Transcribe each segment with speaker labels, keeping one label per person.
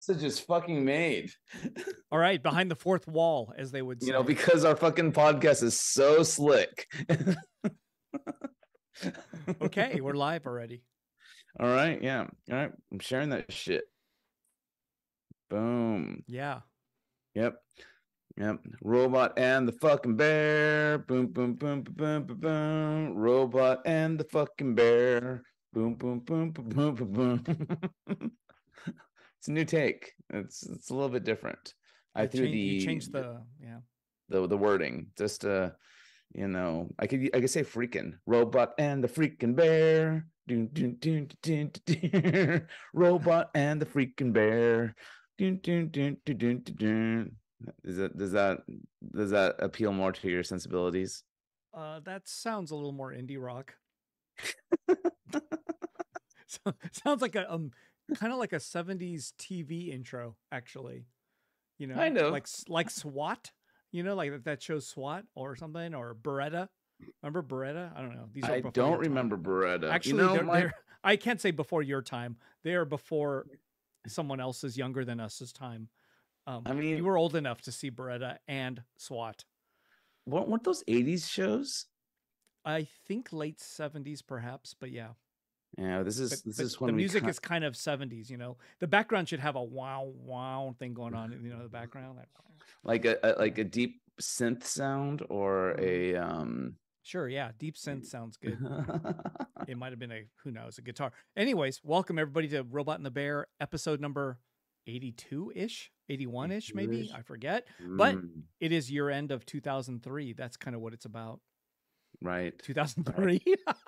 Speaker 1: sausage is fucking made.
Speaker 2: All right, behind the fourth wall, as they would say.
Speaker 1: You know, because our fucking podcast is so slick.
Speaker 2: okay, we're live already.
Speaker 1: All right, yeah. All right, I'm sharing that shit. Boom.
Speaker 2: Yeah.
Speaker 1: Yep. Yep. Robot and the fucking bear. Boom, boom, boom, boom, boom, boom, boom. Robot and the fucking bear. Boom, boom, boom, boom, boom, boom, boom. it's a new take. It's it's a little bit different. I
Speaker 2: You
Speaker 1: threw
Speaker 2: chan-
Speaker 1: the
Speaker 2: you changed the yeah.
Speaker 1: the the wording. Just uh, you know, I could I could say freaking robot and the freaking bear. Dun, dun, dun, dun, dun, dun, dun. robot and the freaking bear. Dun, dun, dun, dun, dun, dun, dun. Is that does that does that appeal more to your sensibilities?
Speaker 2: Uh, that sounds a little more indie rock. so, sounds like a um, kind of like a '70s TV intro, actually. You know,
Speaker 1: Kind of.
Speaker 2: like s- like SWAT. You know, like that- that show SWAT or something or Beretta. Remember Beretta? I don't know. These are
Speaker 1: I
Speaker 2: before
Speaker 1: don't
Speaker 2: your time.
Speaker 1: remember Beretta. You
Speaker 2: Actually,
Speaker 1: know,
Speaker 2: they're,
Speaker 1: my-
Speaker 2: they're, I can't say before your time. They are before someone else's younger than us's time. Um,
Speaker 1: I mean-
Speaker 2: you were old enough to see Beretta and SWAT.
Speaker 1: weren't, weren't those '80s shows?
Speaker 2: I think late seventies, perhaps, but yeah.
Speaker 1: Yeah, this is
Speaker 2: But,
Speaker 1: this
Speaker 2: but
Speaker 1: is when
Speaker 2: the
Speaker 1: we
Speaker 2: music
Speaker 1: kin-
Speaker 2: is kind of seventies. You know, the background should have a wow wow thing going on. You know, the background. Like,
Speaker 1: like a, a like a deep synth sound or a
Speaker 2: Mm-hmm.
Speaker 1: um.
Speaker 2: sure, yeah, deep synth sounds good. it might have been a who knows a guitar. Anyways, welcome everybody to Robot and the Bear episode number eighty-two ish, eighty-one ish, maybe
Speaker 1: 82-ish.
Speaker 2: I forget. But-
Speaker 1: Mm,
Speaker 2: It is year end of two thousand three. That's kind of what it's about.
Speaker 1: right,
Speaker 2: Two thousand three,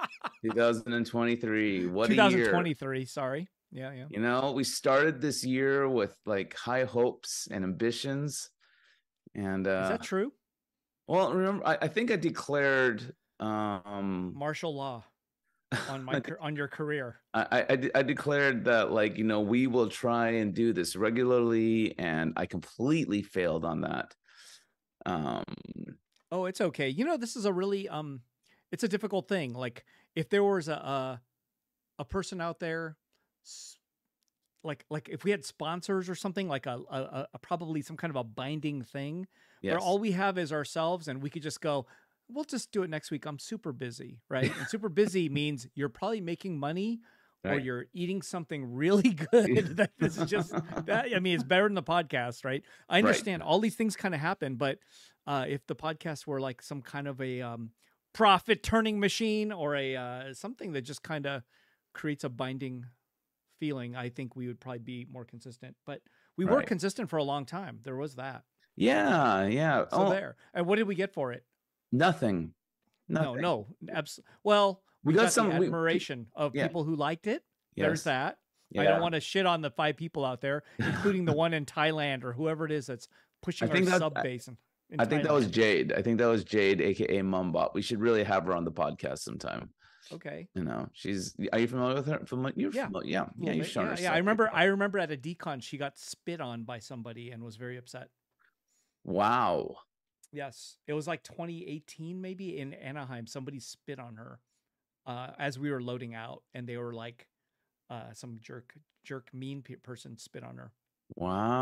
Speaker 1: 2023. What
Speaker 2: two
Speaker 1: a
Speaker 2: thousand
Speaker 1: year!
Speaker 2: twenty-three. Sorry, yeah, yeah.
Speaker 1: You know, we started this year with like high hopes and ambitions, and
Speaker 2: Is
Speaker 1: uh,
Speaker 2: that true?
Speaker 1: well, remember, I, I think I declared um,
Speaker 2: Martial law on my car- on your career.
Speaker 1: I, I- I, de- I declared that like you know we will try and do this regularly and i completely failed on that um
Speaker 2: Oh, it's okay. You know, this is a really um, it's a difficult thing. Like, if there was a a, a person out there, s- like like if we had sponsors or something, like a, a, a- a probably some kind of a binding thing,
Speaker 1: yes
Speaker 2: where all we have is ourselves, and we could just go. We'll just do it next week. I'm super busy, right? And super busy means you're probably making money or
Speaker 1: Right.
Speaker 2: you're eating something really good. that this is just that I mean, it's better than the podcast, right? I
Speaker 1: Right.
Speaker 2: understand all these things kind of happen, but uh, if the podcast were like some kind of a um, profit turning machine or a uh, something that just kind of creates a binding feeling, I think we would probably be more consistent. But we were
Speaker 1: Right.
Speaker 2: consistent for a long time. There was that.
Speaker 1: yeah yeah
Speaker 2: So
Speaker 1: oh
Speaker 2: there. And what did we get for it?
Speaker 1: nothing
Speaker 2: No,
Speaker 1: nothing
Speaker 2: no, abs- Well,
Speaker 1: we
Speaker 2: we got,
Speaker 1: got some
Speaker 2: the
Speaker 1: we-
Speaker 2: admiration of
Speaker 1: yeah.
Speaker 2: people who liked it.
Speaker 1: yes,
Speaker 2: There's that. I
Speaker 1: yeah.
Speaker 2: don't want to shit on the five people out there, including the one in Thailand or whoever it is that's pushing
Speaker 1: think
Speaker 2: our
Speaker 1: that-
Speaker 2: sub
Speaker 1: I-
Speaker 2: base. in- in
Speaker 1: i think that was
Speaker 2: Thailand.
Speaker 1: jade i think that was jade aka mumbot we should really have her on the podcast sometime
Speaker 2: okay.
Speaker 1: you know she's are you familiar with her familiar you're
Speaker 2: Yeah,
Speaker 1: familiar, yeah yeah
Speaker 2: Little
Speaker 1: you've
Speaker 2: bit.
Speaker 1: shown
Speaker 2: yeah,
Speaker 1: her
Speaker 2: yeah.
Speaker 1: stuff
Speaker 2: I remember.
Speaker 1: before.
Speaker 2: I remember at a decon, she got spit on by somebody and was very upset.
Speaker 1: wow
Speaker 2: Yes, it was like 2018, maybe in Anaheim. Somebody spit on her uh, as we were loading out, and they were like, uh, some jerk, jerk, mean pe- person spit on her.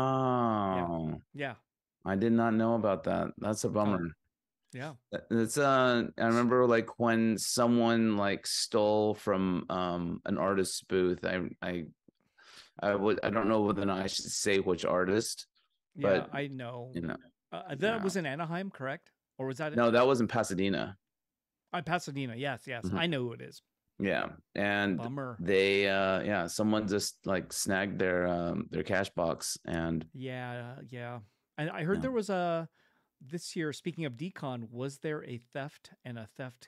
Speaker 1: wow
Speaker 2: Yeah,
Speaker 1: i did not know about that that's a bummer
Speaker 2: yeah.
Speaker 1: That- That's uh I remember like when someone like stole from um an artist's booth. I I I would I don't know whether or not I should say which artist,
Speaker 2: Yeah,
Speaker 1: But,
Speaker 2: I know.
Speaker 1: you know.
Speaker 2: Uh, that
Speaker 1: yeah.
Speaker 2: was in Anaheim, correct? Or was that in-
Speaker 1: No, that was in Pasadena.
Speaker 2: uh, Pasadena? Yes, yes.
Speaker 1: Mhm.
Speaker 2: I know who it is.
Speaker 1: Yeah. And
Speaker 2: Bummer.
Speaker 1: they uh yeah, someone just like snagged their um their cash box and
Speaker 2: Yeah, yeah. And I heard
Speaker 1: Yeah.
Speaker 2: there was a this year. Speaking of decon, was there a theft and a theft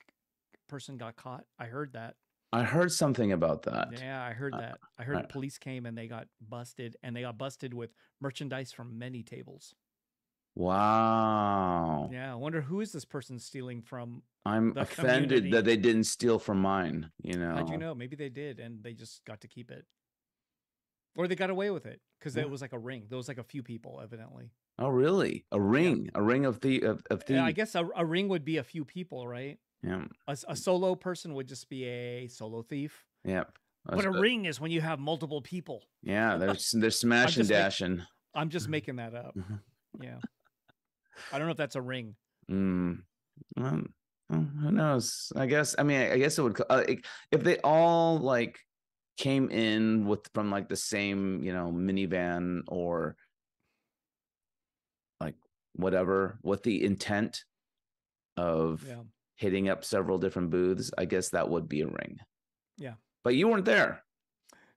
Speaker 2: person got caught? I heard that.
Speaker 1: I heard something about that.
Speaker 2: Yeah, I heard
Speaker 1: Uh,
Speaker 2: that. I heard
Speaker 1: uh,
Speaker 2: the police came and they got busted, and they got busted with merchandise from many tables.
Speaker 1: Wow.
Speaker 2: Yeah, I wonder who is this person stealing from?
Speaker 1: I'm
Speaker 2: The
Speaker 1: offended
Speaker 2: community.
Speaker 1: that they didn't steal from mine, you know.
Speaker 2: How'd you know? Maybe they did, and they just got to keep it, or they got away with it because
Speaker 1: Yeah.
Speaker 2: it was like a ring. There was like a few people, evidently.
Speaker 1: Oh really? A ring. A ring of the of, of the
Speaker 2: Yeah, I guess a, a ring would be a few people, right?
Speaker 1: yeah.
Speaker 2: A, s- a solo person would just be a solo thief.
Speaker 1: Yeah.
Speaker 2: But a ring is when you have multiple people.
Speaker 1: yeah, they're s- they're smash and
Speaker 2: just like-
Speaker 1: dashing.
Speaker 2: I'm just making that up.
Speaker 1: Mhm.
Speaker 2: Yeah. I don't know if that's a ring.
Speaker 1: Mm. Well, well, who knows? I guess. I mean, I, I guess it would. co- Uh, it- if they all like came in with from like the same, you know, minivan or like whatever, with the intent of
Speaker 2: Yeah.
Speaker 1: hitting up several different booths, I guess that would be a ring.
Speaker 2: Yeah.
Speaker 1: But you weren't there.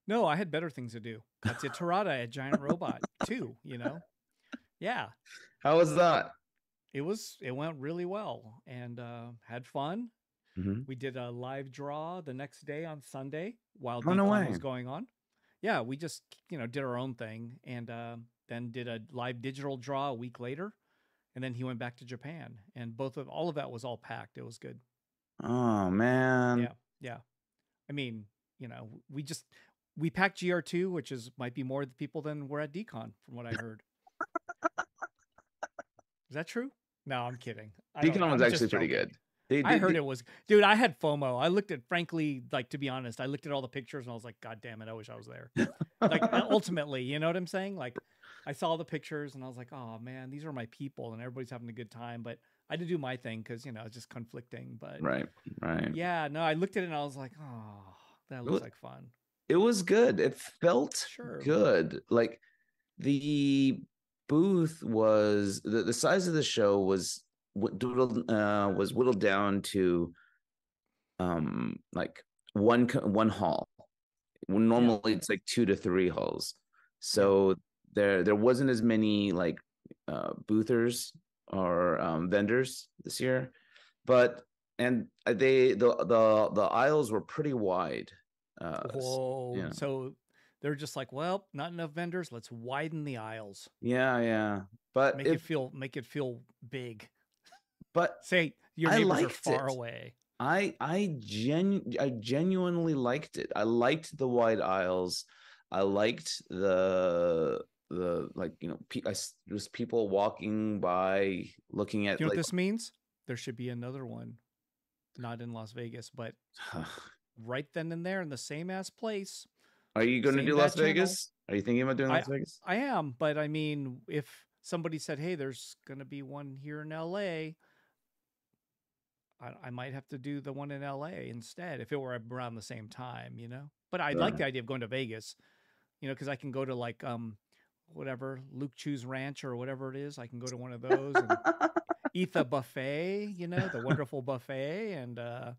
Speaker 2: No, I had better things to do. Katya Tarada, a giant robot, too, you know? Yeah.
Speaker 1: How was that?
Speaker 2: It was it went really well and uh had fun.
Speaker 1: Mhm.
Speaker 2: We did a live draw the next day on Sunday while
Speaker 1: Oh, no
Speaker 2: DCON
Speaker 1: way.
Speaker 2: was going on. Yeah, we just you know did our own thing and uh, then did a live digital draw a week later, and then he went back to Japan. And both of all of that was all packed. It was good.
Speaker 1: Oh man.
Speaker 2: yeah, yeah. I mean, you know, we just we packed GR two, which is might be more people than were at DCON, from what I heard. is that true? No, I'm kidding. I don't-
Speaker 1: Deacon was
Speaker 2: I'm just
Speaker 1: actually pretty
Speaker 2: joking.
Speaker 1: good. They,
Speaker 2: I
Speaker 1: they-
Speaker 2: heard
Speaker 1: they-
Speaker 2: it was, dude. I had FOMO. I looked at, frankly, like to be honest, I looked at all the pictures and I was like, God damn it, I wish I was there. Like uh, ultimately, you know what I'm saying? Like, I saw the pictures and I was like, oh man, these are my people, and everybody's having a good time. But I had to do my thing because you know it's just conflicting. But
Speaker 1: right, right.
Speaker 2: yeah, no, I looked at it and I was like, oh, that
Speaker 1: Well,
Speaker 2: looks like fun.
Speaker 1: it was good it felt
Speaker 2: Sure.
Speaker 1: good like the booth was the, the size of the show was wh- doodled, uh, was whittled down to um like one co- one hall when normally it's like two to three halls so there there wasn't as many like uh boothers or um vendors this year but and uh, they the the the aisles were pretty wide uh s-
Speaker 2: Whoa!
Speaker 1: yeah.
Speaker 2: So they're just like, well, not enough vendors. Let's widen the aisles.
Speaker 1: Yeah, yeah. But
Speaker 2: Make
Speaker 1: if,
Speaker 2: it feel, make it feel big.
Speaker 1: but
Speaker 2: Say your
Speaker 1: I
Speaker 2: neighbors are
Speaker 1: liked
Speaker 2: far
Speaker 1: it.
Speaker 2: away.
Speaker 1: I I genu I genuinely liked it. I liked the wide aisles. I liked the the like you know pe- I s- just people walking by looking at
Speaker 2: You know what
Speaker 1: like
Speaker 2: this means? There should be another one, not in Las Vegas, but right then and there in the same ass place.
Speaker 1: Are you going to
Speaker 2: Same
Speaker 1: do Las
Speaker 2: bad channel.
Speaker 1: Vegas? Are you thinking about doing Las Vegas?
Speaker 2: I am, but I mean, if somebody said, "Hey, there's going to be one here in L.A.," I, I might have to do the one in L.A. instead if it were around the same time, you know. But I would like
Speaker 1: Sure.
Speaker 2: the idea of going to Vegas, you know, because I can go to like um whatever Luke Chu's Ranch or whatever it is. I can go to one of those and eat the buffet, you know, the wonderful buffet, and uh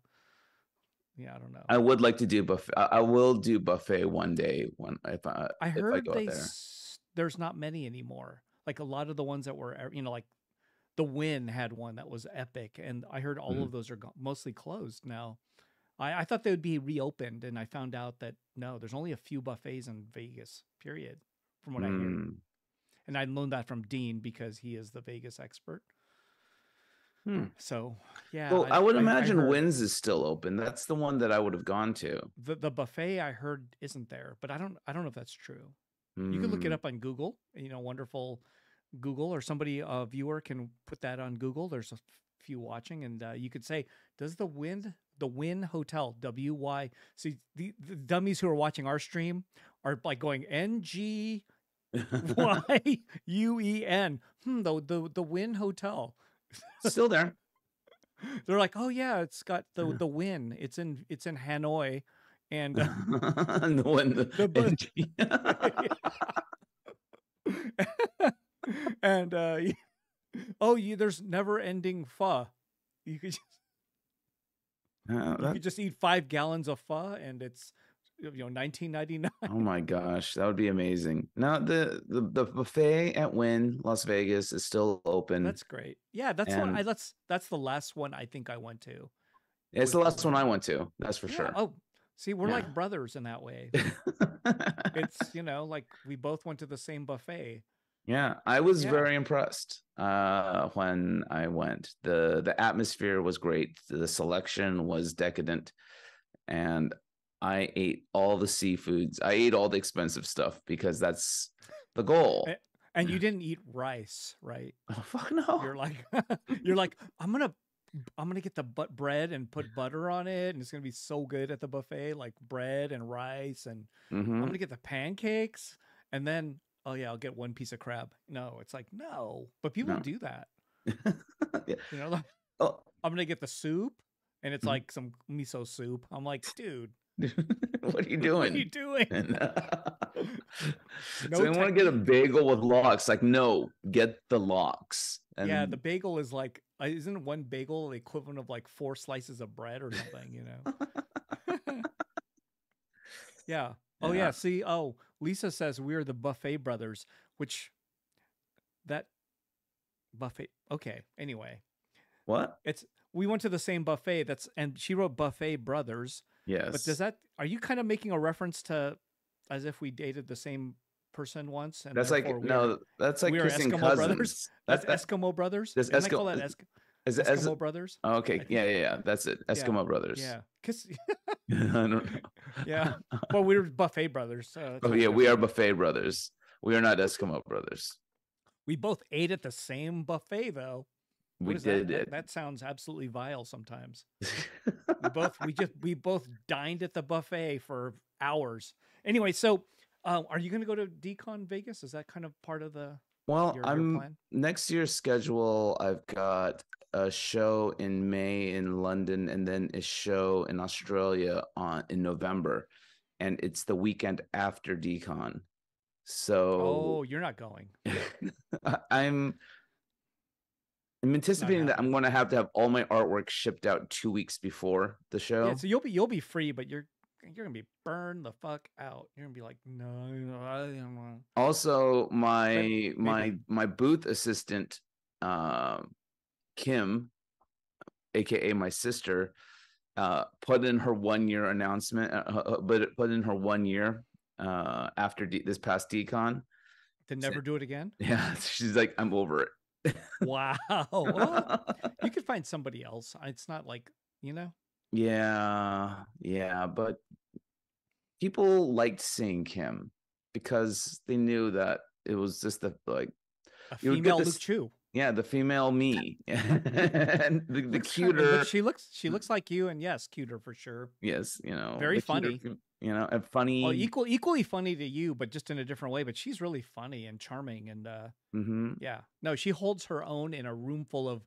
Speaker 2: yeah, I don't know.
Speaker 1: I would like to do buffet. I, I will do buffet one day when if I
Speaker 2: I
Speaker 1: if I
Speaker 2: heard
Speaker 1: go out
Speaker 2: they
Speaker 1: there.
Speaker 2: s- there's not many anymore. Like a lot of the ones that were, e- you know, like the Win had one that was epic, and I heard all
Speaker 1: Mhm.
Speaker 2: of those are go- mostly closed now. I, I thought they would be reopened, and I found out that no, there's only a few buffets in Vegas. Period, from what I hear,
Speaker 1: Mm.
Speaker 2: and I learned that from Dean because he is the Vegas expert.
Speaker 1: Hmm.
Speaker 2: So yeah,
Speaker 1: Well, I, would imagine
Speaker 2: heard
Speaker 1: Wins is still open. That's the one that I would have gone to.
Speaker 2: the the buffet I heard isn't there, but I don't I don't know if that's true. You can look it
Speaker 1: Mm.
Speaker 2: up on Google. You know, wonderful Google or somebody a viewer can put that on Google. There's a f- few watching, and uh, you could say, "Does the wind the Win Hotel W Y?" See, the, the dummies who are watching our stream are like going N G Y U E N. Hmm, the the the Win Hotel.
Speaker 1: still there.
Speaker 2: They're like, "Oh yeah, it's got the
Speaker 1: Yeah.
Speaker 2: the Win. It's in it's in Hanoi." And uh,
Speaker 1: And the one, the,
Speaker 2: The bu-
Speaker 1: NG.
Speaker 2: and uh y- oh you there's never ending pho you could just,
Speaker 1: Uh,
Speaker 2: you
Speaker 1: that-
Speaker 2: could just eat five gallons of pho and it's you know 1999
Speaker 1: oh my gosh, that would be amazing. Now the, the the buffet at Win Las Vegas is still open.
Speaker 2: that's great yeah that's the one i
Speaker 1: And-
Speaker 2: that's that's the last one i think i went to
Speaker 1: it's the
Speaker 2: with the
Speaker 1: last one I went to. That's for
Speaker 2: Yeah,
Speaker 1: sure.
Speaker 2: oh see we're
Speaker 1: Yeah.
Speaker 2: like brothers in that way oh, it's you know like we both went to the same buffet
Speaker 1: yeah, I was
Speaker 2: Yeah.
Speaker 1: very impressed uh, when I went. the The atmosphere was great. The selection was decadent, and I ate all the seafoods. I ate all the expensive stuff because that's the goal.
Speaker 2: Eh, and you didn't eat rice right
Speaker 1: Oh, fuck no.
Speaker 2: you're like you're like i'm gonna I'm gonna get the but bread and put butter on it, and it's gonna be so good at the buffet, like bread and rice, and I'm
Speaker 1: Mhm.
Speaker 2: gonna get the pancakes, and then oh yeah, I'll get one piece of crab. No, it's like no, but people
Speaker 1: No.
Speaker 2: do that.
Speaker 1: Yeah.
Speaker 2: You know, like,
Speaker 1: Oh,
Speaker 2: I'm gonna get the soup, and it's
Speaker 1: Mhm.
Speaker 2: like some miso soup. I'm like, dude,
Speaker 1: what are you
Speaker 2: what are you
Speaker 1: doing?
Speaker 2: doing?
Speaker 1: And, uh,
Speaker 2: No
Speaker 1: so I want to get a bagel with locks. Like, no, get the locks. And
Speaker 2: yeah, the bagel is like, uh, isn't one bagel the equivalent of like four slices of bread or something? You know. yeah. Oh yeah.
Speaker 1: Yeah.
Speaker 2: See. Oh, Lisa says we are the buffet brothers, which that buffet. Okay. Anyway,
Speaker 1: what?
Speaker 2: we went to the same buffet. That's and she wrote buffet brothers.
Speaker 1: Yes.
Speaker 2: But does that are you kind of making a reference to as if we dated the same person once? And
Speaker 1: that's like
Speaker 2: therefore we are-
Speaker 1: no. That's like
Speaker 2: we are
Speaker 1: kissing
Speaker 2: Eskimo
Speaker 1: cousins.
Speaker 2: brothers?
Speaker 1: That's
Speaker 2: That's,
Speaker 1: that's
Speaker 2: Eskimo brothers.
Speaker 1: that's
Speaker 2: Didn't I call
Speaker 1: Eskimo-
Speaker 2: that Esk-
Speaker 1: is, it- is,
Speaker 2: Eskimo
Speaker 1: it-
Speaker 2: brothers?
Speaker 1: oh,
Speaker 2: I
Speaker 1: okay.
Speaker 2: think-
Speaker 1: Yeah, yeah, yeah. That's it.
Speaker 2: Yeah.
Speaker 1: Eskimo brothers.
Speaker 2: Yeah, because
Speaker 1: I don't know.
Speaker 2: yeah, well, we were buffet brothers. So it's
Speaker 1: Oh
Speaker 2: not
Speaker 1: yeah,
Speaker 2: that
Speaker 1: we are
Speaker 2: bad.
Speaker 1: buffet brothers. We are not Eskimo brothers.
Speaker 2: We both ate at the same buffet though.
Speaker 1: We
Speaker 2: What is that?
Speaker 1: did
Speaker 2: That-
Speaker 1: it.
Speaker 2: That sounds absolutely vile. Sometimes we both we just we both dined at the buffet for hours. Anyway, so um, are you going to go to Decon Vegas? Is that kind of part of the
Speaker 1: well,
Speaker 2: your, your
Speaker 1: Oh, I'm
Speaker 2: plan?
Speaker 1: next year's schedule. I've got a show in May in London, and then a show in Australia on in November, and it's the weekend after Decon. So
Speaker 2: Oh, you're not going.
Speaker 1: I- I'm I'm anticipating that I'm going to have to have all my artwork shipped out two weeks before the show.
Speaker 2: Yeah, so you'll be you'll be free, but you're you're gonna be burned the fuck out. You're gonna be like, no, I don't want.
Speaker 1: also my
Speaker 2: maybe-
Speaker 1: my my booth assistant um kim aka my sister uh put in her one year announcement uh, uh, uh, but put in her one year uh after D- this past decon So-
Speaker 2: To never do it again.
Speaker 1: yeah she's like i'm over it
Speaker 2: Wow. Well, you could find somebody else. uh, It's not like, you know,
Speaker 1: yeah yeah but people liked seeing kim because they knew that it was just the like
Speaker 2: a
Speaker 1: You would get
Speaker 2: female
Speaker 1: this-
Speaker 2: Luke Chu.
Speaker 1: Yeah, the female me. and the, the
Speaker 2: Looks kinda- look-
Speaker 1: cuter.
Speaker 2: she looks she looks like you and yes, cuter for sure.
Speaker 1: yes, you know.
Speaker 2: Very
Speaker 1: the cuter
Speaker 2: funny.
Speaker 1: fem- you know, and funny.
Speaker 2: Well, equal equally funny to you, but just in a different way. But she's really funny and charming and uh
Speaker 1: hmm
Speaker 2: yeah. No, she holds her own in a room full of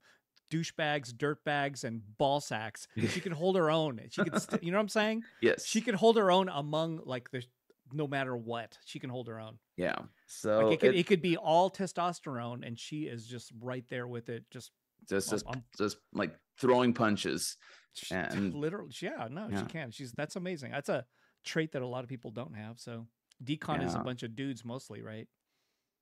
Speaker 2: douchebags, dirtbags, and ball sacks. She can hold her own. She can st- you know what I'm saying?
Speaker 1: Yes.
Speaker 2: She can hold her own among like the no matter what. She can hold her own.
Speaker 1: yeah. So
Speaker 2: Like it could
Speaker 1: Oh, it,
Speaker 2: it, could be all testosterone and she is just right there with it, just
Speaker 1: just,
Speaker 2: um,
Speaker 1: just,
Speaker 2: um,
Speaker 1: just like throwing punches.
Speaker 2: She,
Speaker 1: And-
Speaker 2: literally, yeah, no,
Speaker 1: yeah.
Speaker 2: she can. She's that's amazing. That's a trait that a lot of people don't have. So decon is a
Speaker 1: Yeah.
Speaker 2: bunch of dudes mostly, right?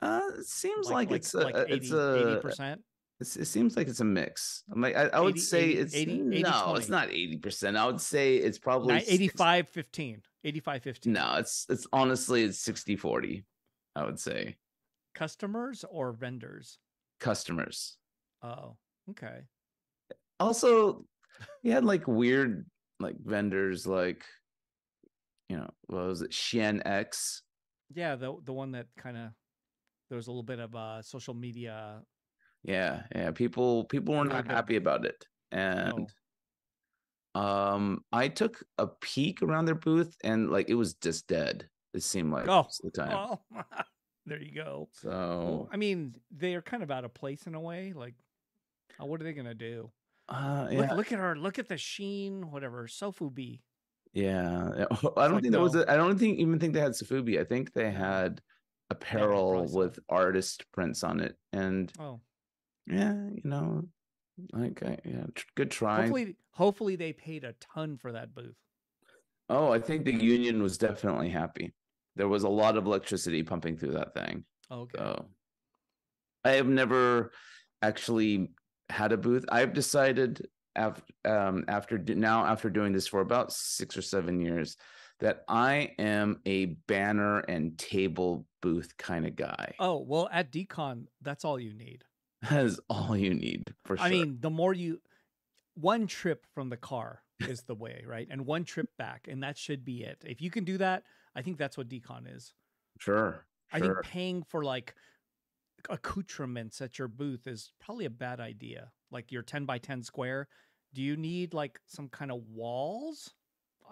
Speaker 1: Uh, it seems like, it's a, a- it's a,
Speaker 2: percent.
Speaker 1: it's, it seems like it's a mix. I'm like, I, I would
Speaker 2: 80,
Speaker 1: say
Speaker 2: 80,
Speaker 1: it's
Speaker 2: 80,
Speaker 1: no,
Speaker 2: 80,
Speaker 1: it's not eighty percent. I would say it's probably
Speaker 2: 85 15 85 15
Speaker 1: No, it's it's honestly it's 60-40, I would say
Speaker 2: customers or vendors
Speaker 1: customers.
Speaker 2: oh okay
Speaker 1: also he had like weird like vendors like you know what was it Shen X
Speaker 2: yeah the the one that kind of there was a little bit of uh social media
Speaker 1: yeah yeah people people were
Speaker 2: Not
Speaker 1: not
Speaker 2: good.
Speaker 1: happy about it
Speaker 2: no.
Speaker 1: and
Speaker 2: Oh.
Speaker 1: um I took a peek around their booth and like it was just dead it seemed like
Speaker 2: Oh,
Speaker 1: most of the time
Speaker 2: oh there you go Well,
Speaker 1: so
Speaker 2: i mean they're kind of out of place in a way like uh, what are they gonna do
Speaker 1: uh, yeah
Speaker 2: look, look at her look at the sheen whatever sofu bee
Speaker 1: yeah yeah. I don't
Speaker 2: like,
Speaker 1: think that was
Speaker 2: no.
Speaker 1: a, I don't think even think they had Safubi I think they
Speaker 2: No.
Speaker 1: had apparel
Speaker 2: probably so.
Speaker 1: with artist prints on it and
Speaker 2: oh
Speaker 1: yeah, you know, like I, yeah, tr- good try.
Speaker 2: hopefully hopefully they paid a ton for that booth
Speaker 1: Oh, I think the union was definitely happy. There was a lot of electricity pumping through that thing.
Speaker 2: oh, okay
Speaker 1: So I have never actually had a booth. I've decided after um after do- now after doing this for about 6 or 7 years that I am a banner and table booth kind of guy.
Speaker 2: oh well at decon that's all you need
Speaker 1: That is all you need for sure.
Speaker 2: I mean, the more you, one trip from the car is the way, right? And one trip back, and that should be it. If you can do that, I think that's what decon is.
Speaker 1: sure.
Speaker 2: I
Speaker 1: sure.
Speaker 2: think paying for like accoutrements at your booth is probably a bad idea. like your 10 by 10 square do you need like some kind of walls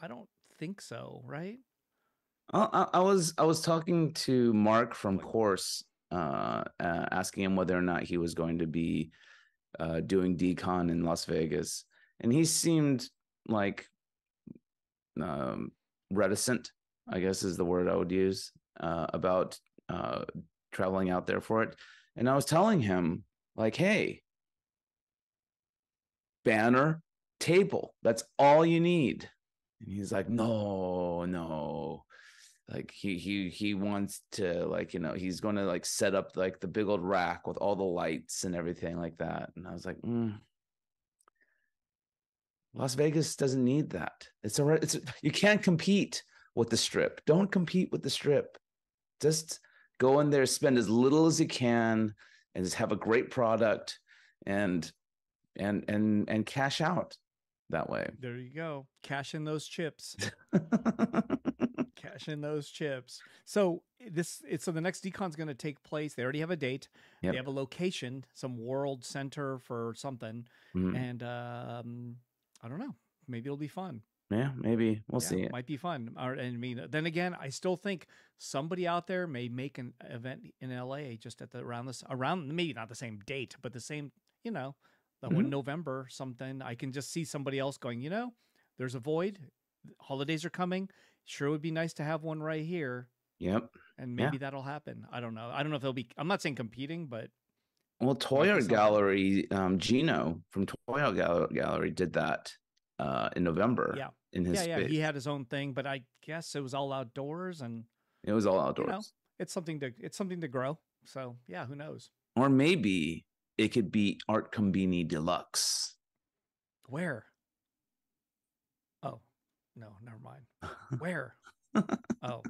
Speaker 2: i don't think so right
Speaker 1: Uh, I, I was I was talking to Mark from Course, uh, uh, asking him whether or not he was going to be uh, doing decon in Las Vegas, and he seemed like um, reticent. I guess is the word I would use uh, about uh, traveling out there for it. And I was telling him like, hey, banner, table. That's all you need. And he's like, no, no like he he he wants to like you know he's going to like set up like the big old rack with all the lights and everything like that and i was like mm. las vegas doesn't need that it's already it's you can't compete with the strip don't compete with the strip just go in there spend as little as you can and just have a great product and and and and cash out that way
Speaker 2: there you go cash in those chips cash in those chips. So eh, this it's so the next decon's going to take place. They already have a date.
Speaker 1: Yep.
Speaker 2: They have a location, some world center for something,
Speaker 1: Mhm.
Speaker 2: and um, I don't know. Maybe it'll be fun.
Speaker 1: yeah maybe we'll
Speaker 2: Yeah,
Speaker 1: see
Speaker 2: Might be fun. Or, and I mean, then again, I still think somebody out there may make an event in LA just at the around this around maybe not the same date, but the same. You know, that
Speaker 1: Mm-hmm.
Speaker 2: one November something. I can just see somebody else going. You know, there's a void. Holidays are coming. Sure would be nice to have one right here,
Speaker 1: yep
Speaker 2: and
Speaker 1: Yeah.
Speaker 2: maybe that'll happen. I don't know. I don't know if they'll be. I'm not saying competing, but
Speaker 1: Well, Toy Art
Speaker 2: something.
Speaker 1: Gallery, um, Gino from Toy Art Gal- Gallery did that uh, in November.
Speaker 2: Yeah.
Speaker 1: in his
Speaker 2: yeah, yeah,
Speaker 1: space,
Speaker 2: he had his own thing. But I guess it was all outdoors, and
Speaker 1: it was all outdoors.
Speaker 2: it's something to it's something to grow. So yeah, who knows
Speaker 1: Or maybe it could be Art Combini Deluxe.
Speaker 2: where? Oh, no, never mind. Where? oh,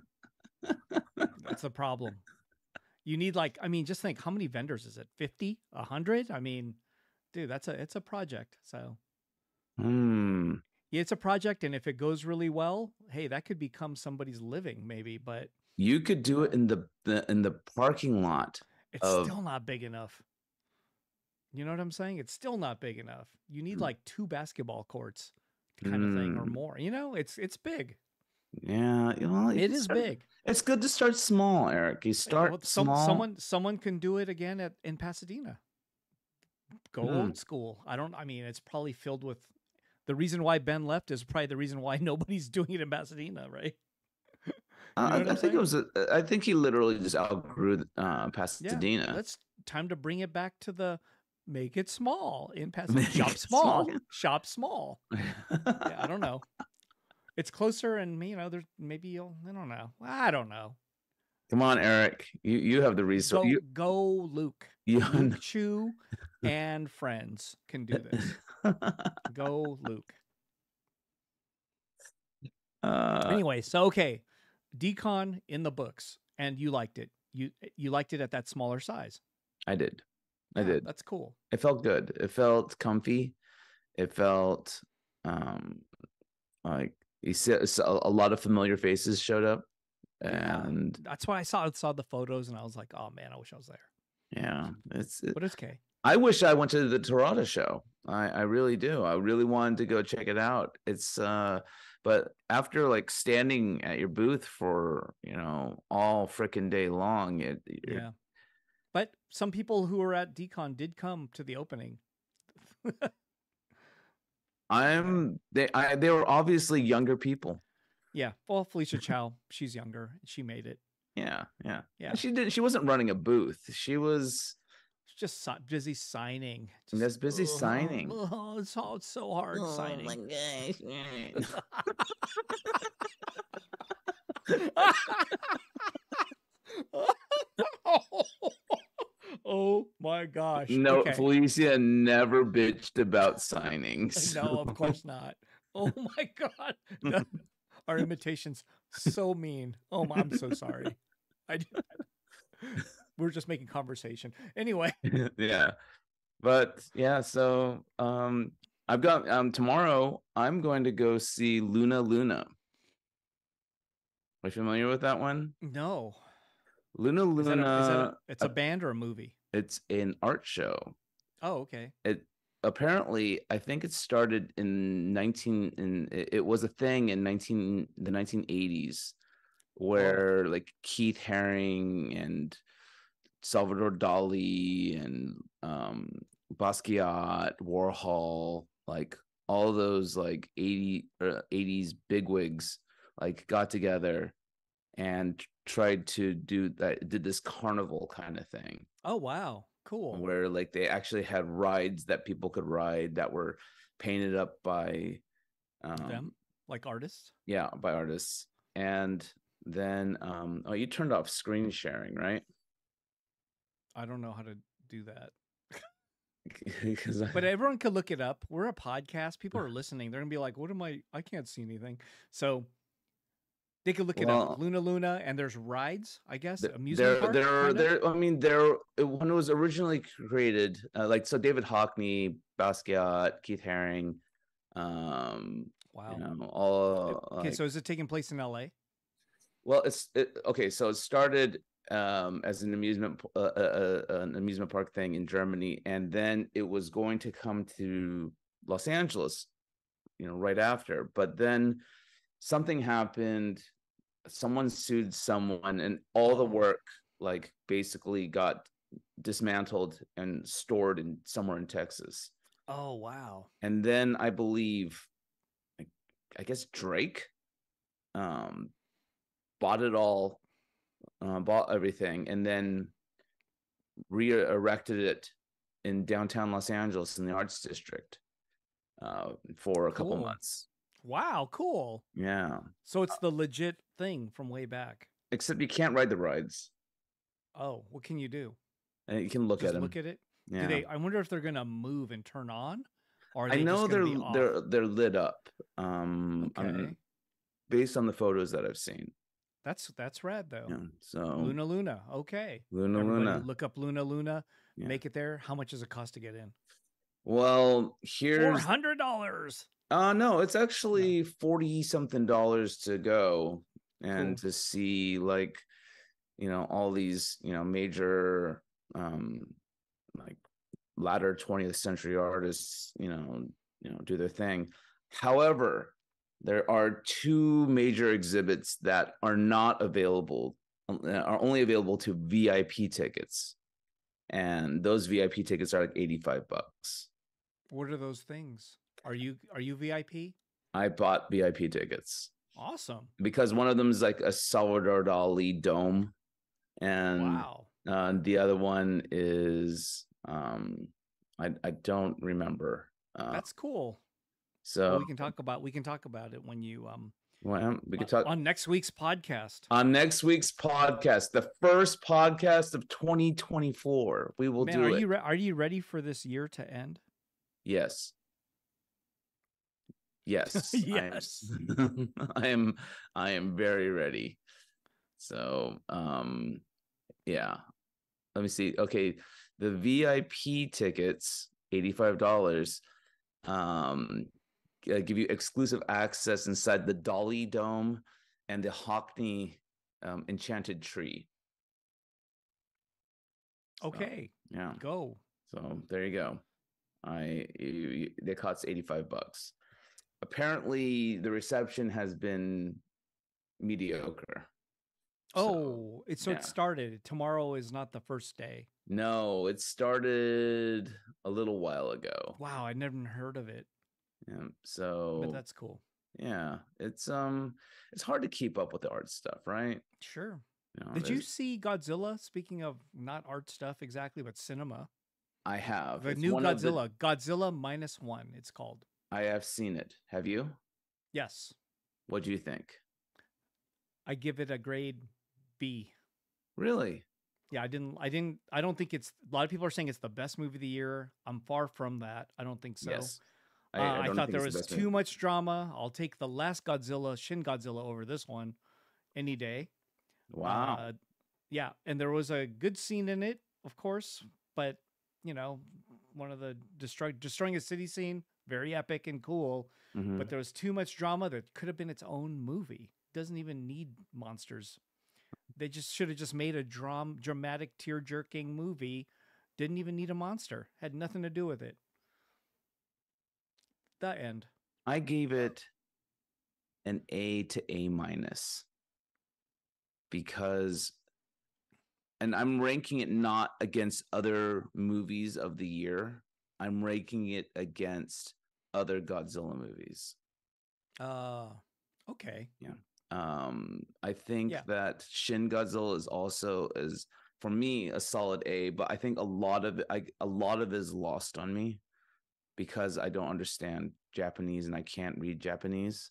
Speaker 2: that's the problem. You need like I mean, just think how many vendors is it? 50? 100? I mean, dude, that's a it's a project. So
Speaker 1: Hmm.
Speaker 2: yeah, it's a project, and if it goes really well, hey, that could become somebody's living maybe. But
Speaker 1: You could do it in the, the in the parking lot.
Speaker 2: It's
Speaker 1: of-
Speaker 2: still not big enough. You know what I'm saying? It's still not big enough. You need
Speaker 1: Mm.
Speaker 2: like two basketball courts kind of thing or
Speaker 1: Mm.
Speaker 2: more. You know, it's it's big.
Speaker 1: Yeah, you know, you
Speaker 2: It
Speaker 1: can
Speaker 2: is
Speaker 1: start-
Speaker 2: big.
Speaker 1: It's good to start small, Eric. You
Speaker 2: Uh,
Speaker 1: start
Speaker 2: well,
Speaker 1: small.
Speaker 2: someone someone can do it again at in Pasadena. Go
Speaker 1: Mm.
Speaker 2: old school. I don't I mean it's probably filled with the reason why Ben left is probably the reason why nobody's doing it in Pasadena, right?
Speaker 1: Uh,
Speaker 2: know what
Speaker 1: I
Speaker 2: I'm
Speaker 1: think it was. A, I think he literally just outgrew uh, Pasadena.
Speaker 2: Let's time to bring it back to the make it small in Pasadena.
Speaker 1: Make
Speaker 2: Shop
Speaker 1: it small.
Speaker 2: small. Shop small. yeah, I don't know. It's closer, and you know, there's maybe you'll. I don't know. I don't know.
Speaker 1: Come on, Eric. You you have the
Speaker 2: Go,
Speaker 1: resource. You,
Speaker 2: go, Luke.
Speaker 1: you
Speaker 2: Luke Chu and friends can do this. Go, Luke.
Speaker 1: uh,
Speaker 2: anyway, so okay, decon in the books, and you liked it. You you liked it at that smaller size.
Speaker 1: I did. I
Speaker 2: Yeah,
Speaker 1: did.
Speaker 2: That's cool.
Speaker 1: It felt good. It felt comfy. It felt um like you see s- a, a lot of familiar faces showed up.
Speaker 2: Yeah.
Speaker 1: And
Speaker 2: That's why I saw I saw the photos, and I was like, oh man, I wish I was there.
Speaker 1: yeah, it's it-
Speaker 2: But it's okay.
Speaker 1: I wish I went to the Torada show. I, I really do. I really wanted to go check it out. It's uh but after like standing at your booth for, you know, all freaking day long, it you're-
Speaker 2: Yeah. But some people who were at decon did come to the opening.
Speaker 1: I'm they I they were obviously younger people.
Speaker 2: Yeah. Well, Felicia Chow, she's younger. She made it.
Speaker 1: Yeah, yeah.
Speaker 2: Yeah.
Speaker 1: And She didn't she wasn't running a booth. She was
Speaker 2: She's just si- busy signing.
Speaker 1: And
Speaker 2: Just,
Speaker 1: that's busy
Speaker 2: "Ugh,
Speaker 1: signing.
Speaker 2: Oh, it's, all, it's so hard
Speaker 1: Oh,
Speaker 2: signing. oh my gosh.
Speaker 1: No,
Speaker 2: Okay.
Speaker 1: Felicia never bitched about signings.
Speaker 2: No, of course not. Oh my god. That- Our imitations so mean. Oh my, I'm so sorry. I did that. We're just making conversation. Anyway,
Speaker 1: yeah. But yeah, so um I've got um tomorrow I'm going to go see Luna Luna. Are you familiar with that one?
Speaker 2: no.
Speaker 1: Luna
Speaker 2: Is that a- is that a-
Speaker 1: Luna
Speaker 2: it's a band or a movie.
Speaker 1: it's an art show.
Speaker 2: Oh, okay.
Speaker 1: It apparently i think it started in 19 in it it was a thing in 19 the 1980s where like keith haring and salvador dali and um basquiat warhol like all those like 80 or 80s bigwigs like got together and tried to do that did this carnival kind of thing
Speaker 2: Oh wow, cool.
Speaker 1: where like they actually had rides that people could ride that were painted up by um
Speaker 2: Them, like artists.
Speaker 1: yeah by artists and then um oh you turned off screen sharing right
Speaker 2: I don't know how to do that,
Speaker 1: because
Speaker 2: but everyone could look it up. We're a podcast. People are listening. They're gonna be like, "What am I? I can't see anything." So they could look it
Speaker 1: Well-
Speaker 2: up. Luna Luna, and there's rides. I guess
Speaker 1: Th-
Speaker 2: amusement
Speaker 1: there
Speaker 2: park.
Speaker 1: there are
Speaker 2: kinda?
Speaker 1: there i mean there uh, when it was originally created uh, like so david hockney basquiat keith haring um
Speaker 2: Wow.
Speaker 1: you know all uh,
Speaker 2: okay,
Speaker 1: like-
Speaker 2: so is it taking place in L.A.?
Speaker 1: Well, it's it, okay. So it started um, as an amusement p- uh, uh, uh, an amusement park thing in Germany, and then it was going to come to Los Angeles, you know, right after. But then something happened. Someone sued someone, and all the
Speaker 2: Oh.
Speaker 1: work like basically got dismantled and stored in somewhere in Texas.
Speaker 2: Oh wow.
Speaker 1: And then I believe, I, I guess Drake, um, bought it all, uh, bought everything, and then re-erected it in downtown Los Angeles in the Arts District uh, for a couple
Speaker 2: Cool.
Speaker 1: months. Uh,
Speaker 2: Wow, cool.
Speaker 1: Yeah,
Speaker 2: So it's the legit thing from way back.
Speaker 1: except you can't ride the rides.
Speaker 2: Oh, what can you do?
Speaker 1: And you can look
Speaker 2: Just
Speaker 1: at them.
Speaker 2: look at it.
Speaker 1: yeah.
Speaker 2: Do they? I wonder if they're gonna move and turn on. Or are
Speaker 1: I
Speaker 2: they
Speaker 1: know
Speaker 2: just gonna
Speaker 1: they're
Speaker 2: be off?
Speaker 1: they're they're lit up. Um,
Speaker 2: okay.
Speaker 1: I'm- based on the photos that I've seen.
Speaker 2: That's that's rad though.
Speaker 1: Yeah. oh. So
Speaker 2: Luna Luna. Okay.
Speaker 1: Luna
Speaker 2: Everybody
Speaker 1: Luna.
Speaker 2: Look up Luna Luna.
Speaker 1: Yeah.
Speaker 2: Make it there. How much does it cost to get in?
Speaker 1: Well,
Speaker 2: Four
Speaker 1: here's
Speaker 2: hundred dollars.
Speaker 1: Uh no, it's actually 40 something dollars to go and
Speaker 2: Cool.
Speaker 1: to see like you know all these, you know, major um like latter 20th century artists, you know, you know, do their thing. However, there are two major exhibits that are not available uh, are only available to VIP tickets. And those VIP tickets are like 85 bucks.
Speaker 2: What are those things? Are you are you VIP?
Speaker 1: I bought VIP tickets.
Speaker 2: Awesome.
Speaker 1: because one of them is like a Salvador Dali dome, and
Speaker 2: wow.
Speaker 1: uh, the other one is um, I I don't remember. Uh,
Speaker 2: That's cool. Well,
Speaker 1: so
Speaker 2: we can talk about we can talk about it when you um
Speaker 1: well, we could
Speaker 2: uh,
Speaker 1: talk on-,
Speaker 2: on next week's podcast.
Speaker 1: next week's podcast, the first podcast of 2024. We will
Speaker 2: Man,
Speaker 1: do
Speaker 2: are
Speaker 1: it.
Speaker 2: you re- are you ready for this year to end?
Speaker 1: Yes. Yes.
Speaker 2: Yes.
Speaker 1: I am, I am I am very ready. So um yeah. Let me see. Okay. The VIP tickets, $85, um uh, give you exclusive access inside the Dolly Dome and the Hockney um, Enchanted Tree. So,
Speaker 2: Okay,
Speaker 1: yeah.
Speaker 2: go.
Speaker 1: So there you go. I you, you, they cost eighty five bucks. Apparently, the reception has been mediocre. So,
Speaker 2: oh, it's so
Speaker 1: yeah.
Speaker 2: it started. Tomorrow is not the first day.
Speaker 1: no, it started a little while ago.
Speaker 2: Wow, I never heard of it.
Speaker 1: Yeah, Oh. so
Speaker 2: But that's cool.
Speaker 1: yeah, it's um, it's hard to keep up with the art stuff, right?
Speaker 2: Sure.
Speaker 1: You know,
Speaker 2: Did you
Speaker 1: there's-
Speaker 2: see Godzilla? Speaking of not art stuff exactly, but cinema.
Speaker 1: I have
Speaker 2: The
Speaker 1: It's
Speaker 2: new
Speaker 1: one of the-
Speaker 2: Godzilla, Godzilla minus one, it's called.
Speaker 1: I have seen it. Have you?
Speaker 2: Yes.
Speaker 1: What do you think?
Speaker 2: I give it a grade B.
Speaker 1: Really?
Speaker 2: Yeah, I didn't I didn't I don't think it's a lot of people are saying it's the best movie of the year. I'm far from that. I don't think so.
Speaker 1: yes.
Speaker 2: Uh, I,
Speaker 1: don't
Speaker 2: thought
Speaker 1: think
Speaker 2: there
Speaker 1: it's
Speaker 2: was
Speaker 1: the best
Speaker 2: too
Speaker 1: movie.
Speaker 2: much drama. I'll take the last Godzilla, Shin Godzilla, over this one any day.
Speaker 1: Wow.
Speaker 2: Uh, yeah, and there was a good scene in it, of course, but you know, one of the destroy destroying a city scene, very epic and cool.
Speaker 1: Mhm.
Speaker 2: But there was too much drama that could have been its own movie. Doesn't even need monsters. They just should have just made a dram- dramatic tear jerking movie. Didn't even need a monster. Had nothing to do with it. The end.
Speaker 1: I gave it an A to A minus because, and I'm ranking it not against other movies of the year. I'm ranking it against other Godzilla movies.
Speaker 2: Uh, okay.
Speaker 1: Um, I think
Speaker 2: Yeah.
Speaker 1: that Shin Godzilla is also is for me a solid A, but I think a lot of I, a lot of it is lost on me because I don't understand Japanese and I can't read Japanese.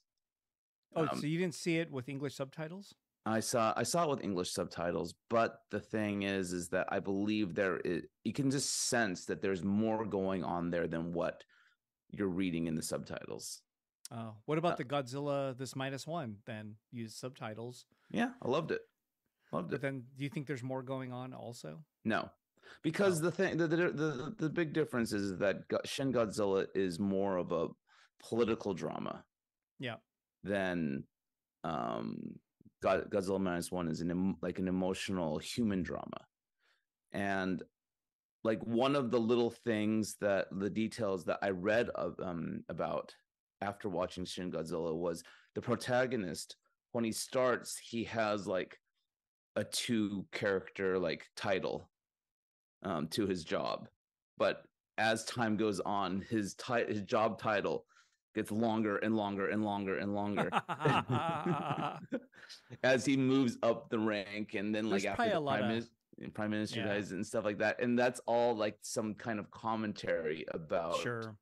Speaker 2: Oh,
Speaker 1: Um,
Speaker 2: so you didn't see it with English subtitles?
Speaker 1: I saw I saw it with English subtitles, but the thing is, is that I believe there is you can just sense that there's more going on there than what you're reading in the subtitles.
Speaker 2: Oh, what about
Speaker 1: uh,
Speaker 2: the Godzilla this minus one? Then use subtitles.
Speaker 1: Yeah, I loved it. Loved
Speaker 2: But
Speaker 1: it.
Speaker 2: then, do you think there's more going on also?
Speaker 1: No, because
Speaker 2: Oh.
Speaker 1: the thing the the, the the big difference is that Go- Shin Godzilla is more of a political drama.
Speaker 2: Yeah.
Speaker 1: Than um, God, Godzilla minus one is an em- like an emotional human drama, and like one of the little things that the details that I read of, um, about after watching Shin Godzilla was the protagonist when he starts he has like a two character like title um, to his job. But as time goes on, his ti- his job title gets longer and longer and longer and longer as he moves up the rank, and then like
Speaker 2: There's
Speaker 1: after
Speaker 2: probably
Speaker 1: the
Speaker 2: a lot
Speaker 1: prime,
Speaker 2: of-
Speaker 1: minister, prime minister
Speaker 2: Yeah.
Speaker 1: dies and stuff like that, and that's all like some kind of commentary about
Speaker 2: sure.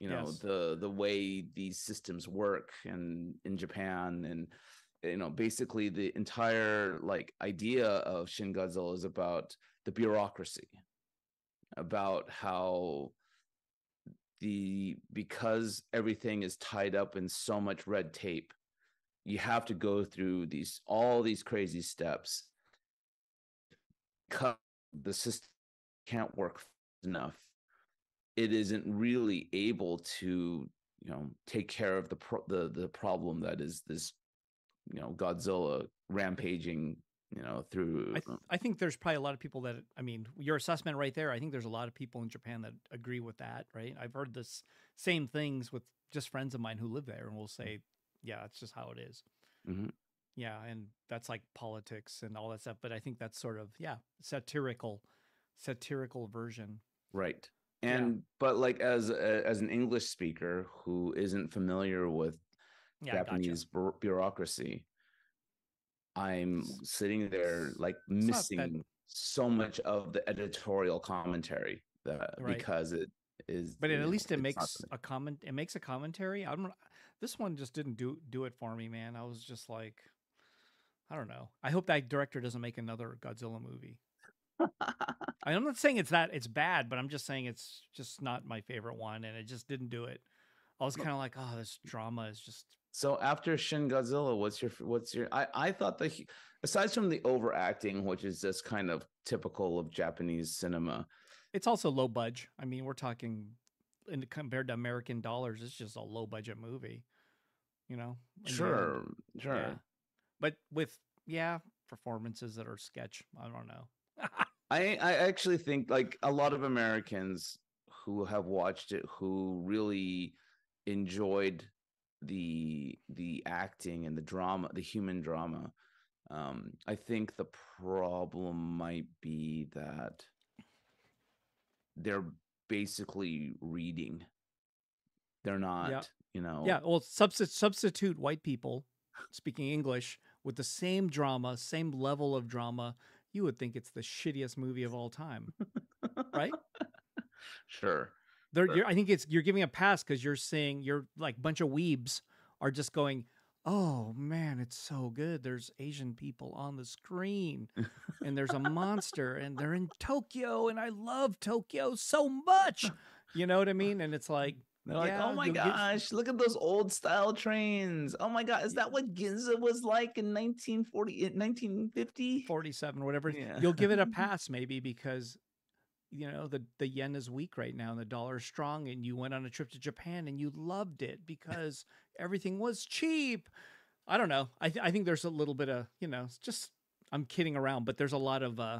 Speaker 1: you know
Speaker 2: Yes.
Speaker 1: the the way these systems work and in Japan and you know basically the entire like idea of Shin Godzilla is about the bureaucracy about how the because everything is tied up in so much red tape you have to go through these all these crazy steps cut the system can't work enough it isn't really able to you know take care of the pro- the the problem that is this you know Godzilla rampaging you know through
Speaker 2: I, th- I think there's probably a lot of people that I mean your assessment right there. I think there's a lot of people in Japan that agree with that, right? I've heard this same things with just friends of mine who live there and will say, "Yeah, that's just how it is."
Speaker 1: Mhm.
Speaker 2: Yeah, and that's like politics and all that stuff. But I think that's sort of yeah, satirical, satirical version.
Speaker 1: right
Speaker 2: Yeah.
Speaker 1: and but like as a, as an English speaker who isn't familiar with
Speaker 2: Yeah,
Speaker 1: Japanese bu- bureaucracy. I'm
Speaker 2: S-
Speaker 1: sitting there
Speaker 2: s-
Speaker 1: like
Speaker 2: not that-
Speaker 1: missing so much of the editorial commentary that
Speaker 2: Right.
Speaker 1: because it is.
Speaker 2: but it,
Speaker 1: you
Speaker 2: at
Speaker 1: know,
Speaker 2: least it
Speaker 1: it's not
Speaker 2: makes
Speaker 1: something-
Speaker 2: a comment. It makes a commentary. I'm this one just didn't do do it for me, man. I was just like, I don't know. I hope that director doesn't make another Godzilla movie. I- I'm not saying it's that it's bad, but I'm just saying it's just not my favorite one, and it just didn't do it. I was
Speaker 1: No.
Speaker 2: kind of like, oh, this drama is just
Speaker 1: So after Shin Godzilla, what's your f- what's your? I I thought that he- aside from the overacting, which is just kind of typical of Japanese cinema,
Speaker 2: it's also low budget. I mean, we're talking in compared to American dollars, it's just a low budget movie. You know? in the end.
Speaker 1: sure, sure.
Speaker 2: Yeah. But with yeah, performances that are sketch. I don't know.
Speaker 1: I I actually think like a lot of Americans who have watched it who really enjoyed the the acting and the drama, the human drama. Um, I think the problem might be that they're basically reading. They're not, you know.
Speaker 2: Yeah, well, substitute substitute white people speaking English with the same drama, same level of drama. You would think it's the shittiest movie of all time.
Speaker 1: Sure.
Speaker 2: There,
Speaker 1: Sure.
Speaker 2: you're, I think it's you're giving a pass because you're seeing you're like bunch of weebs are just going. Oh man, it's so good. There's Asian people on the screen, and there's a monster, and they're in Tokyo, and I love Tokyo so much. You know what I mean? And it's like,
Speaker 1: They're like,
Speaker 2: Yeah,
Speaker 1: oh my
Speaker 2: you'll get-
Speaker 1: gosh, look at those old style trains. Oh my god, is that what Ginza was like in 1940, 1950?
Speaker 2: 47 whatever it-
Speaker 1: Yeah.
Speaker 2: you'll give it a pass maybe because you know the the yen is weak right now and the dollar is strong and you went on a trip to japan and you loved it because everything was cheap i don't know i, th- I think there's a little bit of you know it's just i'm kidding around but there's a lot of uh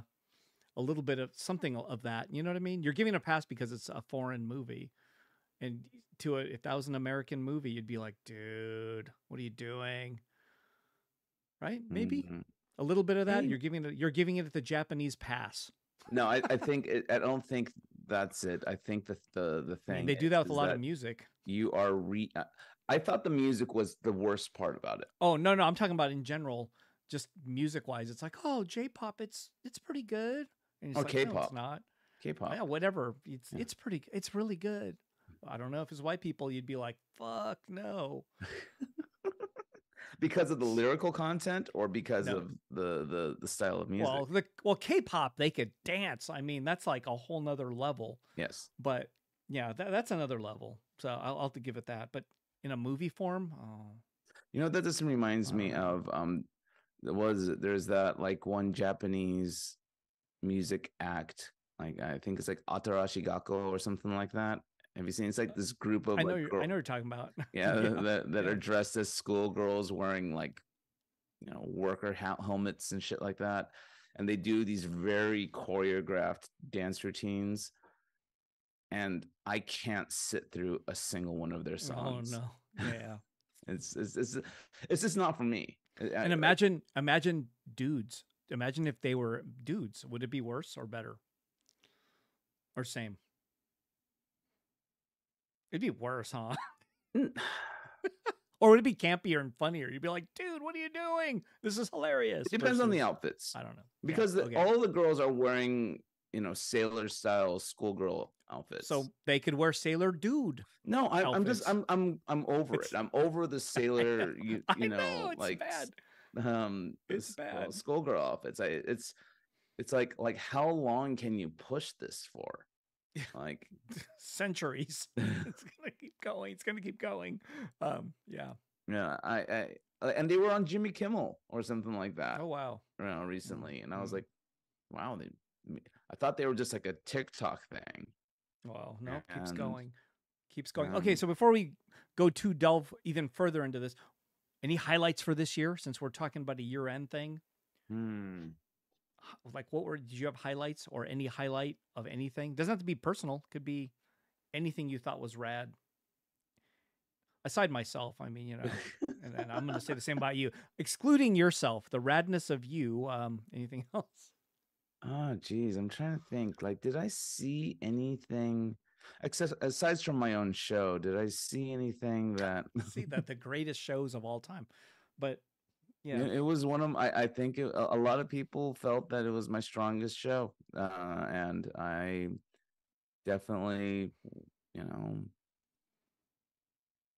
Speaker 2: a little bit of something of that you know what i mean you're giving a pass because it's a foreign movie And to a, if that was an American movie, you'd be like, dude, what are you doing? Right? Maybe
Speaker 1: Mhm.
Speaker 2: a little bit of that.
Speaker 1: Maybe.
Speaker 2: You're giving it. You're giving it the Japanese pass.
Speaker 1: No, I, I think it, I don't think that's it. I think that the the
Speaker 2: I
Speaker 1: thing
Speaker 2: mean, they do that with a
Speaker 1: is
Speaker 2: lot
Speaker 1: that
Speaker 2: of music.
Speaker 1: You are re. uh, I thought the music was the worst part about it.
Speaker 2: Oh no, no, I'm talking about in general, just music wise. It's like, oh, J-pop, it's it's pretty good. And it's
Speaker 1: Or
Speaker 2: like, no,
Speaker 1: Oh, K-pop.
Speaker 2: it's not.
Speaker 1: K-pop.
Speaker 2: Yeah, whatever. It's
Speaker 1: Yeah.
Speaker 2: it's pretty. g- It's really good. I don't know if it's white people, you'd be like, fuck no.
Speaker 1: because of the lyrical content or because
Speaker 2: No.
Speaker 1: of the, the the style of music
Speaker 2: Well, the well, K-pop, they could dance. I mean, that's like a whole nother level.
Speaker 1: yes
Speaker 2: But yeah, tha- that's another level. So I'll, I'll have to give it that. But in a movie form, oh,
Speaker 1: you know that just reminds me
Speaker 2: Wow.
Speaker 1: of um there was there's that like one japanese music act like i think it's like atarashi gakko or something like that have you seen it's like this group of
Speaker 2: I know
Speaker 1: like,
Speaker 2: you're, I
Speaker 1: Oh, girl-
Speaker 2: know you're talking about.
Speaker 1: yeah, that, that
Speaker 2: yeah.
Speaker 1: are dressed as schoolgirls wearing like you know worker hat helmets and shit like that and they do these very choreographed dance routines and i can't sit through a single one of their
Speaker 2: Oh
Speaker 1: songs
Speaker 2: no. Yeah.
Speaker 1: it's it's it's, it's just not for me I- I-
Speaker 2: and imagine imagine dudes imagine if they were dudes would it be worse or better or same it'd be worse huh
Speaker 1: Mm.
Speaker 2: or would it be campier and funnier you'd be like dude what are you doing this is hilarious
Speaker 1: it depends on the
Speaker 2: versus-
Speaker 1: outfits
Speaker 2: i don't know Yeah,
Speaker 1: because the-
Speaker 2: okay.
Speaker 1: all the girls are wearing you know sailor style schoolgirl outfits
Speaker 2: so they could wear sailor dude
Speaker 1: No, I, I'm just
Speaker 2: outfits.
Speaker 1: I'm I'm I'm over
Speaker 2: It's-
Speaker 1: it. I'm over the sailor. You,
Speaker 2: i
Speaker 1: you know,
Speaker 2: know, it's
Speaker 1: like
Speaker 2: bad
Speaker 1: s- um,
Speaker 2: It's
Speaker 1: s- well,
Speaker 2: bad.
Speaker 1: schoolgirl outfits. I, it's it's like like how long can you push this for? Like
Speaker 2: centuries it's gonna keep going it's gonna keep going um yeah
Speaker 1: yeah, I, I uh, and they were on Jimmy Kimmel or something like that
Speaker 2: oh wow
Speaker 1: you know, recently, and I was
Speaker 2: mm.
Speaker 1: like, wow, they. m- I thought they were just like a TikTok thing.
Speaker 2: Wow, no, keeps
Speaker 1: And,
Speaker 2: going. Keeps going. okay,
Speaker 1: um,
Speaker 2: so before we go to delve even further into this, any highlights for this year since we're talking about a year end thing?
Speaker 1: Hmm.
Speaker 2: H- Like what were did you have highlights or any highlight of anything? Doesn't have to be personal, could be anything you thought was rad. Aside myself, I mean, you know, and, and I'm gonna say the same about you. Excluding yourself, the radness of you, um, anything else?
Speaker 1: Oh, geez, I'm trying to think. Like, did I see anything except aside from my own show? Did I see anything that
Speaker 2: See that the greatest shows of all time. But
Speaker 1: it-
Speaker 2: yeah.
Speaker 1: It was one of my. I think it, a a lot of people felt that it was my strongest show, uh, and I definitely, you know,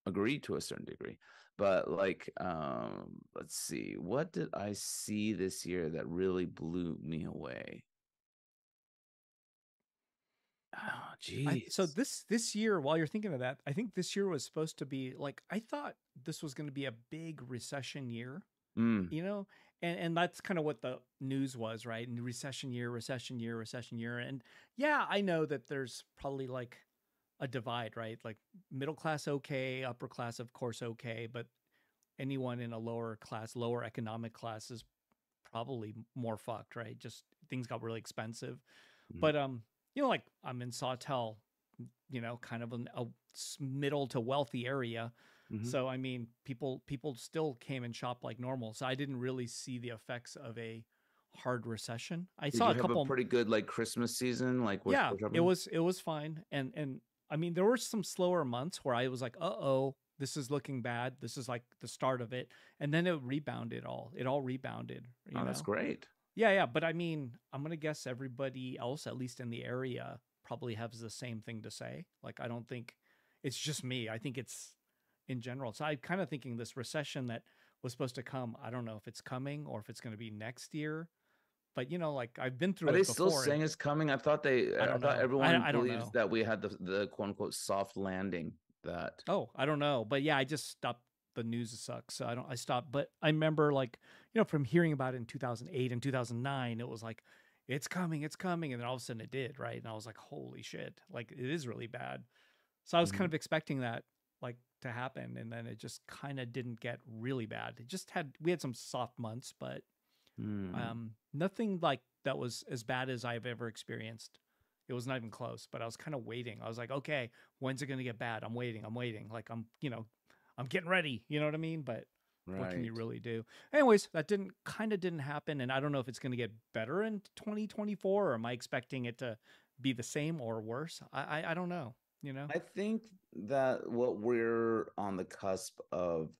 Speaker 1: agree to a certain degree. But like, um, let's see, what did I see this year that really blew me away? Oh,
Speaker 2: I,
Speaker 1: geez.
Speaker 2: so this this year, while you're thinking of that, I think this year was supposed to be like I thought this was going to be a big recession year,
Speaker 1: Mm,
Speaker 2: you know, and and that's kind of what the news was, right? And recession year, recession year, recession year, and yeah, I know that there's probably like a divide, right? Like middle class okay, upper class of course okay, but anyone in a lower class, lower economic class is probably m- more fucked, right? Just things got really expensive.
Speaker 1: Mhm.
Speaker 2: But um, you know, like I'm in Sawtell, m- you know, kind of an, a s- middle to wealthy area.
Speaker 1: mhm.
Speaker 2: So I mean, people people still came and shopped like normal. So I didn't really see the effects of a hard recession. I
Speaker 1: Did
Speaker 2: saw
Speaker 1: you
Speaker 2: a
Speaker 1: have
Speaker 2: couple
Speaker 1: a pretty good like Christmas season, like with
Speaker 2: yeah,
Speaker 1: with
Speaker 2: it
Speaker 1: everyone?
Speaker 2: was it was fine, and and I mean there were some slower months where I was like, uh oh, this is looking bad. This is like the start of it, and then it rebounded all. It all rebounded. You
Speaker 1: Oh,
Speaker 2: know?
Speaker 1: that's great.
Speaker 2: Yeah, yeah, but I mean, I'm gonna guess everybody else, at least in the area, probably has the same thing to say. Like, I don't think it's just me. I think it's in general. So I'm kind of thinking this recession that was supposed to come. I don't know if it's coming or if it's gonna be next year. But you know, like I've been through
Speaker 1: Are they
Speaker 2: it before.
Speaker 1: still
Speaker 2: and-
Speaker 1: saying it's coming? I thought they. I, thought
Speaker 2: don't know. I-
Speaker 1: everyone
Speaker 2: I don't
Speaker 1: believes
Speaker 2: know.
Speaker 1: that we had the the quote unquote soft landing. That
Speaker 2: Oh, I don't know, but yeah, I just stopped. The news sucks, so I don't. I stopped, but I remember like you know from hearing about it in 2008 and 2009, it was like it's coming, it's coming, and then all of a sudden it did, right? And I was like, holy shit, like it is really bad. So I was kind
Speaker 1: Mhm.
Speaker 2: of expecting that like to happen, and then it just kind of didn't get really bad. It just had we had some soft months, but
Speaker 1: Hmm.
Speaker 2: um, nothing like that was as bad as I've ever experienced It was not even close, but I was kind of waiting. I was like, okay, when's it going to get bad? I'm waiting. I'm waiting. Like I'm, you know, I'm getting ready. You know what I mean? But
Speaker 1: Right.
Speaker 2: what can you really do? Anyways, that didn't kind of didn't happen, and I don't know if it's going to get better in 2024, or am I expecting it to be the same or worse? I I, I don't know. You know,
Speaker 1: I think that what we're on the cusp of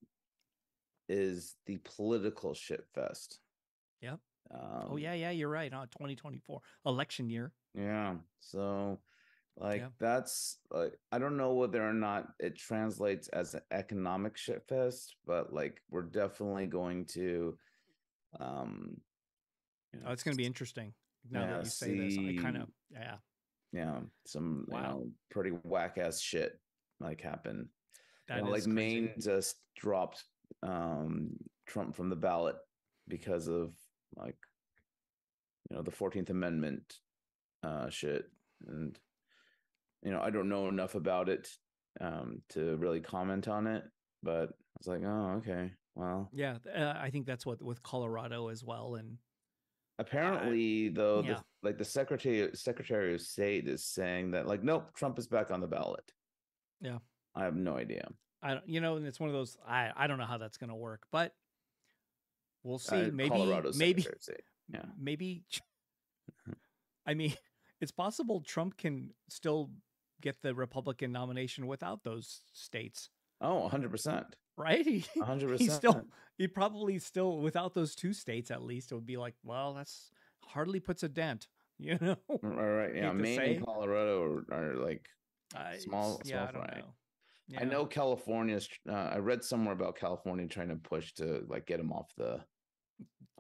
Speaker 1: is the political shit fest.
Speaker 2: Yep.
Speaker 1: Um,
Speaker 2: oh yeah, yeah, you're right. Huh? 2024 election year.
Speaker 1: Yeah. So, like,
Speaker 2: Yeah.
Speaker 1: that's like, I don't know whether or not it translates as an economic shit fest, but like, we're definitely going to, um, you
Speaker 2: Oh,
Speaker 1: know,
Speaker 2: it's going to be interesting. Now
Speaker 1: Yeah,
Speaker 2: that you say this, I kind of
Speaker 1: see.
Speaker 2: yeah.
Speaker 1: yeah, some
Speaker 2: Wow.
Speaker 1: you know, pretty whack ass shit like happen.
Speaker 2: That
Speaker 1: You know,
Speaker 2: is
Speaker 1: like
Speaker 2: crazy.
Speaker 1: Maine just dropped um, Trump from the ballot because of like you know the Fourteenth Amendment uh, shit, and you know I don't know enough about it um, to really comment on it, but I was like, oh okay, well.
Speaker 2: Yeah, th- uh, I think that's what with Colorado as well, and
Speaker 1: Apparently, though,
Speaker 2: yeah.
Speaker 1: the, like the secretary Secretary of State is saying that like nope, Trump is back on the ballot.
Speaker 2: Yeah.
Speaker 1: I have no idea.
Speaker 2: I don't, you know, and it's one of those I I don't know how that's going to work, but we'll see.
Speaker 1: Uh,
Speaker 2: maybe
Speaker 1: Colorado's
Speaker 2: maybe
Speaker 1: Secretary of State. Yeah.
Speaker 2: maybe Ch- I mean, it's possible Trump can still get the Republican nomination without those states,
Speaker 1: Oh, 100 percent.
Speaker 2: right? He,
Speaker 1: A hundred
Speaker 2: he
Speaker 1: percent.
Speaker 2: still he probably still without those two states at least it would be like, well, that's hardly puts a dent, you know.
Speaker 1: Right, right. Yeah,
Speaker 2: hate to
Speaker 1: Maine
Speaker 2: say.
Speaker 1: and Colorado are, are like.
Speaker 2: I-
Speaker 1: Small- small
Speaker 2: yeah, I don't
Speaker 1: fry.
Speaker 2: know.
Speaker 1: I
Speaker 2: Yeah.
Speaker 1: know California's. tr- Uh, I read somewhere about California trying to push to like get him off the.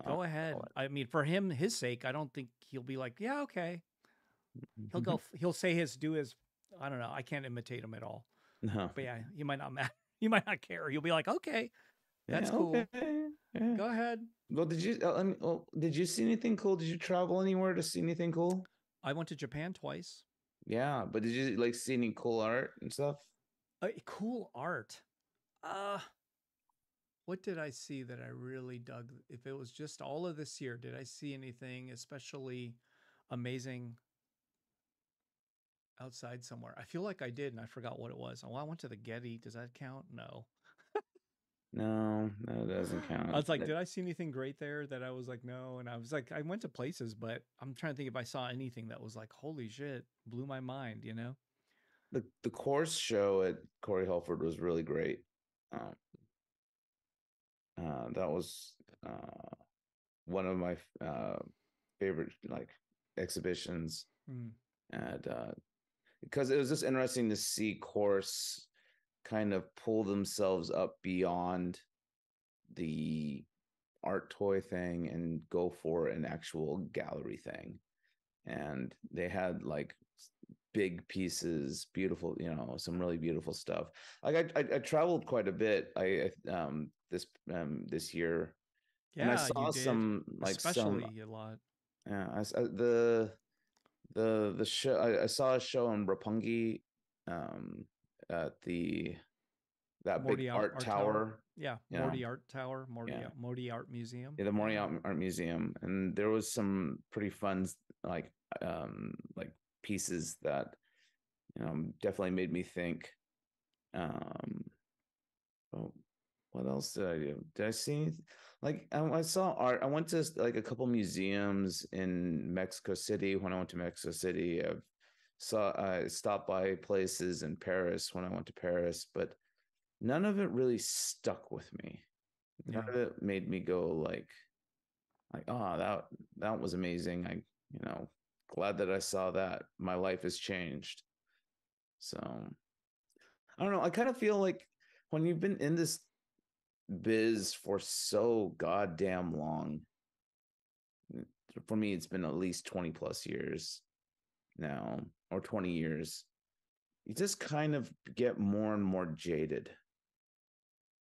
Speaker 1: uh,
Speaker 2: Go ahead.
Speaker 1: ballot.
Speaker 2: I mean, for him, his sake, I don't think he'll be like, yeah, okay. He'll go. f- He'll say his, do his. I don't know. I can't imitate him at all.
Speaker 1: No.
Speaker 2: But yeah, you might not. ma- You might not care. You'll be like, okay, that's
Speaker 1: Yeah,
Speaker 2: cool.
Speaker 1: okay, yeah.
Speaker 2: Go ahead.
Speaker 1: Well, did you? Uh, let me- oh, did you see anything cool? Did you travel anywhere to see anything cool?
Speaker 2: I went to Japan twice.
Speaker 1: Yeah, but did you like see any cool art and stuff?
Speaker 2: Uh, cool art. Uh what did I see that I really dug? If it was just all of this year, did I see anything especially amazing outside somewhere? I feel like I did, and I forgot what it was. Oh, I went to the Getty. Does that count? No.
Speaker 1: No, no, it doesn't count.
Speaker 2: I was like,
Speaker 1: It-
Speaker 2: did I see anything great there? That I was like, no. And I was like, I went to places, but I'm trying to think if I saw anything that was like, holy shit, blew my mind. You know?
Speaker 1: the the course show at Corey Helford was really great. Um, uh, that was uh, one of my f- uh, favorite like exhibitions,
Speaker 2: Mm.
Speaker 1: and uh, because it was just interesting to see course kind of pull themselves up beyond the art toy thing and go for an actual gallery thing and they had like s- big pieces beautiful you know some really beautiful stuff like i i, I traveled quite a bit i I, um this um this year
Speaker 2: Yeah.
Speaker 1: and i
Speaker 2: you
Speaker 1: saw
Speaker 2: did,
Speaker 1: some like
Speaker 2: especially
Speaker 1: some
Speaker 2: a lot.
Speaker 1: yeah I, s- uh, the the the show I, I saw a show in rapungi um at the that
Speaker 2: Morty
Speaker 1: big
Speaker 2: Art-
Speaker 1: art,
Speaker 2: Art
Speaker 1: tower,
Speaker 2: Tower? Yeah,
Speaker 1: Yeah.
Speaker 2: Morty Art Tower, Morty,
Speaker 1: Yeah.
Speaker 2: Morty Art Museum.
Speaker 1: Yeah, the Maury Art Art Museum, and there was some pretty fun s- like um like pieces that you know definitely made me think. Um, oh, what else did I do? Did I see anyth- like um, I, I saw art? I went to s- like a couple museums in Mexico City when I went to Mexico City. I saw I stopped by places in Paris when I went to Paris, but none of it really stuck with me none
Speaker 2: Yeah.
Speaker 1: of it made me go like like oh that that was amazing i you know glad that i saw that my life has changed so i don't know i kind of feel like when you've been in this biz for so goddamn long n- for me it's been at least 20 plus years now or 20 years you just kind of get more and more jaded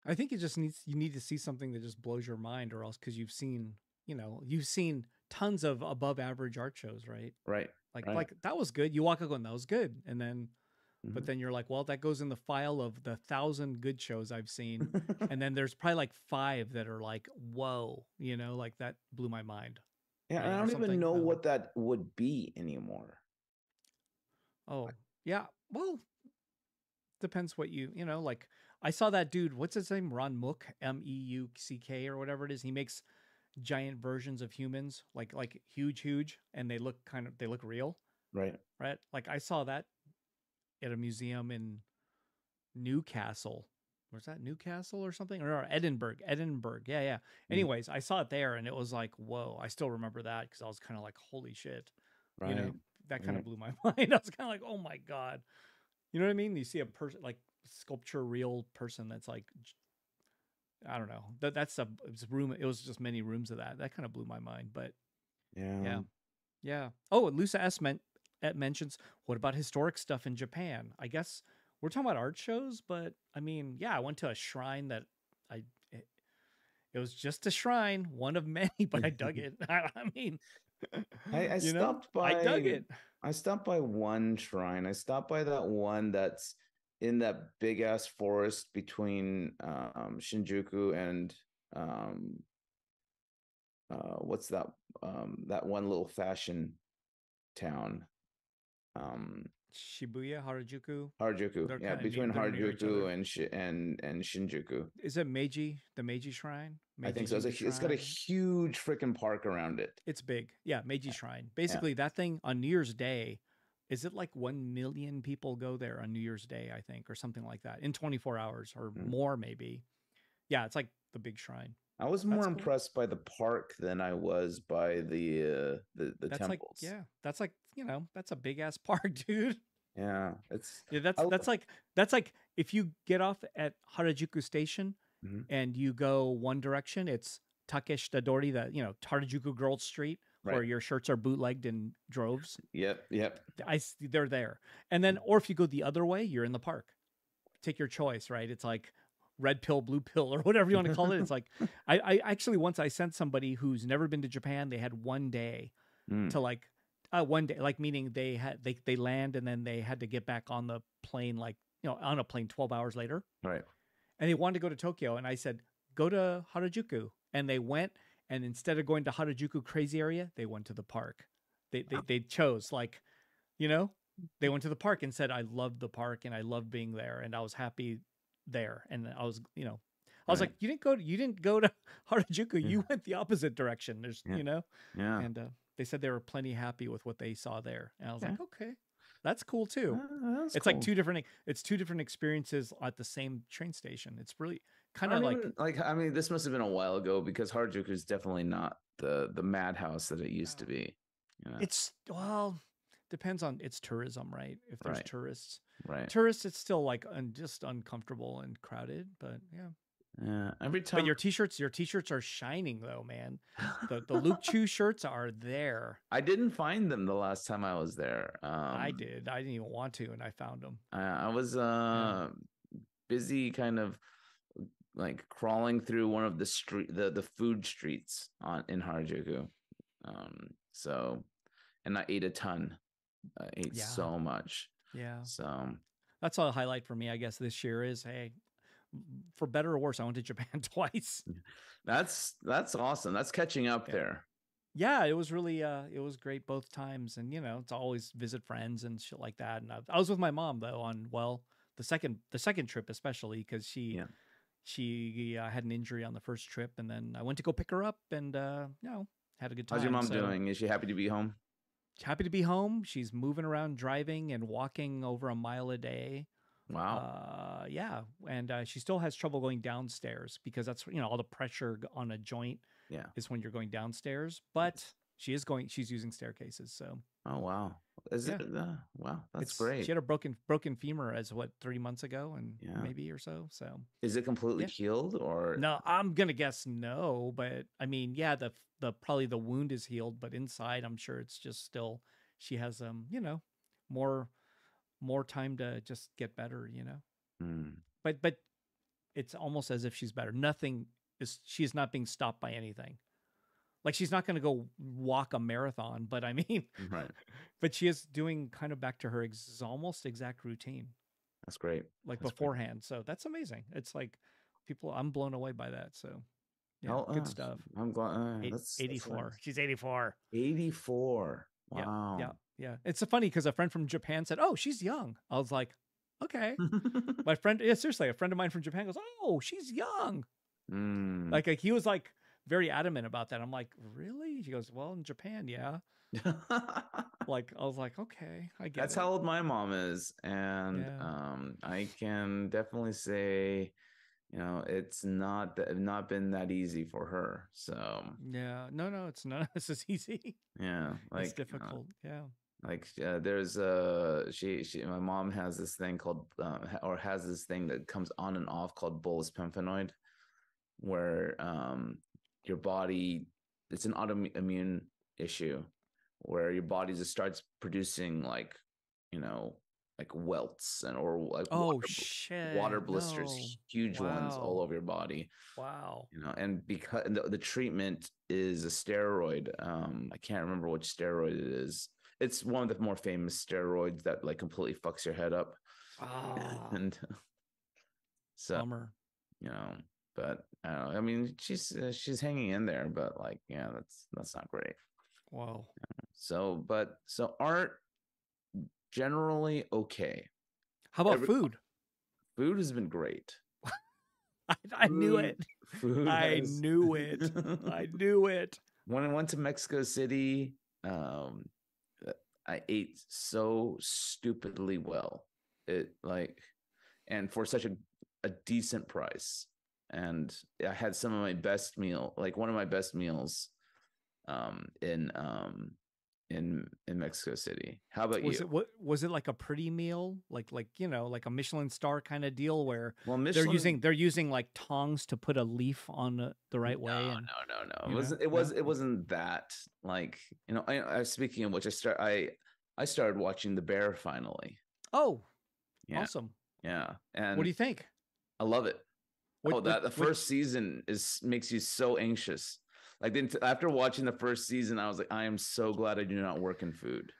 Speaker 2: I think it just needs you need to see something that just blows your mind, or else because you've seen, you know, you've seen tons of above average art shows, right?
Speaker 1: right
Speaker 2: Like,
Speaker 1: Right.
Speaker 2: like that was good. You walk out going, that was good, and then, but
Speaker 1: Mhm.
Speaker 2: then you're like, well, that goes in the file of the thousand good shows I've seen, and then there's probably like five that are like, whoa, you know, like that blew my mind.
Speaker 1: Yeah,
Speaker 2: right,
Speaker 1: and I
Speaker 2: or
Speaker 1: don't even
Speaker 2: something,
Speaker 1: know
Speaker 2: so-
Speaker 1: what that would be anymore.
Speaker 2: Oh, yeah. Well, depends what you, you know, like I saw that dude, what's his name? Ron Mook, M E U C K or whatever it is. He makes giant versions of humans, like like huge huge and they look kind of they look real,
Speaker 1: Right.
Speaker 2: right? Like I saw that at a museum in Newcastle. Was that Newcastle or something? Or no, Edinburgh. Edinburgh. Yeah, yeah. Anyways, I saw it there and it was like, whoa, I still remember that because I was kind of like, holy shit
Speaker 1: Right.
Speaker 2: you know that kind
Speaker 1: right.
Speaker 2: of blew my mind i was kind of like oh my god you know what i mean you see a person like sculpture real person that's like j- i don't know that that's a it was room it was just many rooms of that that kind of blew my mind but
Speaker 1: yeah.
Speaker 2: yeah yeah oh and lusa s meant at mentions what about historic stuff in japan i guess we're talking about art shows but i mean yeah i went to a shrine that i it, it was just a shrine one of many but i dug it i, I mean
Speaker 1: I, I
Speaker 2: you know?
Speaker 1: stopped by.
Speaker 2: i dug it
Speaker 1: I stopped by one shrine. I stopped by that one that's in that big ass forest between um, Shinjuku and um, uh, what's that um, that one little fashion town, um,
Speaker 2: Shibuya, Harajuku.
Speaker 1: Harajuku.
Speaker 2: They're
Speaker 1: yeah,
Speaker 2: kinda near-
Speaker 1: between
Speaker 2: they're near each
Speaker 1: Harajuku
Speaker 2: other.
Speaker 1: and Shi- and and Shinjuku.
Speaker 2: Is it Meiji, the Meiji Shrine? Meiji
Speaker 1: I think so. It's, a,
Speaker 2: Jinja
Speaker 1: hu- it's got a
Speaker 2: Shrine?
Speaker 1: huge freaking park around it.
Speaker 2: It's big. Yeah, Meiji Shrine. Basically, that thing on New Year's Day, is it like 1 million people go there on New Year's Day, I think, or something like that, in 24 hours or
Speaker 1: Mm.
Speaker 2: more, maybe. Yeah, it's like the big shrine.
Speaker 1: I was more
Speaker 2: That's cool.
Speaker 1: impressed by the park than I was by the uh, the the
Speaker 2: that's
Speaker 1: temples.
Speaker 2: like, yeah, that's like, you know, that's a big ass park, dude.
Speaker 1: yeah, it's
Speaker 2: Yeah, that's
Speaker 1: I
Speaker 2: that's like that's like if you get off at Harajuku Station
Speaker 1: Mhm.
Speaker 2: and you go one direction, it's Takesh Dodori, the you know Harajuku Girls Street, where
Speaker 1: Right.
Speaker 2: your shirts are bootlegged in droves.
Speaker 1: Yep, yep.
Speaker 2: I s- they're there, and then or if you go the other way, you're in the park. Take your choice, right? It's like red pill, blue pill, or whatever you want to call it. It's like I, I actually once I sent somebody who's never been to Japan. They had one day
Speaker 1: Hmm.
Speaker 2: to like uh, one day like meaning they had they, they land and then they had to get back on the plane like you know on a plane 12 hours later
Speaker 1: Right.
Speaker 2: and they wanted to go to tokyo and i said go to harajuku and they went and instead of going to harajuku crazy area they went to the park they they, they chose like you know
Speaker 1: Mm.
Speaker 2: they went to the park and said i loved the park and i loved being there and i was happy there and i was you know i was
Speaker 1: Right.
Speaker 2: like you didn't go to, you didn't go to harajuku
Speaker 1: Yeah.
Speaker 2: you went the opposite direction there's
Speaker 1: Yeah.
Speaker 2: you know
Speaker 1: Yeah.
Speaker 2: and uh, they said they were plenty happy with what they saw there. And I was
Speaker 1: Yeah.
Speaker 2: like, okay, that's cool too.
Speaker 1: Ah, that's
Speaker 2: it's like
Speaker 1: cool.
Speaker 2: two different. e- It's two different experiences at the same train station. It's really kind
Speaker 1: I
Speaker 2: of like
Speaker 1: mean, like I mean, this must have been a while ago because Harajuku is definitely not the the madhouse that it used to
Speaker 2: No.
Speaker 1: be. You know?
Speaker 2: it's well depends on it's tourism, right? If there's
Speaker 1: Right.
Speaker 2: tourists,
Speaker 1: right.
Speaker 2: tourists, it's still like un, just uncomfortable and crowded. But yeah,
Speaker 1: Yeah. Every time.
Speaker 2: but your t-shirts, your t-shirts are shining though, man. The the Luke Chu shirts are there.
Speaker 1: I didn't find them the last time I was there. Um,
Speaker 2: I did. I didn't even want to, and I found them.
Speaker 1: I, I was uh busy, kind of like crawling through one of the street the the food streets on in Harajuku. Um. So, and I ate a ton. I ate
Speaker 2: Yeah.
Speaker 1: so much.
Speaker 2: Yeah.
Speaker 1: So
Speaker 2: that's a highlight for me, I guess, this year is hey, for better or worse, I went to Japan twice.
Speaker 1: That's that's awesome. That's catching up
Speaker 2: Yeah.
Speaker 1: there.
Speaker 2: Yeah, it was really uh it was great both times. And you know, it's always visit friends and shit like that. And I, I was with my mom though on well, the second the second trip especially because she
Speaker 1: Yeah.
Speaker 2: she uh, had an injury on the first trip and then I went to go pick her up and uh you know, had a good time.
Speaker 1: How's your mom
Speaker 2: So,
Speaker 1: doing? Is she happy to be home?
Speaker 2: Happy to be home. She's moving around driving and walking over a mile a day.
Speaker 1: Wow.
Speaker 2: Uh, yeah, and uh, she still has trouble going downstairs because that's you know all the pressure g- on a joint
Speaker 1: Yeah.
Speaker 2: is when you're going downstairs. But she is going; she's using staircases, so
Speaker 1: oh wow. Is
Speaker 2: yeah.
Speaker 1: it? Uh, wow. That's
Speaker 2: it's-
Speaker 1: great.
Speaker 2: She had a broken broken femur as what three months ago, and
Speaker 1: Yeah.
Speaker 2: maybe or so. So
Speaker 1: Is it completely
Speaker 2: yeah.
Speaker 1: healed or
Speaker 2: no, I'm gonna guess no, but I mean, yeah, the the probably the wound is healed, but inside, I'm sure it's just still she has um you know more more time to just get better, you know.
Speaker 1: Mm,
Speaker 2: but but it's almost as if she's better. Nothing is she is not being stopped by anything. Like she's not going to go walk a marathon, but I mean,
Speaker 1: right.
Speaker 2: but she is doing kind of back to her ex- almost exact routine
Speaker 1: That's great.
Speaker 2: like
Speaker 1: That's great.
Speaker 2: beforehand. So that's amazing. It's like people, I'm blown away by that. So yeah,
Speaker 1: How-
Speaker 2: good
Speaker 1: uh,
Speaker 2: stuff.
Speaker 1: I'm glad. Uh,
Speaker 2: Eight-
Speaker 1: that's, that's
Speaker 2: 84.
Speaker 1: nice.
Speaker 2: She's 84.
Speaker 1: Eighty-four. Wow.
Speaker 2: Yeah. Yeah. It's so funny because a friend from Japan said, "Oh, she's young." I was like,
Speaker 1: Hmm.
Speaker 2: "Okay." My friend, yeah, seriously, a friend of mine from Japan goes, "Oh, she's young."
Speaker 1: Mm.
Speaker 2: Like, like he was like very adamant about that. I'm like, "Really?" He goes, "Well, in Japan, yeah." Like I was like, "Okay, I get
Speaker 1: That's
Speaker 2: it."
Speaker 1: how old my mom is, and
Speaker 2: Yeah.
Speaker 1: um, I can definitely say, you know, it's not that not been that easy for her. So
Speaker 2: Yeah. No, no, it's not as easy.
Speaker 1: yeah, like uh,
Speaker 2: it's
Speaker 1: you know,
Speaker 2: difficult. yeah.
Speaker 1: like uh, there's uh she she my mom has this thing called uh, ha- or has this thing that comes on and off called bolus pemphigoid where um your body it's an autoimmune issue where your body just starts producing like you know like welts and or like
Speaker 2: Oh
Speaker 1: water, bl-
Speaker 2: shit.
Speaker 1: water blisters
Speaker 2: no.
Speaker 1: huge ones all
Speaker 2: Wow.
Speaker 1: over your body
Speaker 2: Wow.
Speaker 1: you know and because the, the treatment is a steroid um i can't remember which steroid it is it's one of the more famous steroids that like completely fucks your head up
Speaker 2: Ah, Um.
Speaker 1: and so
Speaker 2: bummer.
Speaker 1: you know but i don't know i mean she's uh, she's hanging in there but like yeah that's that's not great
Speaker 2: Wow.
Speaker 1: so but so art generally okay
Speaker 2: How about
Speaker 1: Every-
Speaker 2: food?
Speaker 1: food has been great
Speaker 2: I, I knew
Speaker 1: Food-
Speaker 2: it.
Speaker 1: food
Speaker 2: I
Speaker 1: has-
Speaker 2: knew it. I knew it.
Speaker 1: when I went to Mexico City, um, uh, I ate so stupidly well. It like, and for such a, a decent price, and I had some of my best meal, like one of my best meals, um, in um, in in Mexico City. How about
Speaker 2: Was
Speaker 1: you?
Speaker 2: it what was it like a pretty meal? Like like you know, like a Michelin star kind of deal where
Speaker 1: well, Michelin.
Speaker 2: they're using they're using like tongs to put a leaf on the- the right way.
Speaker 1: No,
Speaker 2: and-
Speaker 1: no, no, no. It
Speaker 2: you know?
Speaker 1: wasn't. It
Speaker 2: No?
Speaker 1: was.
Speaker 2: Okay.
Speaker 1: It wasn't that. Like you know. I, I speaking of which, I start. I I started watching the Bear finally.
Speaker 2: Oh,
Speaker 1: Yeah.
Speaker 2: awesome.
Speaker 1: Yeah, and
Speaker 2: what do you think?
Speaker 1: I love it.
Speaker 2: What,
Speaker 1: oh,
Speaker 2: what-
Speaker 1: that the
Speaker 2: what-
Speaker 1: first season is makes you so anxious. Like then t- after watching the first season, I was like, I am so glad I do not work in food.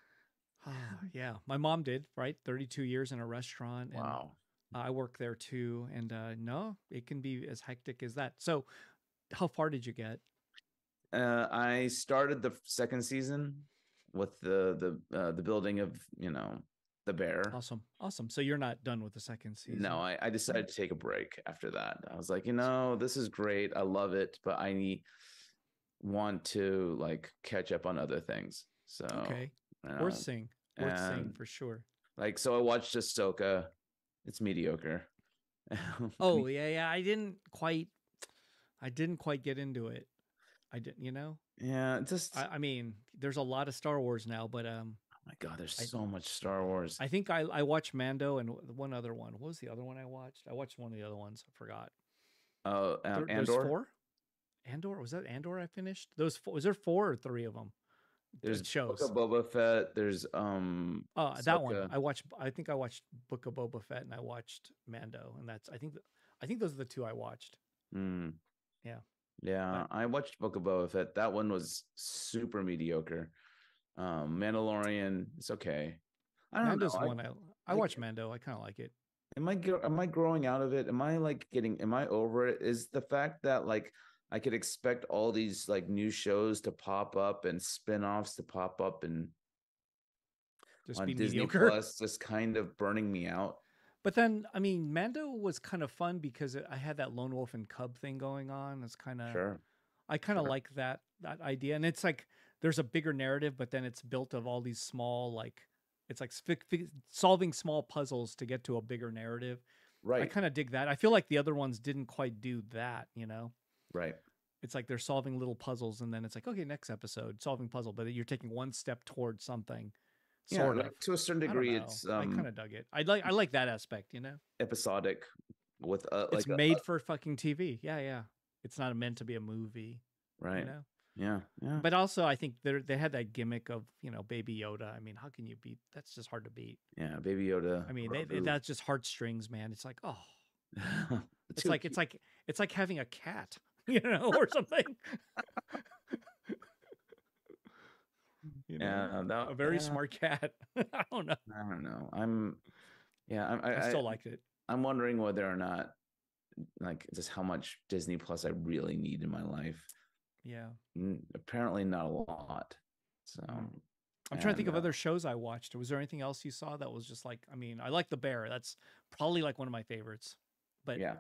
Speaker 2: Ah, yeah, my mom did right. Thirty-two years in a restaurant. and
Speaker 1: Wow.
Speaker 2: I work there too, and uh, no, it can be as hectic as that. So, how far did you get?
Speaker 1: Uh, I started the f- second season with the the uh, the building of you know the bear.
Speaker 2: Awesome, awesome. So you're not done with the second season.
Speaker 1: No, I, I decided to take a break after that. I was like, you know, this is great. I love it, but I need want to like catch up on other things. So
Speaker 2: okay,
Speaker 1: you know,
Speaker 2: worth seeing, worth seeing
Speaker 1: and-
Speaker 2: for sure.
Speaker 1: Like, so I watched Ahsoka. It's mediocre.
Speaker 2: Oh yeah, yeah. I didn't quite, I didn't quite get into it. I didn't, you know.
Speaker 1: yeah, it just
Speaker 2: I, I mean, there's a lot of Star Wars now, but um,
Speaker 1: oh my god, there's
Speaker 2: I-
Speaker 1: so much Star Wars.
Speaker 2: I think I I watched Mando and w- one other one. What was the other one I watched? I watched one of the other ones. I forgot.
Speaker 1: Oh, um,
Speaker 2: There- there's
Speaker 1: Andor.
Speaker 2: four. Andor was that Andor I finished? Those four, was there four or three of them?
Speaker 1: There's
Speaker 2: it shows.
Speaker 1: Book of Boba Fett. There's um.
Speaker 2: Oh, that one.
Speaker 1: Ahsoka.
Speaker 2: I watched. I think I watched Book of Boba Fett and I watched Mando, and that's. I think. th- I think those are the two I watched.
Speaker 1: hmm,
Speaker 2: Yeah.
Speaker 1: Yeah, I watched Book of Boba Fett. That one was super mediocre. Um, Mandalorian. It's okay. I don't
Speaker 2: Mando's
Speaker 1: know.
Speaker 2: the
Speaker 1: I-
Speaker 2: one I. I
Speaker 1: I
Speaker 2: watched
Speaker 1: get-
Speaker 2: Mando. I kind of like it.
Speaker 1: am I gr- am I growing out of it? Am I like getting am I over it? Is the fact that like I could expect all these like new shows to pop up and spin-offs to pop up and
Speaker 2: Just
Speaker 1: on
Speaker 2: be
Speaker 1: Disney
Speaker 2: mediocre.
Speaker 1: Plus just kind of burning me out.
Speaker 2: But then, I mean, Mando was kind of fun because it, I had that lone wolf and cub thing going on. It's kind of.
Speaker 1: Sure.
Speaker 2: Uh, I kind of
Speaker 1: Sure.
Speaker 2: like that that idea, and it's like there's a bigger narrative, but then it's built of all these small like it's like sp- fi- solving small puzzles to get to a bigger narrative. I
Speaker 1: Right.
Speaker 2: kind of dig that. I feel like the other ones didn't quite do that. You know,
Speaker 1: right.
Speaker 2: it's like they're solving little puzzles, and then it's like okay, next episode solving puzzle, but you're taking one step towards something.
Speaker 1: Yeah,
Speaker 2: Sort
Speaker 1: like,
Speaker 2: of.
Speaker 1: to a certain
Speaker 2: I don't
Speaker 1: degree
Speaker 2: know.
Speaker 1: it's
Speaker 2: I
Speaker 1: um
Speaker 2: kind of dug it. I like I like that aspect. You know,
Speaker 1: episodic with uh, like
Speaker 2: it's
Speaker 1: a-
Speaker 2: made for fucking TV. Yeah, yeah. It's not meant to be a movie.
Speaker 1: right.
Speaker 2: You know.
Speaker 1: Yeah. Yeah.
Speaker 2: But also, I think they they had that gimmick of you know Baby Yoda. I mean, how can you beat? That's just hard to beat.
Speaker 1: yeah, Baby Yoda.
Speaker 2: I mean, they, they-
Speaker 1: Grogu.
Speaker 2: that's just heartstrings, man. It's like oh, it's
Speaker 1: Too
Speaker 2: like it's like it's like having a cat, you know, or something. you know,
Speaker 1: Yeah, that-
Speaker 2: a very
Speaker 1: yeah,
Speaker 2: smart cat. I don't know.
Speaker 1: I don't know. I'm yeah, I'm I,
Speaker 2: I still liked it.
Speaker 1: I'm wondering whether or not, like, just how much Disney Plus I really need in my life.
Speaker 2: Yeah.
Speaker 1: N- Apparently, not a lot. So,
Speaker 2: Mm. I'm trying to think
Speaker 1: And,
Speaker 2: of
Speaker 1: uh,
Speaker 2: other shows I watched. Was there anything else you saw that was just like, I mean, I like The Bear. That's probably like one of my favorites. But
Speaker 1: yeah.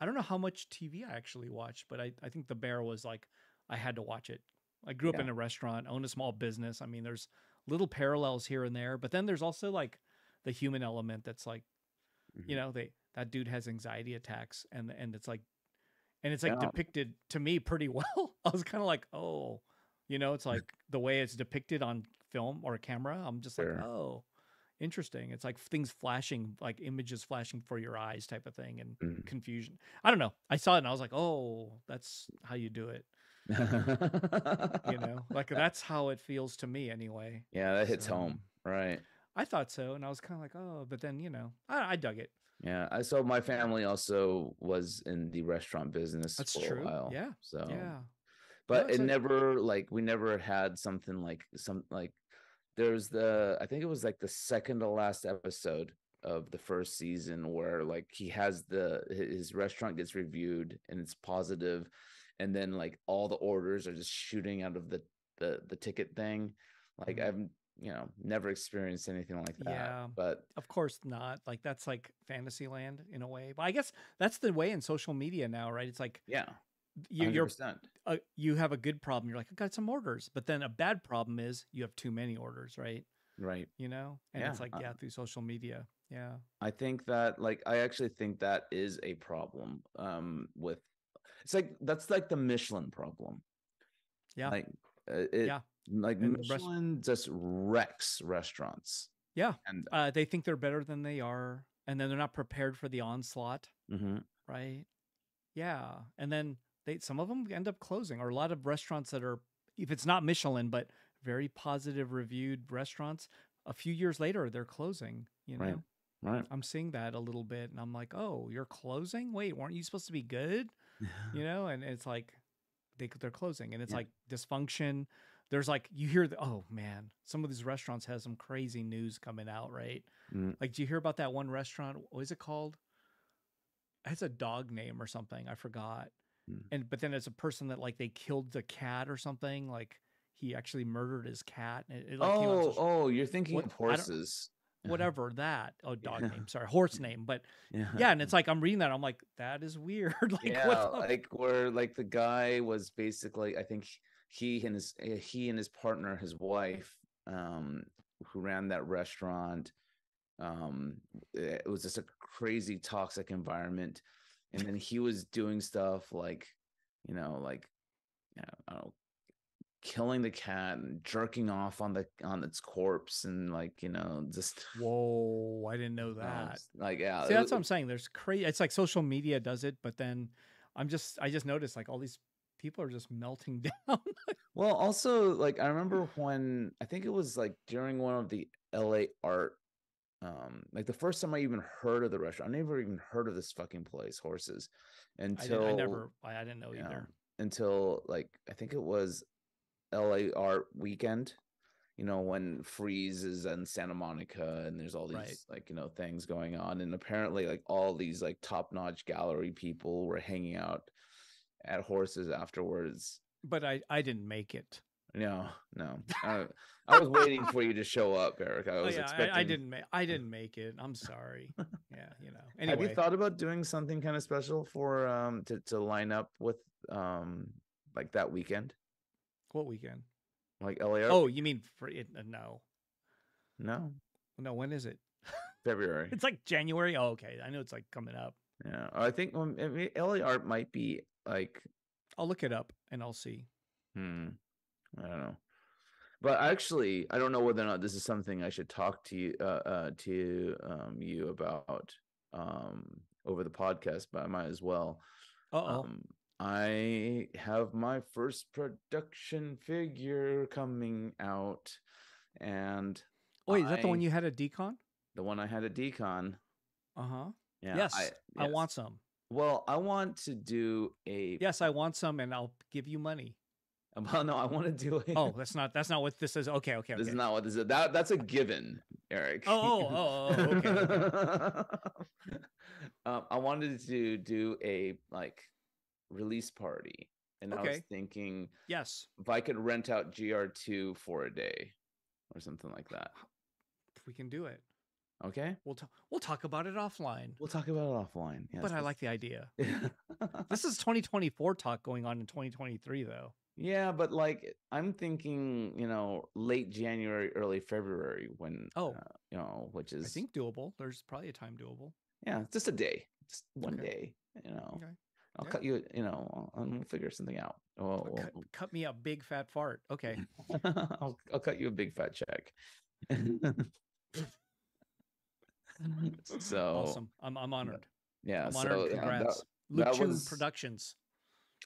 Speaker 2: I don't know how much TV I actually watched, but I, I think The Bear was like, I had to watch it. I grew up
Speaker 1: Yeah.
Speaker 2: in a restaurant, owned a small business. I mean, there's little parallels here and there, but then there's also like the human element that's like, you
Speaker 1: Mhm.
Speaker 2: know, they that dude has anxiety attacks and and it's like and it's like
Speaker 1: Yeah.
Speaker 2: depicted to me pretty well. I was kind of like, oh, you know, it's like the way it's depicted on film or camera. I'm just like,
Speaker 1: Sure.
Speaker 2: oh, interesting. It's like things flashing, like images flashing for your eyes type of thing. And
Speaker 1: Mm.
Speaker 2: confusion. I don't know. I saw it and I was like, oh, that's how you do it. You know, like that's how it feels to me anyway.
Speaker 1: yeah, that hits
Speaker 2: So,
Speaker 1: home, right?
Speaker 2: I thought so. And I was kind of like, oh, but then, you know, I, I dug it.
Speaker 1: Yeah. I so my family also was in the restaurant business
Speaker 2: That's
Speaker 1: for
Speaker 2: true.
Speaker 1: a while.
Speaker 2: Yeah.
Speaker 1: So
Speaker 2: yeah.
Speaker 1: but
Speaker 2: it's
Speaker 1: it
Speaker 2: a-
Speaker 1: never like we never had something like some like there's the I think it was like the second to last episode of the first season where like he has the hi- his restaurant gets reviewed and it's positive and then like all the orders are just shooting out of the the the ticket thing like
Speaker 2: Mhm.
Speaker 1: I've you know never experienced anything like that
Speaker 2: Yeah.
Speaker 1: but
Speaker 2: Of course not. Like that's like fantasy land in a way. But I guess that's the way in social media now, right? It's like
Speaker 1: yeah
Speaker 2: you, you're
Speaker 1: 100%.
Speaker 2: uh, you have a good problem. You're like, I got some orders, but then a bad problem is you have too many orders, right?
Speaker 1: right
Speaker 2: You know, and it's
Speaker 1: Yeah,
Speaker 2: like
Speaker 1: uh,
Speaker 2: yeah, through social media, yeah.
Speaker 1: I think that like I actually think that is a problem um with it's like that's like the Michelin problem.
Speaker 2: Yeah.
Speaker 1: Like uh, it,
Speaker 2: Yeah.
Speaker 1: like
Speaker 2: And the rest-
Speaker 1: Michelin just wrecks restaurants.
Speaker 2: Yeah.
Speaker 1: And
Speaker 2: uh, they think they're better than they are, and then they're not prepared for the onslaught,
Speaker 1: Mhm.
Speaker 2: right? Yeah, and then they some of them end up closing, or a lot of restaurants that are, if it's not Michelin, but very positive reviewed restaurants, a few years later they're closing. You know,
Speaker 1: Right. right.
Speaker 2: I'm seeing that a little bit, and I'm like, oh, you're closing? Wait, weren't you supposed to be good? You know, and it's like they they're closing, and it's
Speaker 1: Yeah.
Speaker 2: like dysfunction. There's like you hear the oh man, some of these restaurants have some crazy news coming out, right?
Speaker 1: Mm.
Speaker 2: Like, do you hear about that one restaurant? What is it called? It's a dog name or something. I forgot.
Speaker 1: Mm.
Speaker 2: And but then it's a person that like they killed the cat or something. Like he actually murdered his cat. And it, it, like, came out on
Speaker 1: oh,
Speaker 2: social-
Speaker 1: oh, you're thinking
Speaker 2: What-
Speaker 1: of
Speaker 2: I don't-
Speaker 1: horses.
Speaker 2: whatever that. Oh, dog
Speaker 1: Yeah.
Speaker 2: name. Sorry, horse name. But
Speaker 1: Yeah.
Speaker 2: yeah, and it's like I'm reading that. I'm like, that is weird. like,
Speaker 1: yeah,
Speaker 2: what the-
Speaker 1: like where like the guy was basically, I think he and his eh, he and his partner, his wife, um, who ran that restaurant. Um, eh, it was just a crazy toxic environment, and then he was doing stuff like, you know, like, you know, I don't know, killing the cat and jerking off on the on its corpse, and like you know, just
Speaker 2: whoa, I didn't know
Speaker 1: uh,
Speaker 2: that.
Speaker 1: s- like yeah,
Speaker 2: See,
Speaker 1: it
Speaker 2: that's
Speaker 1: wa-
Speaker 2: what I'm saying. There's crazy. It's like social media does it, but then I'm just I just noticed like all these people are just melting down.
Speaker 1: Well, also, like I remember when I think it was like during one of the LA art, um, like the first time I even heard of the restaurant, I never even heard of this fucking place, Horses,
Speaker 2: I,
Speaker 1: until
Speaker 2: didn't, I never. I, I didn't know
Speaker 1: yeah,
Speaker 2: either.
Speaker 1: until like I think it was LA art weekend, you know, when Freeze is in Santa Monica and there's all these
Speaker 2: Right.
Speaker 1: like, you know, things going on. And apparently like all these like top-notch gallery people were hanging out at Horses afterwards.
Speaker 2: But I I didn't make it.
Speaker 1: No, no. I, I was waiting for you to show up, Eric. I
Speaker 2: Oh,
Speaker 1: was
Speaker 2: yeah,
Speaker 1: expecting.
Speaker 2: I, I didn't make. I didn't make it. I'm sorry. yeah, you know. Anyway,
Speaker 1: Have you thought about doing something kind of special for um to to line up with um like that weekend,
Speaker 2: what weekend?
Speaker 1: like LA? Art
Speaker 2: Oh,
Speaker 1: Week?
Speaker 2: you mean for it? uh, No,
Speaker 1: no,
Speaker 2: no. When is it?
Speaker 1: February.
Speaker 2: It's like January. Oh, okay. I know it's like coming up.
Speaker 1: Yeah, I think um, I mean, LA art might be like
Speaker 2: I'll look it up and I'll see.
Speaker 1: Hmm. I don't know. But actually, I don't know whether or not this is something I should talk to you uh, uh to um you about um over the podcast, but I might as well.
Speaker 2: Uh oh.
Speaker 1: Um I have my first production figure coming out and
Speaker 2: Wait, is that the one
Speaker 1: I-
Speaker 2: you had a decon?
Speaker 1: the one I had a decon.
Speaker 2: Uh huh.
Speaker 1: Yeah.
Speaker 2: yes, I
Speaker 1: yes.
Speaker 2: want some.
Speaker 1: well, I want to do a
Speaker 2: Yes, I want some, and I'll give you money.
Speaker 1: well no, I want to do a
Speaker 2: Oh, that's not that's not what this is. Okay, okay, okay.
Speaker 1: This is not what this is. That that's a given, Eric.
Speaker 2: Oh, oh, oh, oh, okay,
Speaker 1: um, I wanted to do a like release party, and I was
Speaker 2: Okay.
Speaker 1: thinking
Speaker 2: yes.
Speaker 1: if I could rent out GR2 for a day. or something like that.
Speaker 2: If we can do it.
Speaker 1: Okay,
Speaker 2: We'll t- we'll talk about it offline.
Speaker 1: we'll talk about it offline. Yes,
Speaker 2: but I
Speaker 1: let's-
Speaker 2: like the idea. This is 2024 talk going on in 2023 though.
Speaker 1: yeah, but like I'm thinking, you know, late January, early February, when
Speaker 2: Oh.
Speaker 1: uh, you know, which is
Speaker 2: I think doable. There's probably a time doable.
Speaker 1: yeah, just a day, just one
Speaker 2: Okay.
Speaker 1: day. You know,
Speaker 2: Okay.
Speaker 1: I'll
Speaker 2: Yeah.
Speaker 1: cut you. You know, and we'll figure something out. Oh, Well,
Speaker 2: Cut, cut me a big fat fart. Okay.
Speaker 1: oh. I'll, I'll cut you a big fat check. so
Speaker 2: Awesome. I'm I'm honored.
Speaker 1: Oh. yeah,
Speaker 2: I'm
Speaker 1: so
Speaker 2: honored.
Speaker 1: yeah, that-
Speaker 2: Congrats.
Speaker 1: that
Speaker 2: Luchun
Speaker 1: was-
Speaker 2: Productions.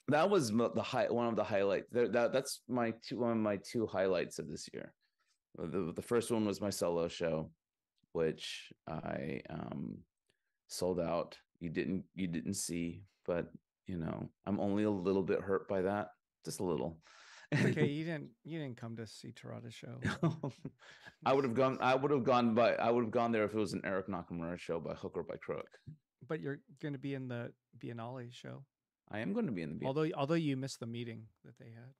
Speaker 1: that was mo- the high one of the highlights there that that's my two one of my two highlights of this year the, the first one was my solo show which i um sold out you didn't you didn't see but you know i'm only a little bit hurt by that just a little
Speaker 2: Okay, you didn't you didn't come to see Tarada's show.
Speaker 1: i would have gone i would have gone by i would have gone there if it was an eric nakamura show by hook or by crook
Speaker 2: But you're going to be in the Biennale show.
Speaker 1: i am going to be in the meeting.
Speaker 2: Although although you missed the meeting that they had.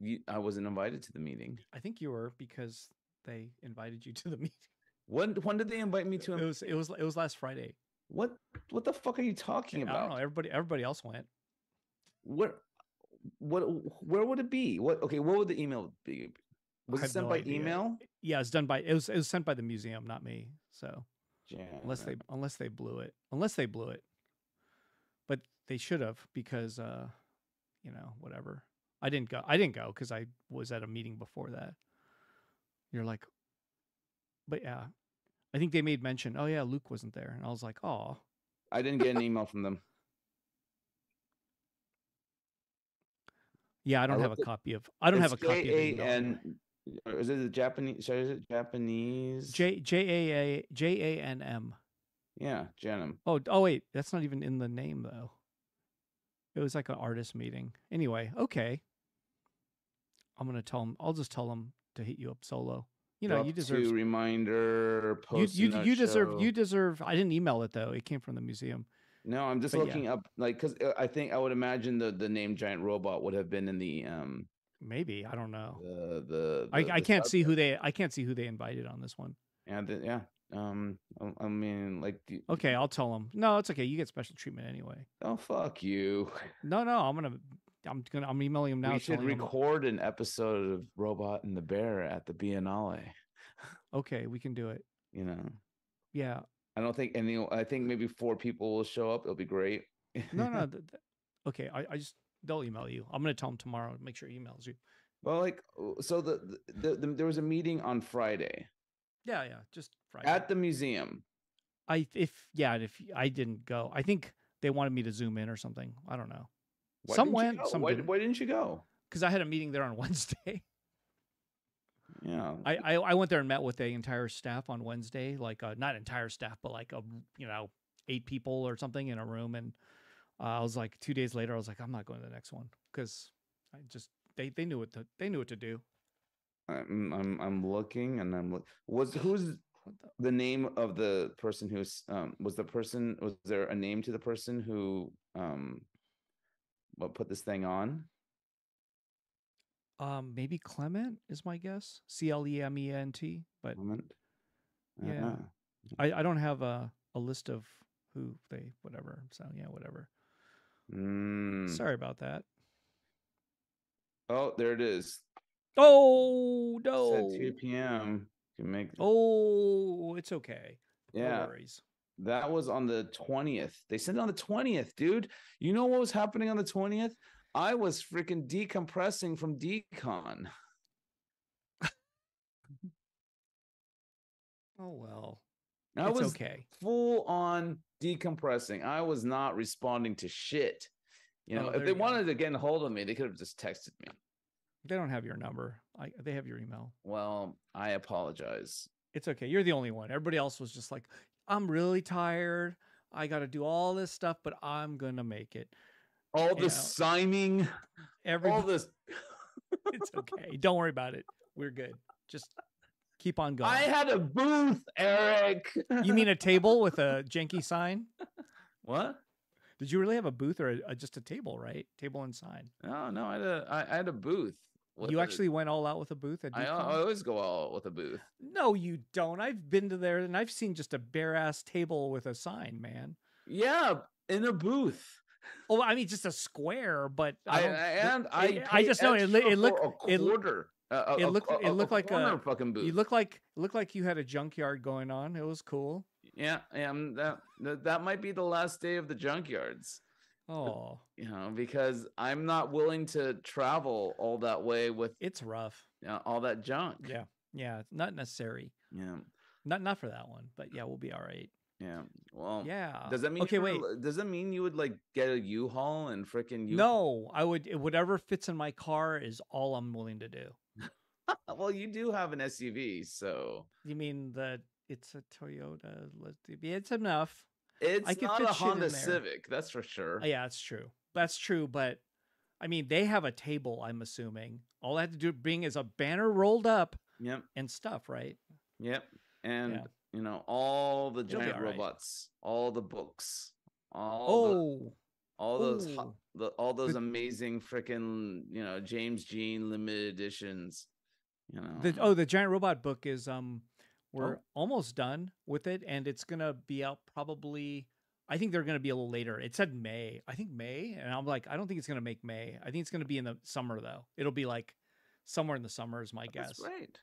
Speaker 1: You- i wasn't invited to the meeting
Speaker 2: I think you were because they invited you to the meeting.
Speaker 1: when when did they invite me
Speaker 2: It
Speaker 1: to a
Speaker 2: was it was it was last Friday.
Speaker 1: What what the fuck are you talking
Speaker 2: I don't know.
Speaker 1: about?
Speaker 2: Everybody everybody else went.
Speaker 1: What what where would it be? What okay, what would the email be? Was
Speaker 2: I
Speaker 1: it
Speaker 2: have
Speaker 1: sent
Speaker 2: no
Speaker 1: by
Speaker 2: idea.
Speaker 1: email?
Speaker 2: Yeah, it's done by it was it was sent by the museum, not me. So unless they
Speaker 1: Janet.
Speaker 2: unless they blew it, unless they blew it, but they should have because uh, you know whatever. I didn't go. I didn't go because I was at a meeting before that. You're like, but yeah, I think they made mention. Oh yeah, Luke wasn't there, and I was like, oh,
Speaker 1: I didn't get an email from them.
Speaker 2: yeah, I don't have
Speaker 1: looked
Speaker 2: a
Speaker 1: at-
Speaker 2: copy of. I don't have a
Speaker 1: It's
Speaker 2: copy. of the email anyway.
Speaker 1: J-A-N- or is it the Japanese sorry, is it Japanese?
Speaker 2: J J A A J A N M.
Speaker 1: yeah, Janum.
Speaker 2: Oh, d- oh wait, that's not even in the name though. It was like an artist meeting. Anyway, okay. I'm gonna tell him. I'll just tell him to hit you up solo. You know, you deserve.
Speaker 1: to
Speaker 2: s-
Speaker 1: reminder
Speaker 2: You
Speaker 1: post
Speaker 2: you,
Speaker 1: note
Speaker 2: you deserve.
Speaker 1: show.
Speaker 2: You deserve. I didn't email it though. It came from the museum.
Speaker 1: No, I'm just
Speaker 2: but yeah.
Speaker 1: looking up like cuz I think I would imagine the the name Giant Robot would have been in the um
Speaker 2: Maybe I don't know.
Speaker 1: the the,
Speaker 2: Oh. I,
Speaker 1: the-
Speaker 2: I
Speaker 1: the
Speaker 2: can't
Speaker 1: sub-
Speaker 2: see who they. I can't see who they invited on this one.
Speaker 1: Yeah, the, yeah. Um I, I mean like the-
Speaker 2: Okay, I'll tell him. No, it's okay. You get special treatment anyway.
Speaker 1: Oh fuck you!
Speaker 2: No, no, I'm gonna. I'm gonna. I'm emailing him now.
Speaker 1: we should
Speaker 2: telling him-
Speaker 1: record an episode of Robot and the Bear at the Biennale.
Speaker 2: okay, we can do it.
Speaker 1: You know,
Speaker 2: Yeah.
Speaker 1: I don't think any. I think maybe four people will show up. It'll be great.
Speaker 2: No, no. th- th- okay, I, I just they'll email you. I'm gonna tell them tomorrow. Make sure he emails you.
Speaker 1: well, like uh, so the, the, the there was a meeting on Friday
Speaker 2: Yeah, yeah. Just Friday.
Speaker 1: at the museum.
Speaker 2: I if yeah, if I didn't go, I think they wanted me to zoom in or something. I don't know
Speaker 1: Why
Speaker 2: Some
Speaker 1: didn't you
Speaker 2: went,
Speaker 1: go?
Speaker 2: some
Speaker 1: why,
Speaker 2: didn't.
Speaker 1: why didn't you go?
Speaker 2: because I had a meeting there on Wednesday.
Speaker 1: Yeah,
Speaker 2: I, I I went there and met with the entire staff on Wednesday, like uh, not entire staff, but like a you know eight people or something in a room, and uh, I was like two days later, I was like I'm not going to the next one because I just they they knew what to, they knew what to do.
Speaker 1: I'm, I'm I'm looking and I'm look. Was who's
Speaker 2: What the-
Speaker 1: the name of the person who's um was the person was there a name to the person who um what put this thing on?
Speaker 2: Um, maybe Clement is my guess. C L E M E N T, but
Speaker 1: Moment.
Speaker 2: Yeah.
Speaker 1: Uh-huh.
Speaker 2: I, I don't have a, a list of who they whatever. So yeah, whatever.
Speaker 1: Mm.
Speaker 2: Sorry about that.
Speaker 1: Oh, there it is. Oh.
Speaker 2: Oh no.
Speaker 1: Said 2 p.m. You can make
Speaker 2: Oh, it's okay.
Speaker 1: yeah.
Speaker 2: No worries.
Speaker 1: That was on the 20th. They sent it on the 20th, dude. You know what was happening on the 20th? I was freaking decompressing from decon.
Speaker 2: Oh well.
Speaker 1: I
Speaker 2: it's
Speaker 1: was
Speaker 2: okay.
Speaker 1: full on decompressing. I was not responding to shit. You
Speaker 2: Oh,
Speaker 1: know,
Speaker 2: there
Speaker 1: if they
Speaker 2: you go.
Speaker 1: wanted to get a hold of me, they could have just texted me.
Speaker 2: They don't have your number. I they have your email.
Speaker 1: Well, I apologize.
Speaker 2: It's okay. You're the only one. Everybody else was just like, I'm really tired. I gotta do all this stuff, but I'm gonna make it.
Speaker 1: All
Speaker 2: Yeah.
Speaker 1: the signing, all
Speaker 2: Everybody
Speaker 1: this.
Speaker 2: it's okay. Don't worry about it. We're good. Just keep on going.
Speaker 1: I had a booth, Eric.
Speaker 2: you mean a table with a janky sign?
Speaker 1: what?
Speaker 2: Did you really have a booth or a, a- just a table, right? Table and sign.
Speaker 1: No, no, I had a, I, I had a booth. What
Speaker 2: you
Speaker 1: the-
Speaker 2: actually went all out with a booth at
Speaker 1: I, uh,
Speaker 2: DCon?
Speaker 1: al- I always go all out with a booth.
Speaker 2: No, you don't. I've been to there and I've seen just a bare ass table with a sign, man.
Speaker 1: Yeah, in a booth.
Speaker 2: Oh, I mean, just a square, but I,
Speaker 1: I,
Speaker 2: don't-
Speaker 1: and I
Speaker 2: Oh, it- I
Speaker 1: pay
Speaker 2: just know it
Speaker 1: extra
Speaker 2: loo- it look-
Speaker 1: for a
Speaker 2: it loo-
Speaker 1: quarter. a- a-
Speaker 2: it
Speaker 1: a-
Speaker 2: look-
Speaker 1: a-
Speaker 2: it looked like a-
Speaker 1: corner fucking booth.
Speaker 2: you look like look like you had a junkyard going on. It was cool.
Speaker 1: yeah, and that that that might be the last day of the junkyards.
Speaker 2: Oh,
Speaker 1: You know, because I'm not willing to travel all that way with
Speaker 2: it's rough.
Speaker 1: uh, all that junk.
Speaker 2: Yeah, yeah, it's not necessary.
Speaker 1: yeah,
Speaker 2: Not not for that one, but yeah, we'll be all right.
Speaker 1: yeah. Well,
Speaker 2: Yeah.
Speaker 1: Um, Does that mean?
Speaker 2: Okay,
Speaker 1: you
Speaker 2: wait.
Speaker 1: would, li- Does that mean you would like get a U-Haul and freaking you?
Speaker 2: No, I would whatever fits in my car is all I'm willing to do.
Speaker 1: Ah, Well, you do have an SUV, so
Speaker 2: You mean that it's a Toyota? Let's do- It's enough.
Speaker 1: it's
Speaker 2: could
Speaker 1: not a
Speaker 2: fit shit in
Speaker 1: Honda
Speaker 2: there.
Speaker 1: Civic, that's for sure.
Speaker 2: Uh, Yeah, that's true. That's true, but I mean, they have a table. I'm assuming all I have to do bring is a banner rolled up
Speaker 1: Yep,
Speaker 2: and stuff, right?
Speaker 1: yep. And you know all the
Speaker 2: It'll be
Speaker 1: giant
Speaker 2: all right.
Speaker 1: robots, all the books, all the,
Speaker 2: Oh,
Speaker 1: all those ho-
Speaker 2: ooh.
Speaker 1: the, all those amazing freaking you know James Jean limited editions. You know.
Speaker 2: the oh the giant robot book is um we're
Speaker 1: Oh.
Speaker 2: almost done with it, and it's gonna be out probably. I think they're gonna be a little later. It said May. I think May, and I'm like, I don't think it's gonna make May. I think it's gonna be in the summer though. It'll be like somewhere in the summer is my guess.
Speaker 1: Oh, That's right.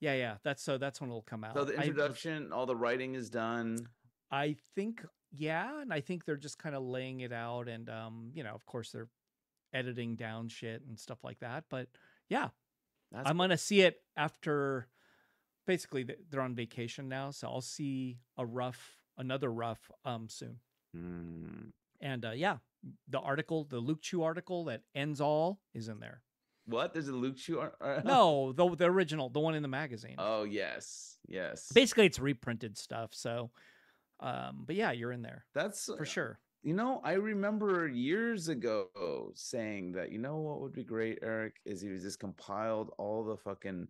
Speaker 2: Yeah, yeah. That's so that's when it'll come out.
Speaker 1: So the
Speaker 2: I was-
Speaker 1: introduction, all the writing is done.
Speaker 2: I think yeah, and I think they're just kind of laying it out and um, you know, of course they're editing down shit and stuff like that, but yeah,
Speaker 1: That's
Speaker 2: I'm going to see it after basically th- they're on vacation now, so I'll see a rough another rough um soon.
Speaker 1: Mm.
Speaker 2: And uh yeah, the article, the Luke Chu article that ends all is in there.
Speaker 1: What? There's a Luke Chu? ar- ar-
Speaker 2: No, the the original, the one in the magazine.
Speaker 1: Oh yes, yes.
Speaker 2: Basically it's reprinted stuff, so um but yeah, you're in there
Speaker 1: That's uh,
Speaker 2: for sure.
Speaker 1: You know, I remember years ago saying that. You know what would be great, Eric, is if you just compiled all the fucking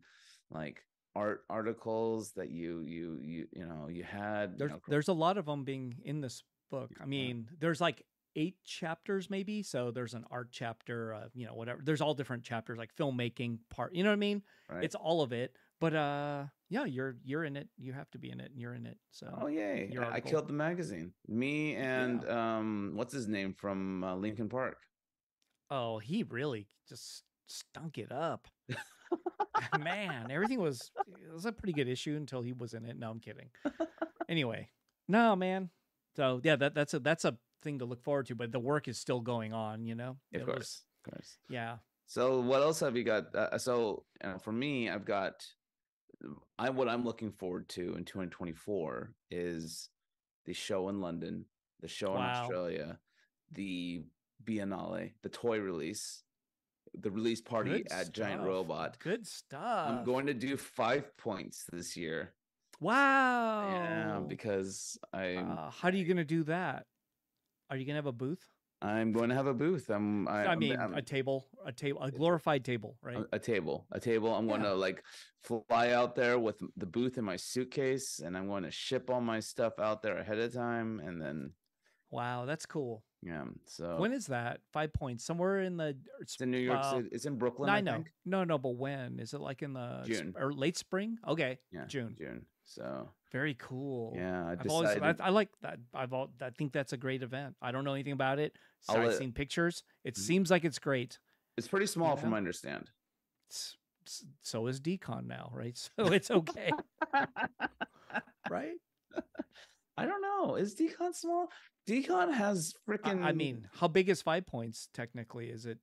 Speaker 1: like art articles that you you you you know you had. you
Speaker 2: there's
Speaker 1: know, cr-
Speaker 2: there's a lot of them being in this book. I mean, there's like eight chapters maybe. So there's an art chapter, uh, you know, whatever. There's all different chapters, like filmmaking part. You know what I mean?
Speaker 1: right?
Speaker 2: It's all of it. But uh, yeah, you're you're in it. You have to be in it. and You're in it. So
Speaker 1: oh yay!
Speaker 2: your
Speaker 1: I- I
Speaker 2: article.
Speaker 1: killed the magazine. Me and um, what's his name from uh, Lincoln Park?
Speaker 2: oh, he really just stunk it up. Man, everything was it was a pretty good issue until he was in it. No, I'm kidding. Anyway, no, man. So yeah, that that's a that's a thing to look forward to. But the work is still going on. You know,
Speaker 1: Of
Speaker 2: It was-
Speaker 1: course, of course.
Speaker 2: Yeah.
Speaker 1: So what else have you got? Uh, so uh, for me, I've got I what I'm looking forward to in 2024 is the show in London, the show in
Speaker 2: Wow.
Speaker 1: Australia, the Biennale, the toy release, the release party
Speaker 2: Good
Speaker 1: at Giant
Speaker 2: stuff.
Speaker 1: Robot.
Speaker 2: Good stuff.
Speaker 1: I'm going to do five points this year.
Speaker 2: Wow.
Speaker 1: Yeah, because I'm
Speaker 2: Uh, how are you going to do that? Are you going to have a booth?
Speaker 1: I'm going to have a booth. I'm I,
Speaker 2: I,
Speaker 1: I'm-
Speaker 2: mean,
Speaker 1: I'm- Uh,
Speaker 2: a table, a table, a glorified table, right?
Speaker 1: a- a table a table i'm going
Speaker 2: Yeah.
Speaker 1: to like fly out there with m- the booth in my suitcase and i'm going to ship all my stuff out there ahead of time and then
Speaker 2: wow, that's cool.
Speaker 1: yeah um, so
Speaker 2: When is that? Five points somewhere in the. or
Speaker 1: it's
Speaker 2: sp-
Speaker 1: in new york
Speaker 2: uh,
Speaker 1: city it's in brooklyn
Speaker 2: no,
Speaker 1: i,
Speaker 2: I know.
Speaker 1: think
Speaker 2: No, no, but when is it? Like in the sp-
Speaker 1: June.
Speaker 2: or late spring? Okay,
Speaker 1: Yeah,
Speaker 2: June.
Speaker 1: june so
Speaker 2: Very cool.
Speaker 1: yeah i
Speaker 2: I've always
Speaker 1: decided
Speaker 2: I, I like that. I've all I think that's a great event. I don't know anything about it. So
Speaker 1: I'll
Speaker 2: I've
Speaker 1: let-
Speaker 2: seen pictures. It
Speaker 1: Mhm.
Speaker 2: seems like it's great.
Speaker 1: it's pretty small from
Speaker 2: Yeah.
Speaker 1: what i understand
Speaker 2: s- s- so is decon now, right? So it's okay, right?
Speaker 1: i don't know is decon small decon has
Speaker 2: I,
Speaker 1: freaking
Speaker 2: I mean, how big is five points technically? Is it?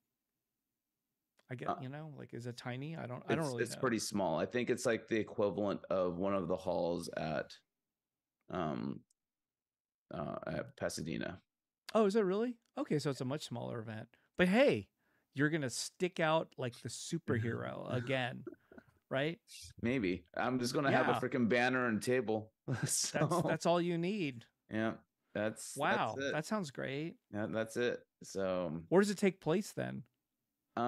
Speaker 2: I get
Speaker 1: Uh,
Speaker 2: you know, like is it tiny? I don't.
Speaker 1: it's,
Speaker 2: I don't really.
Speaker 1: it's
Speaker 2: know.
Speaker 1: pretty small i think it's like the equivalent of one of the halls at um uh at pasadena
Speaker 2: Oh, is it really? Okay, so it's a much smaller event. But hey, you're gonna stick out like the
Speaker 1: Mm-hmm.
Speaker 2: superhero again, right?
Speaker 1: Maybe I'm just gonna have
Speaker 2: Yeah.
Speaker 1: a freaking banner and table. so,
Speaker 2: That's that's all you need.
Speaker 1: yeah, that's
Speaker 2: Wow,
Speaker 1: That's it.
Speaker 2: that sounds great.
Speaker 1: Yeah, that's it. So,
Speaker 2: Where does it take place then? Like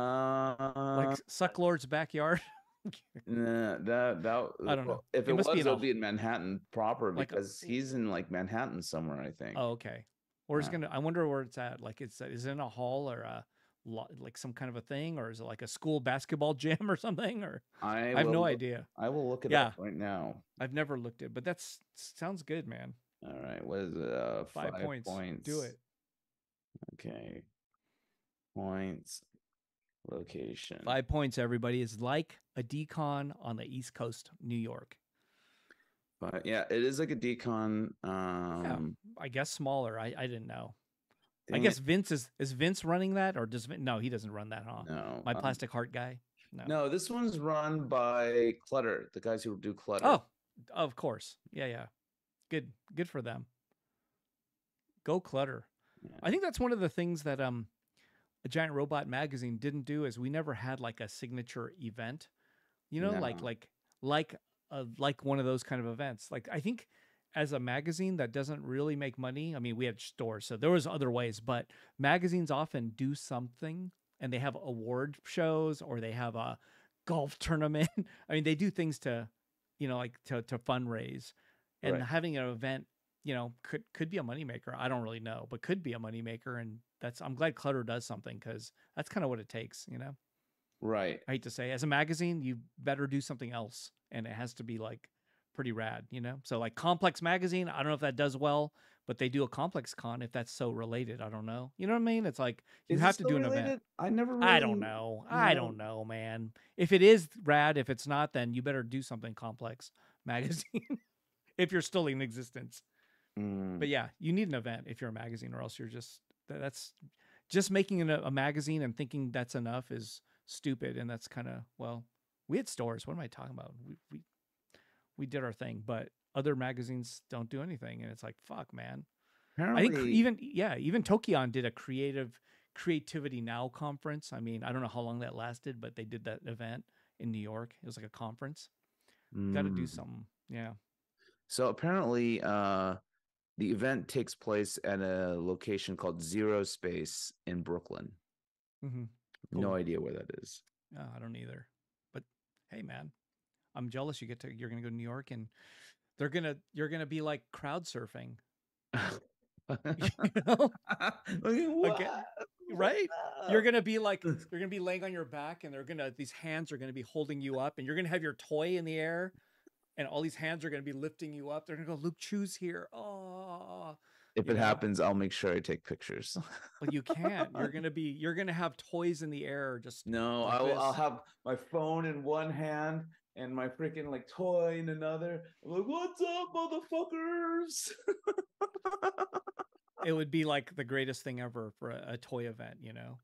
Speaker 1: uh,
Speaker 2: S- Sucklord's backyard?
Speaker 1: nah, that that
Speaker 2: I don't know.
Speaker 1: well, If it,
Speaker 2: It
Speaker 1: was,
Speaker 2: must be in
Speaker 1: it'll
Speaker 2: a-
Speaker 1: be in Manhattan proper
Speaker 2: like a-
Speaker 1: because he's in like Manhattan somewhere, I think.
Speaker 2: Oh, okay. Where's
Speaker 1: Yeah.
Speaker 2: gonna? I wonder where it's at. Like, it's is it in a hall or a lo- like some kind of a thing, or is it like a school basketball gym or something? Or
Speaker 1: I,
Speaker 2: I have
Speaker 1: will
Speaker 2: no
Speaker 1: look-
Speaker 2: idea.
Speaker 1: I will look it
Speaker 2: Yeah.
Speaker 1: up right now.
Speaker 2: I've never looked at, but that's sounds good, man.
Speaker 1: All right, what is it? Uh,
Speaker 2: Five, points. Do it.
Speaker 1: Okay. Points. Location.
Speaker 2: Five points, everybody, is like a decon on the East Coast, New York.
Speaker 1: But yeah, it is like a decon. Um,
Speaker 2: I guess smaller. I, I didn't know. I
Speaker 1: dang
Speaker 2: guess
Speaker 1: it,
Speaker 2: Vince is is Vince running that or does Vin- no he doesn't run that huh?
Speaker 1: no.
Speaker 2: My
Speaker 1: um,
Speaker 2: plastic heart guy. No.
Speaker 1: No, this one's run by Clutter, the guys who do Clutter.
Speaker 2: Oh, of course. Yeah, yeah. Good, good for them. Go clutter.
Speaker 1: Yeah.
Speaker 2: I think that's one of the things that um, a giant robot magazine didn't do is we never had like a signature event. You know, like
Speaker 1: No.
Speaker 2: like like uh, like one of those kind of events. Like I think as a magazine that doesn't really make money. I mean, we had stores, so there was other ways, but magazines often do something and they have award shows or they have a golf tournament. I mean, they do things to, you know, like to to fundraise, and
Speaker 1: Right.
Speaker 2: having an event, you know, could could be a moneymaker. I don't really know, but could be a moneymaker, and that's I'm glad Clutter does something because that's kind of what it takes. You know,
Speaker 1: Right.
Speaker 2: I hate to say, as a magazine, you better do something else, and it has to be like pretty rad. You know, so like Complex Magazine, I don't know if that does well. But they do a complex con if that's so related. I don't know. You know what I mean? It's like you
Speaker 1: Is it
Speaker 2: have to
Speaker 1: still
Speaker 2: do an event.
Speaker 1: related? I never really,
Speaker 2: I don't know. I
Speaker 1: No.
Speaker 2: don't know, man. If it is rad, if it's not, then you better do something complex magazine if you're still in existence.
Speaker 1: Mm,
Speaker 2: But yeah, you need an event if you're a magazine, or else you're just tha- that's just making an, a magazine and thinking that's enough is stupid. And that's kind of well, we had stores. What am I talking about? We we we did our thing, but other magazines don't do anything, and it's like fuck, man. I think cre-
Speaker 1: apparently-
Speaker 2: even yeah, even Tokion did a creative creativity now conference. I mean, I don't know how long that lasted, but they did that event in New York. It was like a conference. Got to do
Speaker 1: Mm.
Speaker 2: something. Yeah.
Speaker 1: So apparently, uh, the event takes place at a location called Zero Space in Brooklyn.
Speaker 2: hmm
Speaker 1: No
Speaker 2: Cool.
Speaker 1: idea where that is.
Speaker 2: Oh, I don't either. But hey, man, I'm jealous. You get to you're gonna go to New York and they're gonna you're gonna be like crowd surfing. You know?
Speaker 1: Look
Speaker 2: Again,
Speaker 1: at what?
Speaker 2: right? You're
Speaker 1: Wow.
Speaker 2: gonna be like you're gonna be laying on your back, and they're gonna these hands are gonna be holding you up, and you're gonna have your toy in the air, and all these hands are gonna be lifting you up. They're gonna go, Luke, choose here. Oh,
Speaker 1: If
Speaker 2: you
Speaker 1: it
Speaker 2: know?
Speaker 1: happens, I'll make sure I take pictures.
Speaker 2: but you can't. You're gonna be you're gonna have toys in the air. Just
Speaker 1: No,
Speaker 2: like
Speaker 1: I'll, I'll
Speaker 2: this.
Speaker 1: have my phone in one hand and my freaking like toy in another. I'm like, what's up, motherfuckers?
Speaker 2: it would be like the greatest thing ever for a, a toy event, you know.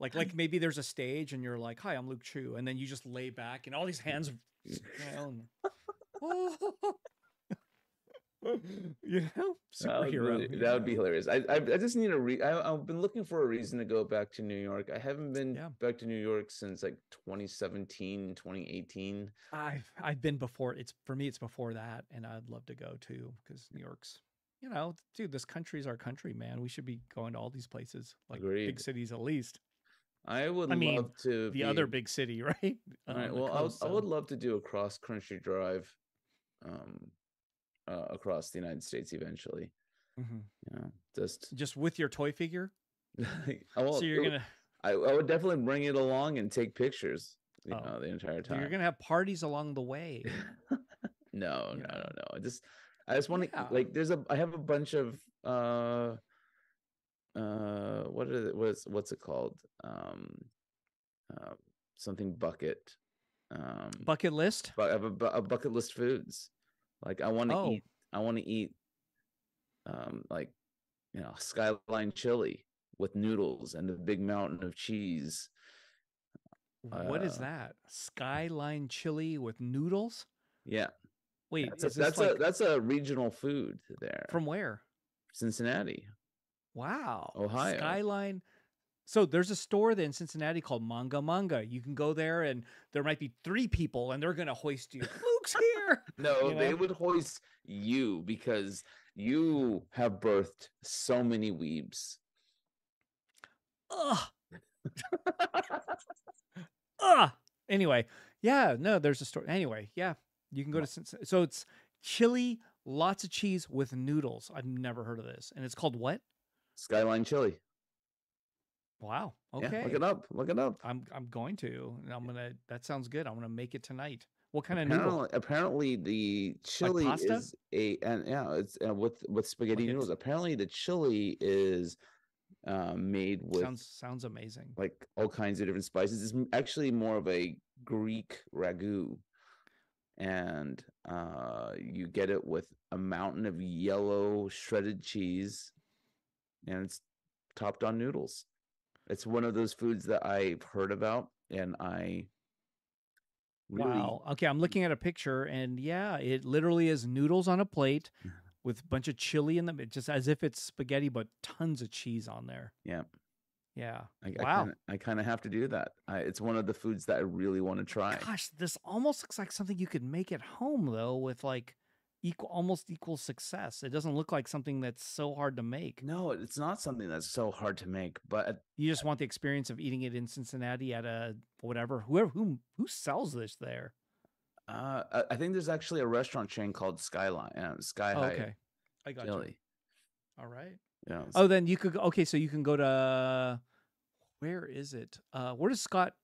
Speaker 2: Like, like maybe there's a stage and you're like, "Hi, I'm Luke Chu," and then you just lay back and all these hands, you know, and- you know,
Speaker 1: That would be-
Speaker 2: superhero.
Speaker 1: That would be,
Speaker 2: you know?
Speaker 1: hilarious. I, I I just need a re. I, I've been looking for a reason to go back to New York. I haven't been
Speaker 2: Yeah.
Speaker 1: back to New York since like 2017, 2018.
Speaker 2: I've I've been before. It's for me. It's before that, and I'd love to go too because New York's, you know, dude, this country's our country, man. We should be going to all these places, like big
Speaker 1: Agreed.
Speaker 2: cities at least.
Speaker 1: I would
Speaker 2: I mean,
Speaker 1: love to.
Speaker 2: The other
Speaker 1: be-
Speaker 2: big city, right?
Speaker 1: All
Speaker 2: On
Speaker 1: right.
Speaker 2: Um, the
Speaker 1: Well, I would,
Speaker 2: coast,
Speaker 1: I
Speaker 2: so-
Speaker 1: would love to do a cross country drive, um, uh, across the United States eventually.
Speaker 2: Mhm.
Speaker 1: You know, just.
Speaker 2: just with your toy figure.
Speaker 1: well,
Speaker 2: so you're
Speaker 1: it-
Speaker 2: gonna
Speaker 1: I, I would definitely bring it along and take pictures you
Speaker 2: Oh.
Speaker 1: know, the entire
Speaker 2: So
Speaker 1: time.
Speaker 2: You're gonna have parties along the way.
Speaker 1: no,
Speaker 2: you
Speaker 1: no,
Speaker 2: know.
Speaker 1: no, no. I just I just want to
Speaker 2: Yeah.
Speaker 1: like there's a I have a bunch of uh uh what is it what's what's it called? Um uh, something bucket. Um
Speaker 2: Bucket list.
Speaker 1: bu- I have a, bu- a bucket list foods. Like I want to
Speaker 2: Oh.
Speaker 1: eat I want to eat um like you know skyline chili with noodles and a big mountain of cheese.
Speaker 2: what is
Speaker 1: uh,
Speaker 2: that? Skyline chili with noodles.
Speaker 1: Yeah.
Speaker 2: Wait,
Speaker 1: That's a,
Speaker 2: is this
Speaker 1: that's,
Speaker 2: like
Speaker 1: a that's a regional food there from
Speaker 2: from where?
Speaker 1: Cincinnati.
Speaker 2: Wow,
Speaker 1: Ohio.
Speaker 2: Skyline. So there's a store there in Cincinnati called Manga Manga. You can go there, and there might be three people, and they're gonna hoist you. Luke's here.
Speaker 1: No,
Speaker 2: you
Speaker 1: they
Speaker 2: know?
Speaker 1: would hoist you because you have birthed so many weebs.
Speaker 2: Ugh. Ugh. Anyway, yeah, no, there's a store. Anyway, yeah, you can go to Cincinnati. So it's chili, lots of cheese with noodles. I've never heard of this, and it's called what?
Speaker 1: Skyline chili.
Speaker 2: Wow.
Speaker 1: Yeah,
Speaker 2: Okay.
Speaker 1: look it up. Look it up.
Speaker 2: I'm I'm going to. and I'm gonna. That sounds good. I'm gonna make it tonight. What kind of noodle?
Speaker 1: Apparently, apparently the chili
Speaker 2: pasta?
Speaker 1: is a and yeah, it's uh, with with spaghetti
Speaker 2: it's-
Speaker 1: noodles. Apparently, the chili is uh, made with
Speaker 2: Sounds sounds amazing.
Speaker 1: like all kinds of different spices. It's m- actually more of a Greek ragu, and uh, you get it with a mountain of yellow shredded cheese, and it's topped on noodles. It's one of those foods that I've heard about, and I really
Speaker 2: Wow. Okay, I'm looking at a picture, and yeah, it literally is noodles on a plate
Speaker 1: Yeah.
Speaker 2: with a bunch of chili in them. It just as if it's spaghetti, but tons of cheese on there.
Speaker 1: Yeah.
Speaker 2: Yeah.
Speaker 1: I,
Speaker 2: Wow.
Speaker 1: I kind of have to do that. I, it's one of the foods that I really want to try.
Speaker 2: Gosh, this almost looks like something you could make at home though, with like equal almost equal success. It doesn't look like something that's so hard to make.
Speaker 1: No, it's not something that's so hard to make, but
Speaker 2: You just want the experience of eating it in Cincinnati at a whatever whoever who who sells this there.
Speaker 1: uh, I- I think there's actually a restaurant chain called Skyline uh, Sky
Speaker 2: Oh,
Speaker 1: High
Speaker 2: okay, I got you.
Speaker 1: Chili.
Speaker 2: All right.
Speaker 1: Yeah, it's-
Speaker 2: Oh, then you could go. Okay, so you can go to where is it? Uh, where does Scott?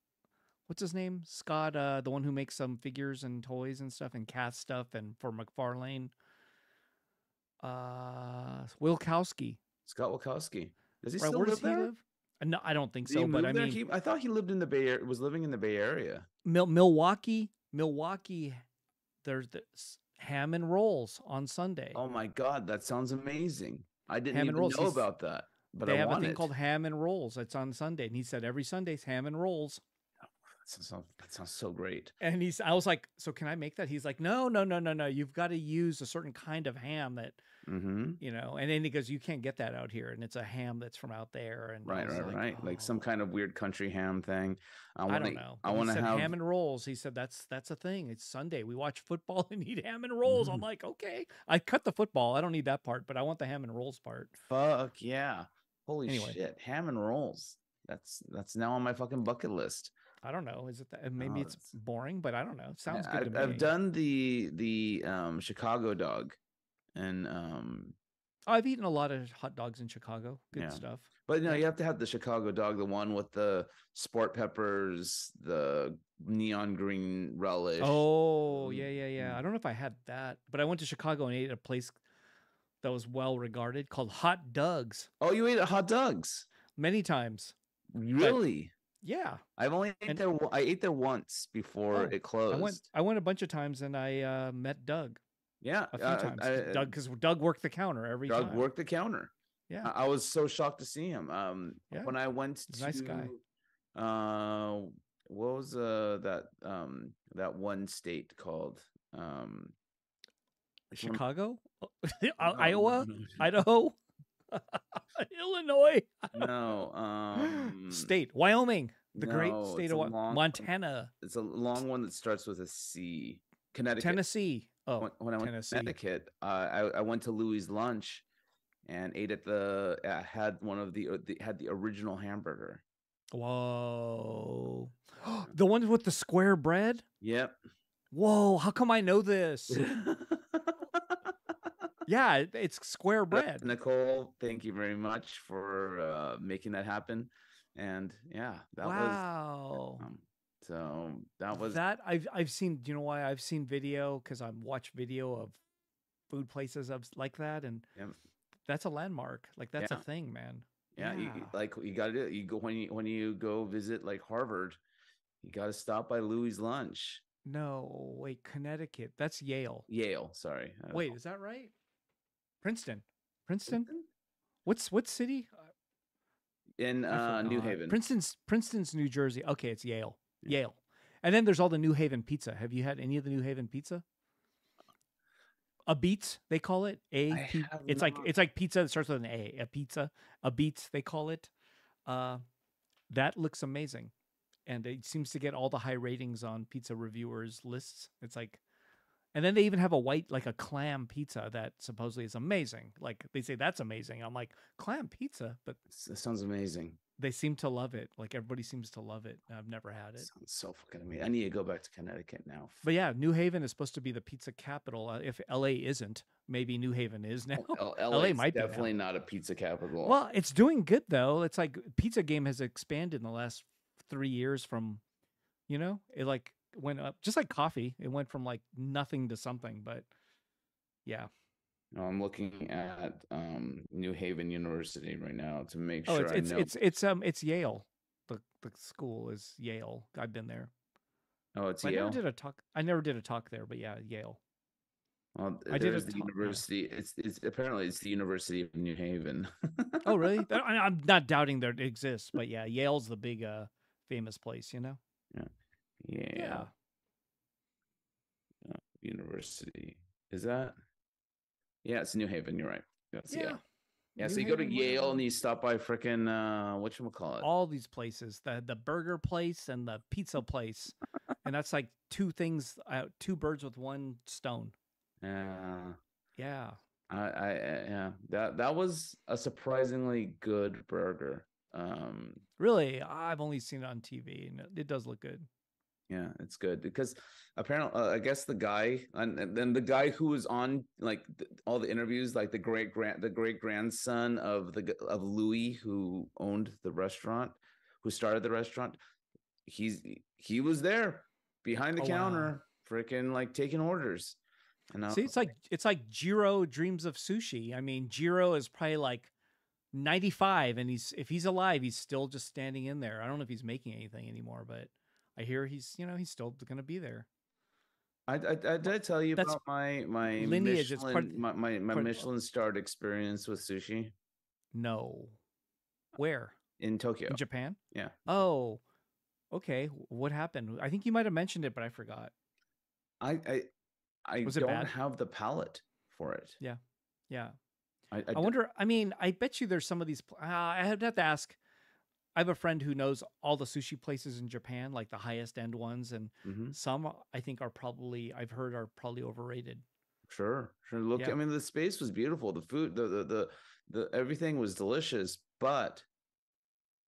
Speaker 2: What's his name? Scott, uh, the one who makes some figures and toys and stuff and cast stuff and for McFarlane. Uh, Wilkowski.
Speaker 1: Scott Wachowski. Does he
Speaker 2: right,
Speaker 1: still
Speaker 2: where
Speaker 1: live
Speaker 2: does he
Speaker 1: there?
Speaker 2: live? Uh, No, I don't think
Speaker 1: Did he
Speaker 2: so. But
Speaker 1: move
Speaker 2: I
Speaker 1: there?
Speaker 2: mean,
Speaker 1: He- I thought he lived in the Bay Area. Was living in the Bay Area.
Speaker 2: Mil- Milwaukee, Milwaukee. There's this ham and rolls on Sunday.
Speaker 1: Oh my God, that sounds amazing! I didn't
Speaker 2: Ham and
Speaker 1: even
Speaker 2: rolls,
Speaker 1: know
Speaker 2: he's-
Speaker 1: about that, but
Speaker 2: they
Speaker 1: I
Speaker 2: have
Speaker 1: want
Speaker 2: a thing
Speaker 1: it.
Speaker 2: called ham and rolls. It's on Sunday, and he said every Sunday's ham and rolls.
Speaker 1: that, sounds, that sounds so great.
Speaker 2: And he's, I was like, so can I make that? He's like, no, no, no, no, no. You've got to use a certain kind of ham that,
Speaker 1: hmm
Speaker 2: you know, and then he goes, you can't get that out here. And it's a ham that's from out there. And I
Speaker 1: Right,
Speaker 2: was
Speaker 1: right, right. Like some
Speaker 2: "Oh,
Speaker 1: kind of weird country ham thing. I,
Speaker 2: I
Speaker 1: wanna,
Speaker 2: don't know.
Speaker 1: I
Speaker 2: But he
Speaker 1: want to
Speaker 2: said
Speaker 1: have
Speaker 2: ham and rolls. He said, that's, that's a thing. It's Sunday. We watch football and eat ham and rolls. I'm
Speaker 1: Mhm.
Speaker 2: like, okay, I cut the football. I don't need that part, but I want the ham and rolls part.
Speaker 1: Fuck yeah. Holy
Speaker 2: Anyway.
Speaker 1: shit. Ham and rolls. That's that's now on my fucking bucket list.
Speaker 2: I don't know. Is it that? Maybe
Speaker 1: Oh,
Speaker 2: it's
Speaker 1: that's-
Speaker 2: boring, but I don't know.
Speaker 1: I-
Speaker 2: Sounds good
Speaker 1: I've,
Speaker 2: to me.
Speaker 1: I've done the the um Chicago dog and um
Speaker 2: I've eaten a lot of hot dogs in Chicago. Good
Speaker 1: Yeah.
Speaker 2: stuff.
Speaker 1: but no,
Speaker 2: Yeah.
Speaker 1: you have to have the Chicago dog, the one with the sport peppers, the neon green relish.
Speaker 2: Oh, yeah,
Speaker 1: Mm,
Speaker 2: yeah, yeah.
Speaker 1: mm.
Speaker 2: I don't know if I had that, but I went to Chicago and ate at a place that was well regarded called Hot Doug's
Speaker 1: Oh, you ate at hot dogs.
Speaker 2: many times.
Speaker 1: Really?
Speaker 2: Yeah.
Speaker 1: I've only ate
Speaker 2: and-
Speaker 1: there there I ate there once before
Speaker 2: Oh,
Speaker 1: it closed.
Speaker 2: I went I went a bunch of times and I uh, met Doug
Speaker 1: yeah,
Speaker 2: a few
Speaker 1: uh,
Speaker 2: times.
Speaker 1: I-
Speaker 2: Doug cuz Doug worked the counter every
Speaker 1: Doug
Speaker 2: time.
Speaker 1: worked the counter.
Speaker 2: Yeah.
Speaker 1: I I was so shocked to see him. Um,
Speaker 2: Yeah.
Speaker 1: when I went
Speaker 2: He's
Speaker 1: to,
Speaker 2: a nice guy.
Speaker 1: uh, what was uh that um that one state called? Um, it's one-
Speaker 2: Chicago? Oh,
Speaker 1: no,
Speaker 2: I- Iowa?
Speaker 1: no,
Speaker 2: Idaho? Illinois?
Speaker 1: No, no, um,
Speaker 2: state. Wyoming. The great
Speaker 1: no,
Speaker 2: state
Speaker 1: it's
Speaker 2: of
Speaker 1: a
Speaker 2: Wa-
Speaker 1: long-
Speaker 2: Montana.
Speaker 1: It's a long one that starts with a C. Connecticut.
Speaker 2: Tennessee. Oh,
Speaker 1: When, when I went
Speaker 2: Tennessee.
Speaker 1: to Connecticut, uh, I I went to Louis Lunch, and ate at the uh, had one of the, uh, the had the original hamburger.
Speaker 2: whoa. the ones with the square bread?
Speaker 1: Yep.
Speaker 2: Whoa, how come I know this? yeah, it- it's square
Speaker 1: Yep,
Speaker 2: bread.
Speaker 1: Nicole, thank you very much for uh, making that happen. And yeah, that
Speaker 2: wow.
Speaker 1: was um, so that was
Speaker 2: that I've I've seen, do you know why I've seen video cuz I've watched video of food places of s- like that and
Speaker 1: Yep.
Speaker 2: that's a landmark. Like that's a
Speaker 1: Yeah.
Speaker 2: thing, man.
Speaker 1: yeah, you- You,
Speaker 2: yeah.
Speaker 1: like you got to do it. You go when you when you go visit like Harvard, you got to stop by Louis Lunch,
Speaker 2: No, wait, Connecticut. That's Yale.
Speaker 1: Yale. Sorry, Uh, I-
Speaker 2: Wait, is that right? Princeton. Princeton? What's what city?
Speaker 1: in
Speaker 2: I
Speaker 1: uh, New
Speaker 2: forgot.
Speaker 1: Haven.
Speaker 2: Princeton's Princeton's New Jersey. Okay, it's Yale.
Speaker 1: Yeah.
Speaker 2: Yale. And then there's all the New Haven pizza. Have you had any of the New Haven pizza? A beats, they call it. A
Speaker 1: I
Speaker 2: P-
Speaker 1: have
Speaker 2: it's like
Speaker 1: not.
Speaker 2: it's like pizza that starts with an A. A pizza. A beats, they call it. Uh that looks amazing. And it seems to get all the high ratings on pizza reviewers lists. It's like and then they even have a white like a clam pizza that supposedly is amazing. Like they say that's amazing. I'm like, clam pizza, but
Speaker 1: S- That sounds amazing.
Speaker 2: they seem to love it. Like everybody seems to love it. and I've never had it.
Speaker 1: Sounds so fucking amazing. I need to go back to Connecticut now.
Speaker 2: But yeah, New Haven is supposed to be the pizza capital. Uh, if LA isn't, maybe New Haven is now.
Speaker 1: L-
Speaker 2: LA
Speaker 1: LA's
Speaker 2: might be now.
Speaker 1: definitely not a pizza capital.
Speaker 2: Well, it's doing good though. It's like Pizza Game has expanded in the last three years from, you know, it like went up just like coffee. It went from like nothing to something. But yeah,
Speaker 1: No, I'm looking at um, New Haven University right now to make
Speaker 2: oh,
Speaker 1: sure
Speaker 2: it's
Speaker 1: I
Speaker 2: it's,
Speaker 1: know.
Speaker 2: it's it's um it's Yale. The the school is Yale. I've been there.
Speaker 1: oh, it's
Speaker 2: I
Speaker 1: Yale.
Speaker 2: never did a talk. I never did a talk there, but yeah, Yale.
Speaker 1: Well,
Speaker 2: I did a
Speaker 1: there's the
Speaker 2: talk- yeah.
Speaker 1: university. It's it's apparently it's the University of New Haven.
Speaker 2: Oh, really? That- I- I'm not doubting that it exists, but yeah, Yale's the big uh, famous place, you know?
Speaker 1: yeah. University. Is that? Yeah, it's New Haven. You're right. That's
Speaker 2: Yeah.
Speaker 1: Yale. Yeah,
Speaker 2: New
Speaker 1: so you go to
Speaker 2: Haven,
Speaker 1: Yale and
Speaker 2: whatever.
Speaker 1: you stop by frickin' uh, whatchamacallit.
Speaker 2: All these places, the the burger place and the pizza place, and that's like two things, uh, two birds with one stone.
Speaker 1: Yeah,
Speaker 2: Yeah,
Speaker 1: I, I, I- yeah, that that was a surprisingly good burger. Um,
Speaker 2: really, I've only seen it on TV, and it- it does look good.
Speaker 1: yeah, it's good because apparently, uh, I guess the guy and and then the guy who was on like th- all the interviews, like the great grand, the great grandson of the g- of Louis who owned the restaurant, who started the restaurant, he's he was there behind the
Speaker 2: Oh, wow.
Speaker 1: counter, freaking like taking orders. And I
Speaker 2: See,
Speaker 1: was
Speaker 2: it's like it's like Jiro dreams of sushi. I mean, Jiro is probably like 95 and he's if he's alive, he's still just standing in there. I don't know if he's making anything anymore, but I hear he's, you know, he's still going to be there.
Speaker 1: I, I, I did I tell you
Speaker 2: That's
Speaker 1: about my my
Speaker 2: lineage, it's
Speaker 1: Michelin
Speaker 2: part-
Speaker 1: my, my, my
Speaker 2: part-
Speaker 1: Michelin starred experience with sushi
Speaker 2: No. Where?
Speaker 1: in Tokyo.
Speaker 2: In Japan?
Speaker 1: Yeah.
Speaker 2: Oh. Okay, wh- what happened? I think you might have mentioned it, but I forgot.
Speaker 1: I I, I
Speaker 2: Was it
Speaker 1: don't
Speaker 2: bad?
Speaker 1: have the palate for it.
Speaker 2: Yeah.
Speaker 1: I, I, d-
Speaker 2: I, wonder. I mean, I bet you there's some of these. pl- Uh, I would have to ask. I have a friend who knows all the sushi places in Japan, like the highest end ones, and
Speaker 1: Mhm.
Speaker 2: some uh, I think are probably I've heard are probably overrated.
Speaker 1: Sure, sure. Look,
Speaker 2: Yeah.
Speaker 1: I mean, the space was beautiful. The food, the, the the the everything was delicious. But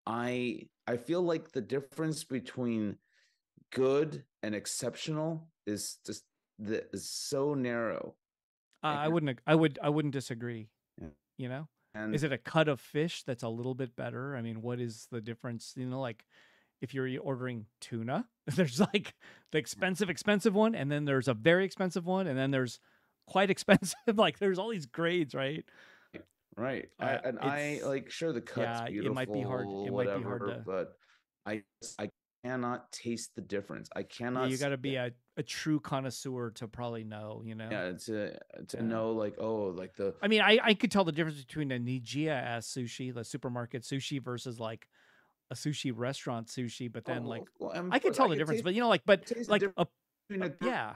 Speaker 1: I I feel like the difference between good and exceptional is just the is so narrow.
Speaker 2: Uh, I
Speaker 1: Yeah.
Speaker 2: wouldn't. ag- I would. I wouldn't disagree.
Speaker 1: Yeah. Mm.
Speaker 2: You know,
Speaker 1: And
Speaker 2: is it a cut of fish that's a little bit better? I mean, what is the difference? You know, like if you're e, ordering tuna, there's like the expensive, expensive one, and then there's a very expensive one, and then there's quite expensive. like there's all these grades, right?
Speaker 1: Right.
Speaker 2: Uh,
Speaker 1: I, and I
Speaker 2: it's-
Speaker 1: like sure the cuts
Speaker 2: yeah,
Speaker 1: beautiful,
Speaker 2: it might be hard- it might
Speaker 1: whatever,
Speaker 2: be hard to-
Speaker 1: but I just- I cannot taste the difference. I
Speaker 2: Yeah,
Speaker 1: cannot
Speaker 2: you got to
Speaker 1: see
Speaker 2: be uh,
Speaker 1: it.
Speaker 2: a, a true connoisseur to probably know, you know?
Speaker 1: yeah, to to
Speaker 2: Yeah.
Speaker 1: know like oh like the
Speaker 2: I mean, I, I could tell the difference between a Nijia ass sushi, the supermarket sushi, versus like a sushi restaurant sushi. But then,
Speaker 1: oh,
Speaker 2: like,
Speaker 1: well, I'm
Speaker 2: I could
Speaker 1: first-
Speaker 2: tell the difference,
Speaker 1: taste-
Speaker 2: but you know, like, but
Speaker 1: taste the
Speaker 2: like,
Speaker 1: difference
Speaker 2: a,
Speaker 1: between a yeah.
Speaker 2: yeah,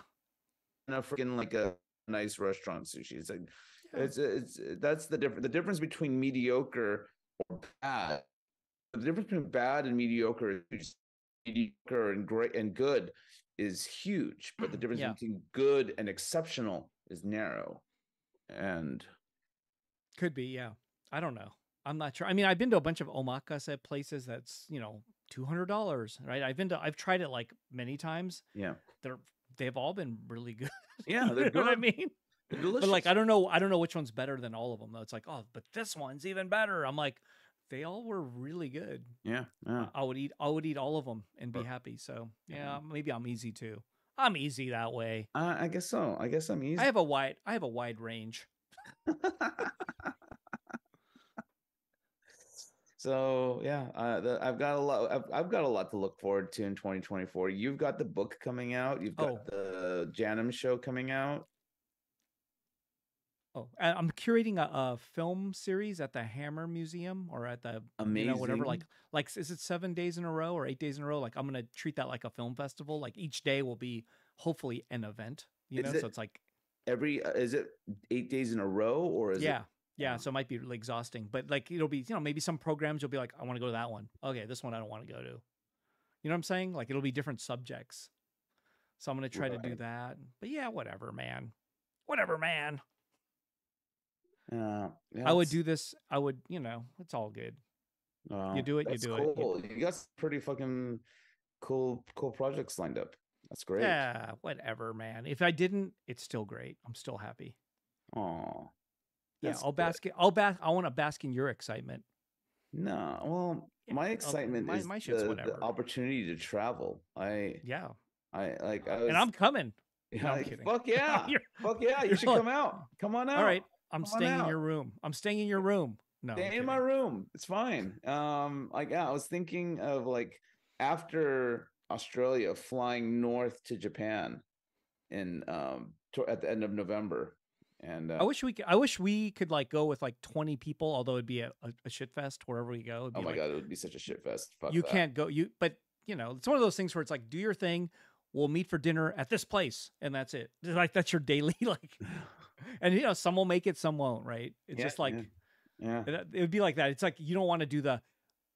Speaker 1: and a freaking like a nice restaurant sushi. It's like
Speaker 2: Yeah.
Speaker 1: it's it's that's the difference. The difference between mediocre or bad. The difference between bad and mediocre is mediocre and great and good is huge, but the difference
Speaker 2: Yeah.
Speaker 1: between good and exceptional is narrow. And
Speaker 2: could be. Yeah. I don't know. I'm not sure. I mean, I've been to a bunch of omakase places that's, you know, $200, right? I've been to, I've tried it like many times.
Speaker 1: yeah,
Speaker 2: They're, they've all been really good.
Speaker 1: yeah,
Speaker 2: you
Speaker 1: they're
Speaker 2: know
Speaker 1: good.
Speaker 2: what I mean?
Speaker 1: They're
Speaker 2: But like,
Speaker 1: delicious.
Speaker 2: I don't know. I don't know which one's better than all of them. Though it's like, oh, but this one's even better. I'm like, they all were really good.
Speaker 1: yeah, yeah.
Speaker 2: I I would eat. I would eat all of them and be
Speaker 1: Sure.
Speaker 2: happy. So
Speaker 1: Yeah.
Speaker 2: yeah, maybe I'm easy too. I'm easy that way.
Speaker 1: I, I guess so. I guess I'm easy.
Speaker 2: I have a wide. I have a wide range.
Speaker 1: so yeah, uh, the, I've got a lot. I've, I've got a lot to look forward to in 2024. You've got the book coming out. You've got
Speaker 2: Oh.
Speaker 1: the Janum show coming out.
Speaker 2: Oh, I- I'm curating a, a film series at the Hammer Museum or at the
Speaker 1: Amazing.
Speaker 2: you know whatever. Like like is it seven days in a row or eight days in a row? Like I'm gonna treat that like a film festival. Like each day will be hopefully an event. You
Speaker 1: Is
Speaker 2: know,
Speaker 1: it-
Speaker 2: so it's like
Speaker 1: every uh, is it eight days in a row or is
Speaker 2: yeah
Speaker 1: it?
Speaker 2: yeah
Speaker 1: Wow.
Speaker 2: so it might be really exhausting but like it'll be you know maybe some programs you'll be like i want to go to that one okay this one i don't want to go to you know what i'm saying like it'll be different subjects so i'm going to try to do
Speaker 1: Right.
Speaker 2: that but yeah whatever man whatever man
Speaker 1: Uh, yeah,
Speaker 2: i would
Speaker 1: that's-
Speaker 2: do this i would you know it's all good
Speaker 1: Wow.
Speaker 2: You do it, you
Speaker 1: uh, That's
Speaker 2: do it, you-
Speaker 1: cool. You got some pretty fucking cool, cool projects lined up. That's great.
Speaker 2: Yeah, whatever, man. If I didn't, it's still great. I'm still happy.
Speaker 1: Aw.
Speaker 2: Yeah,
Speaker 1: That's
Speaker 2: I'll
Speaker 1: good.
Speaker 2: bask. in- I'll bask. I want to bask in your excitement.
Speaker 1: No, well,
Speaker 2: Yeah,
Speaker 1: my
Speaker 2: I'll-
Speaker 1: excitement
Speaker 2: my-
Speaker 1: is
Speaker 2: my shit's
Speaker 1: the, the
Speaker 2: whatever.
Speaker 1: opportunity to travel. I,
Speaker 2: Yeah,
Speaker 1: I like, I was,
Speaker 2: and I'm coming.
Speaker 1: yeah,
Speaker 2: no, I'm
Speaker 1: like,
Speaker 2: kidding.
Speaker 1: fuck yeah,
Speaker 2: You're-
Speaker 1: fuck yeah, you
Speaker 2: you're
Speaker 1: should
Speaker 2: like-
Speaker 1: come out. Come on out.
Speaker 2: all right, I'm
Speaker 1: come on
Speaker 2: staying in
Speaker 1: out.
Speaker 2: your room. I'm staying in your room. No, I'm
Speaker 1: Stay in my
Speaker 2: kidding.
Speaker 1: room. It's fine. Um, like yeah, I was thinking of like after Australia, flying north to Japan, in um to, at the end of November, and uh,
Speaker 2: I wish we. Could, I wish we could like go with like 20 people. Although it'd be a, a, a shit fest wherever we go. it'd
Speaker 1: oh
Speaker 2: be
Speaker 1: my
Speaker 2: like,
Speaker 1: god, it would be such a shit fest. Fuck
Speaker 2: you
Speaker 1: that.
Speaker 2: can't go. You but you know it's one of those things where it's like do your thing. We'll meet for dinner at this place, and that's it. It's Like that's your daily like. And you know some will make it, some won't. Right? It's
Speaker 1: Yeah,
Speaker 2: just like.
Speaker 1: yeah. Yeah.
Speaker 2: It, uh, it would be like that. It's like you don't want to do the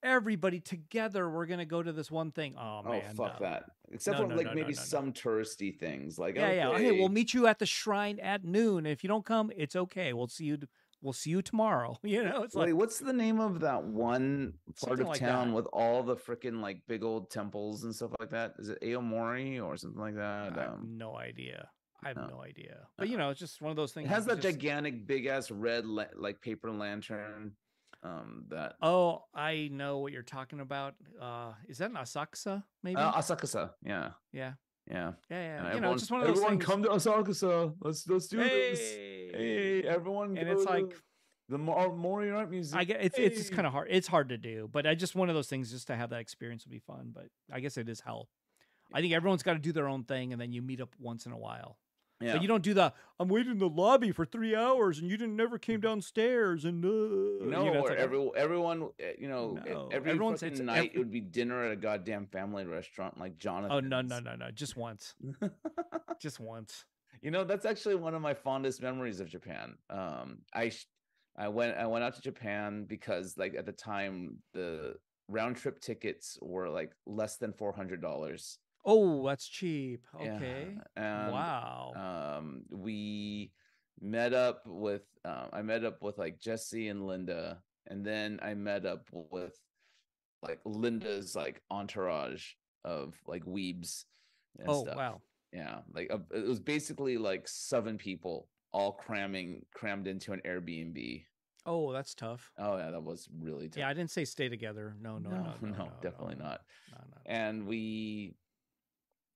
Speaker 2: everybody together. We're gonna go to this one thing. Oh
Speaker 1: Oh
Speaker 2: man,
Speaker 1: fuck
Speaker 2: no.
Speaker 1: that! Except
Speaker 2: No,
Speaker 1: for
Speaker 2: no,
Speaker 1: like
Speaker 2: no, no,
Speaker 1: maybe
Speaker 2: no, no.
Speaker 1: some touristy things, like
Speaker 2: Yeah, yeah. Hey,
Speaker 1: okay,
Speaker 2: we'll meet you at the shrine at noon. If you don't come, it's okay. We'll see you. t- We'll see you tomorrow. You know, it's
Speaker 1: Wait,
Speaker 2: like
Speaker 1: what's the name of that one part
Speaker 2: Something
Speaker 1: of
Speaker 2: like
Speaker 1: town
Speaker 2: that.
Speaker 1: with all the freaking like big old temples and stuff like that? Is it Aomori or something like
Speaker 2: I
Speaker 1: that?
Speaker 2: have
Speaker 1: Um,
Speaker 2: no idea. I have
Speaker 1: no. Uh,
Speaker 2: no, idea. But you know, it's just one of those
Speaker 1: it
Speaker 2: things.
Speaker 1: has
Speaker 2: it's
Speaker 1: that
Speaker 2: just-
Speaker 1: gigantic, big ass red la- like paper lantern. Um, that
Speaker 2: Oh, I know what you're talking about. Uh, is that an Asakusa? Maybe.
Speaker 1: uh, Asakusa, yeah, yeah.
Speaker 2: yeah. Yeah.
Speaker 1: And
Speaker 2: Yeah. You know,
Speaker 1: everyone-
Speaker 2: it's just one of those
Speaker 1: everyone
Speaker 2: things.
Speaker 1: come to Asakusa. Let's let's do this. Hey, everyone,
Speaker 2: And
Speaker 1: go
Speaker 2: it's like-
Speaker 1: to the Mo- oh, Mori art museum.
Speaker 2: I guess it's it's just
Speaker 1: Hey.
Speaker 2: kind of hard. It's hard to do, but I just one of those things. Just to have that experience would be fun. But I guess it is hell. I think everyone's got to do their own thing, and then you meet up once in a while.
Speaker 1: yeah.
Speaker 2: But you don't do the I'm waiting in the lobby for three hours, and you didn't never came downstairs, and uh, you
Speaker 1: Mm-hmm. No,
Speaker 2: know, it's
Speaker 1: or
Speaker 2: like,
Speaker 1: every, everyone, uh, you know, e-
Speaker 2: No,
Speaker 1: every
Speaker 2: everyone's-
Speaker 1: fucking
Speaker 2: it's ev-
Speaker 1: night it would be dinner at a goddamn family restaurant like Jonathan.
Speaker 2: oh no no no no, just once,
Speaker 1: no.
Speaker 2: just once.
Speaker 1: you know, that's actually one of my fondest memories of Japan. Um, I, sh- I went, I went out to Japan because like at the time the round trip tickets were like less than four hundred dollars.
Speaker 2: Oh, that's cheap. Okay,
Speaker 1: Wow.
Speaker 2: wow.
Speaker 1: um we met up with um, i met up with like jesse and linda and then i met up with like linda's like entourage of like weebs and
Speaker 2: oh
Speaker 1: stuff
Speaker 2: wow.
Speaker 1: yeah like uh, it was basically like seven people all cramming crammed into an airbnb
Speaker 2: Oh, that's tough.
Speaker 1: oh yeah that was really tough
Speaker 2: Yeah, I didn't say stay together. No, no, no, no,
Speaker 1: definitely
Speaker 2: no,
Speaker 1: not
Speaker 2: No, no, no.
Speaker 1: and we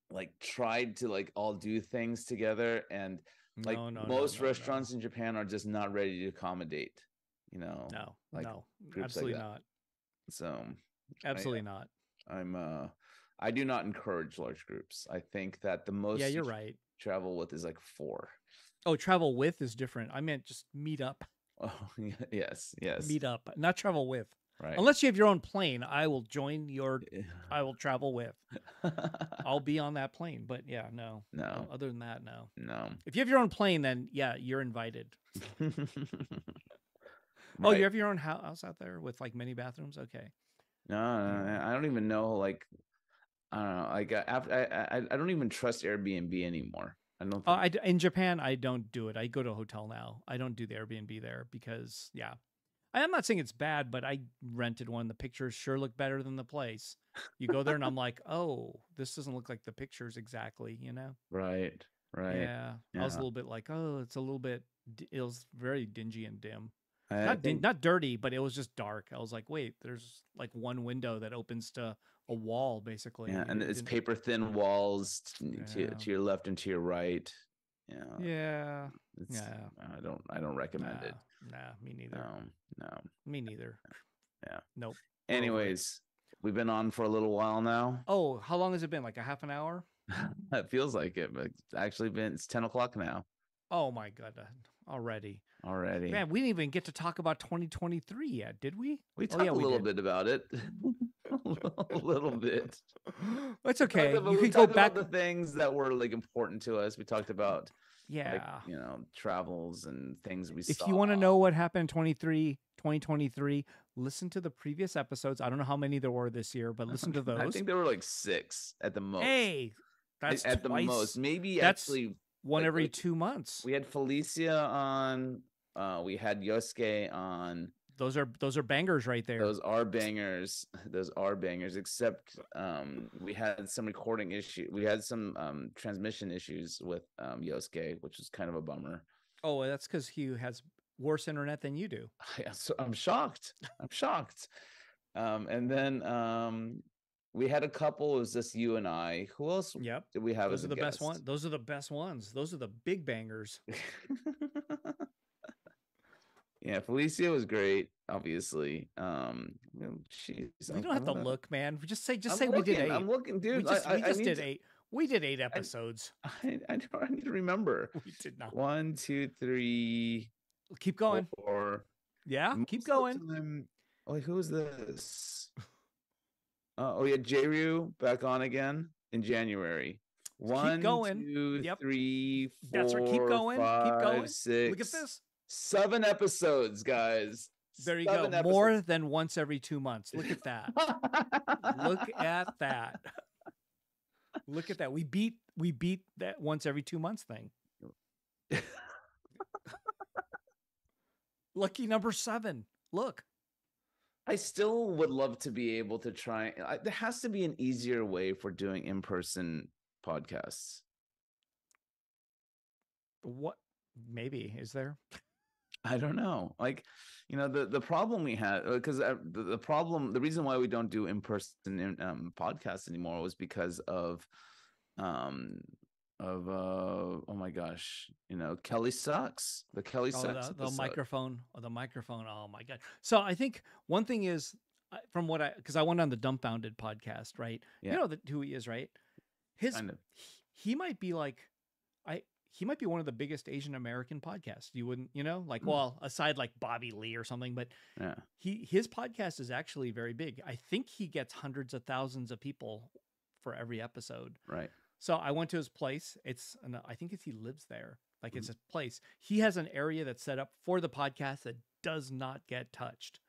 Speaker 1: like tried to like all do things together and like
Speaker 2: No, no, no,
Speaker 1: most
Speaker 2: no, no.
Speaker 1: restaurants in Japan are just not ready to accommodate, you know.
Speaker 2: No,
Speaker 1: like,
Speaker 2: no,
Speaker 1: like
Speaker 2: absolutely
Speaker 1: that.
Speaker 2: not.
Speaker 1: So
Speaker 2: Absolutely not.
Speaker 1: I'm uh I do not encourage large groups. I think that the most
Speaker 2: Yeah,
Speaker 1: you
Speaker 2: you're
Speaker 1: should
Speaker 2: right.
Speaker 1: travel with is like four.
Speaker 2: Oh, travel with is different. I meant just meet up,
Speaker 1: Oh yeah, yes, yes.
Speaker 2: meet up, not travel with.
Speaker 1: right.
Speaker 2: Unless you have your own plane, I will join your.
Speaker 1: Yeah.
Speaker 2: I will travel with. I'll be on that plane. But yeah, no.
Speaker 1: no,
Speaker 2: no, Other than that, no.
Speaker 1: no.
Speaker 2: If you have your own plane, then yeah, you're invited. Oh,
Speaker 1: Right.
Speaker 2: you have your own hou- house out there with like many bathrooms. Okay.
Speaker 1: No, no,
Speaker 2: Yeah.
Speaker 1: no, I don't even know. Like, I don't know. Like, uh, after I, I, I don't even trust Airbnb anymore. I don't.
Speaker 2: Oh,
Speaker 1: think-
Speaker 2: I d in Japan, I don't do it. I go to a hotel now. I don't do the Airbnb there because, yeah, I- I'm not saying it's bad, but I rented one. The pictures sure look better than the place. You go there and I'm like, oh, this doesn't look like the pictures exactly, you know?
Speaker 1: right, right.
Speaker 2: Yeah. I was
Speaker 1: Yeah.
Speaker 2: a little bit like, oh, it's a little bit, d- it was very dingy and dim.
Speaker 1: I
Speaker 2: Not, din-
Speaker 1: think-
Speaker 2: not dirty, but it was just dark. I was like, wait, there's like one window that opens to a wall, basically.
Speaker 1: Yeah,
Speaker 2: you
Speaker 1: and
Speaker 2: know, it
Speaker 1: it's
Speaker 2: didn't-
Speaker 1: paper thin walls t- to,
Speaker 2: Yeah.
Speaker 1: to your left and to your right. Yeah,
Speaker 2: Yeah.
Speaker 1: it's,
Speaker 2: yeah.
Speaker 1: I don't I don't recommend it.
Speaker 2: Nah, nah, me neither.
Speaker 1: No, no.
Speaker 2: Me neither.
Speaker 1: Yeah.
Speaker 2: Nope. We're over it.
Speaker 1: Anyways, we've been on for a little while now.
Speaker 2: Oh, how long has it been? Like a half an hour?
Speaker 1: it feels like it, but it's actually been it's ten o'clock now
Speaker 2: Oh my god. uh, Already.
Speaker 1: already.
Speaker 2: Man, we didn't even get to talk about 2023 yet, did we?
Speaker 1: we
Speaker 2: oh,
Speaker 1: talked
Speaker 2: yeah,
Speaker 1: a
Speaker 2: we
Speaker 1: little
Speaker 2: did.
Speaker 1: bit about it. a little bit.
Speaker 2: That's
Speaker 1: We talked
Speaker 2: okay.
Speaker 1: about-
Speaker 2: You
Speaker 1: we
Speaker 2: could go
Speaker 1: talked
Speaker 2: back.
Speaker 1: about the things that were like important to us. We talked about
Speaker 2: yeah.
Speaker 1: like you know travels and things we
Speaker 2: if you want to
Speaker 1: saw.
Speaker 2: know what happened in 23 2023, listen to the previous episodes. I don't know how many there were this year, but listen to those.
Speaker 1: I think there were like six at the most. A-
Speaker 2: hey, that's
Speaker 1: at
Speaker 2: twice,
Speaker 1: the most. Maybe
Speaker 2: That's-
Speaker 1: actually,
Speaker 2: one
Speaker 1: like,
Speaker 2: every
Speaker 1: like,
Speaker 2: 2 months.
Speaker 1: we had Felicia on. Uh, we had Yosuke on.
Speaker 2: Those are those are bangers right there.
Speaker 1: Those are bangers. Those are bangers. Except um, we had some recording issue. We had some um, transmission issues with um, Yosuke, which is kind of a bummer.
Speaker 2: oh, that's because Hugh has worse internet than you do.
Speaker 1: I, am shocked. I'm shocked. Um, and then um, we had a couple. It was just you and I. Who else
Speaker 2: Yep.
Speaker 1: did we have?
Speaker 2: Those
Speaker 1: as
Speaker 2: are
Speaker 1: a
Speaker 2: the best
Speaker 1: guest?
Speaker 2: ones. Those are the best ones. Those are the big bangers.
Speaker 1: yeah, Felicia was great. Obviously, um, well, jeez,
Speaker 2: We
Speaker 1: I'm-
Speaker 2: don't
Speaker 1: I
Speaker 2: have to
Speaker 1: know.
Speaker 2: look, man. We Just say, just
Speaker 1: I'm
Speaker 2: say we did
Speaker 1: looking,
Speaker 2: 8
Speaker 1: I'm looking, dude.
Speaker 2: we just,
Speaker 1: I, I,
Speaker 2: we just
Speaker 1: I need
Speaker 2: did
Speaker 1: to-
Speaker 2: eight. We did eight episodes.
Speaker 1: I, I, don't- I need to remember.
Speaker 2: we did not.
Speaker 1: One, two, three,
Speaker 2: Keep going.
Speaker 1: four.
Speaker 2: Yeah,
Speaker 1: Most of
Speaker 2: keep
Speaker 1: the
Speaker 2: going.
Speaker 1: time- oh, wait, who is this? Uh, oh yeah, Jeru back on again in January. One,
Speaker 2: going.
Speaker 1: two,
Speaker 2: Yep.
Speaker 1: three,
Speaker 2: That's right, keep
Speaker 1: four,
Speaker 2: going, keep
Speaker 1: five,
Speaker 2: going. Look at
Speaker 1: six,
Speaker 2: this.
Speaker 1: Seven episodes, guys.
Speaker 2: There you
Speaker 1: Seven
Speaker 2: go. More than once every two months. Look at that.
Speaker 1: episodes.
Speaker 2: Look at that. Look at that. We beat we beat that once every two months thing. Lucky number seven. Look.
Speaker 1: I still would love to be able to try. I, there has to be an easier way for doing in-person podcasts.
Speaker 2: What maybe is there?
Speaker 1: I don't know. Like, you know, the the problem we had because uh, the, the problem, the reason why we don't do in person in, um, podcasts anymore was because of, um, of uh, oh my gosh, you know, Kelly sucks. The Kelly
Speaker 2: Oh,
Speaker 1: sucks.
Speaker 2: the, the
Speaker 1: episode.
Speaker 2: microphone. Oh, the microphone. Oh my god. So I think one thing is uh, from what I because I went on the dumbfounded podcast, right?
Speaker 1: Yeah.
Speaker 2: You know that who he is, right? His
Speaker 1: Kind of.
Speaker 2: he- he might be like I he might be one of the biggest Asian American podcasts. You wouldn't, you know, like
Speaker 1: Mm.
Speaker 2: well, aside like Bobby Lee or something, but
Speaker 1: Yeah.
Speaker 2: he his podcast is actually very big. I think he gets hundreds of thousands of people for every episode.
Speaker 1: Right.
Speaker 2: So I went to his place. It's an, I think it's he lives there. Like it's his place. He has an area that's set up for the podcast that does not get touched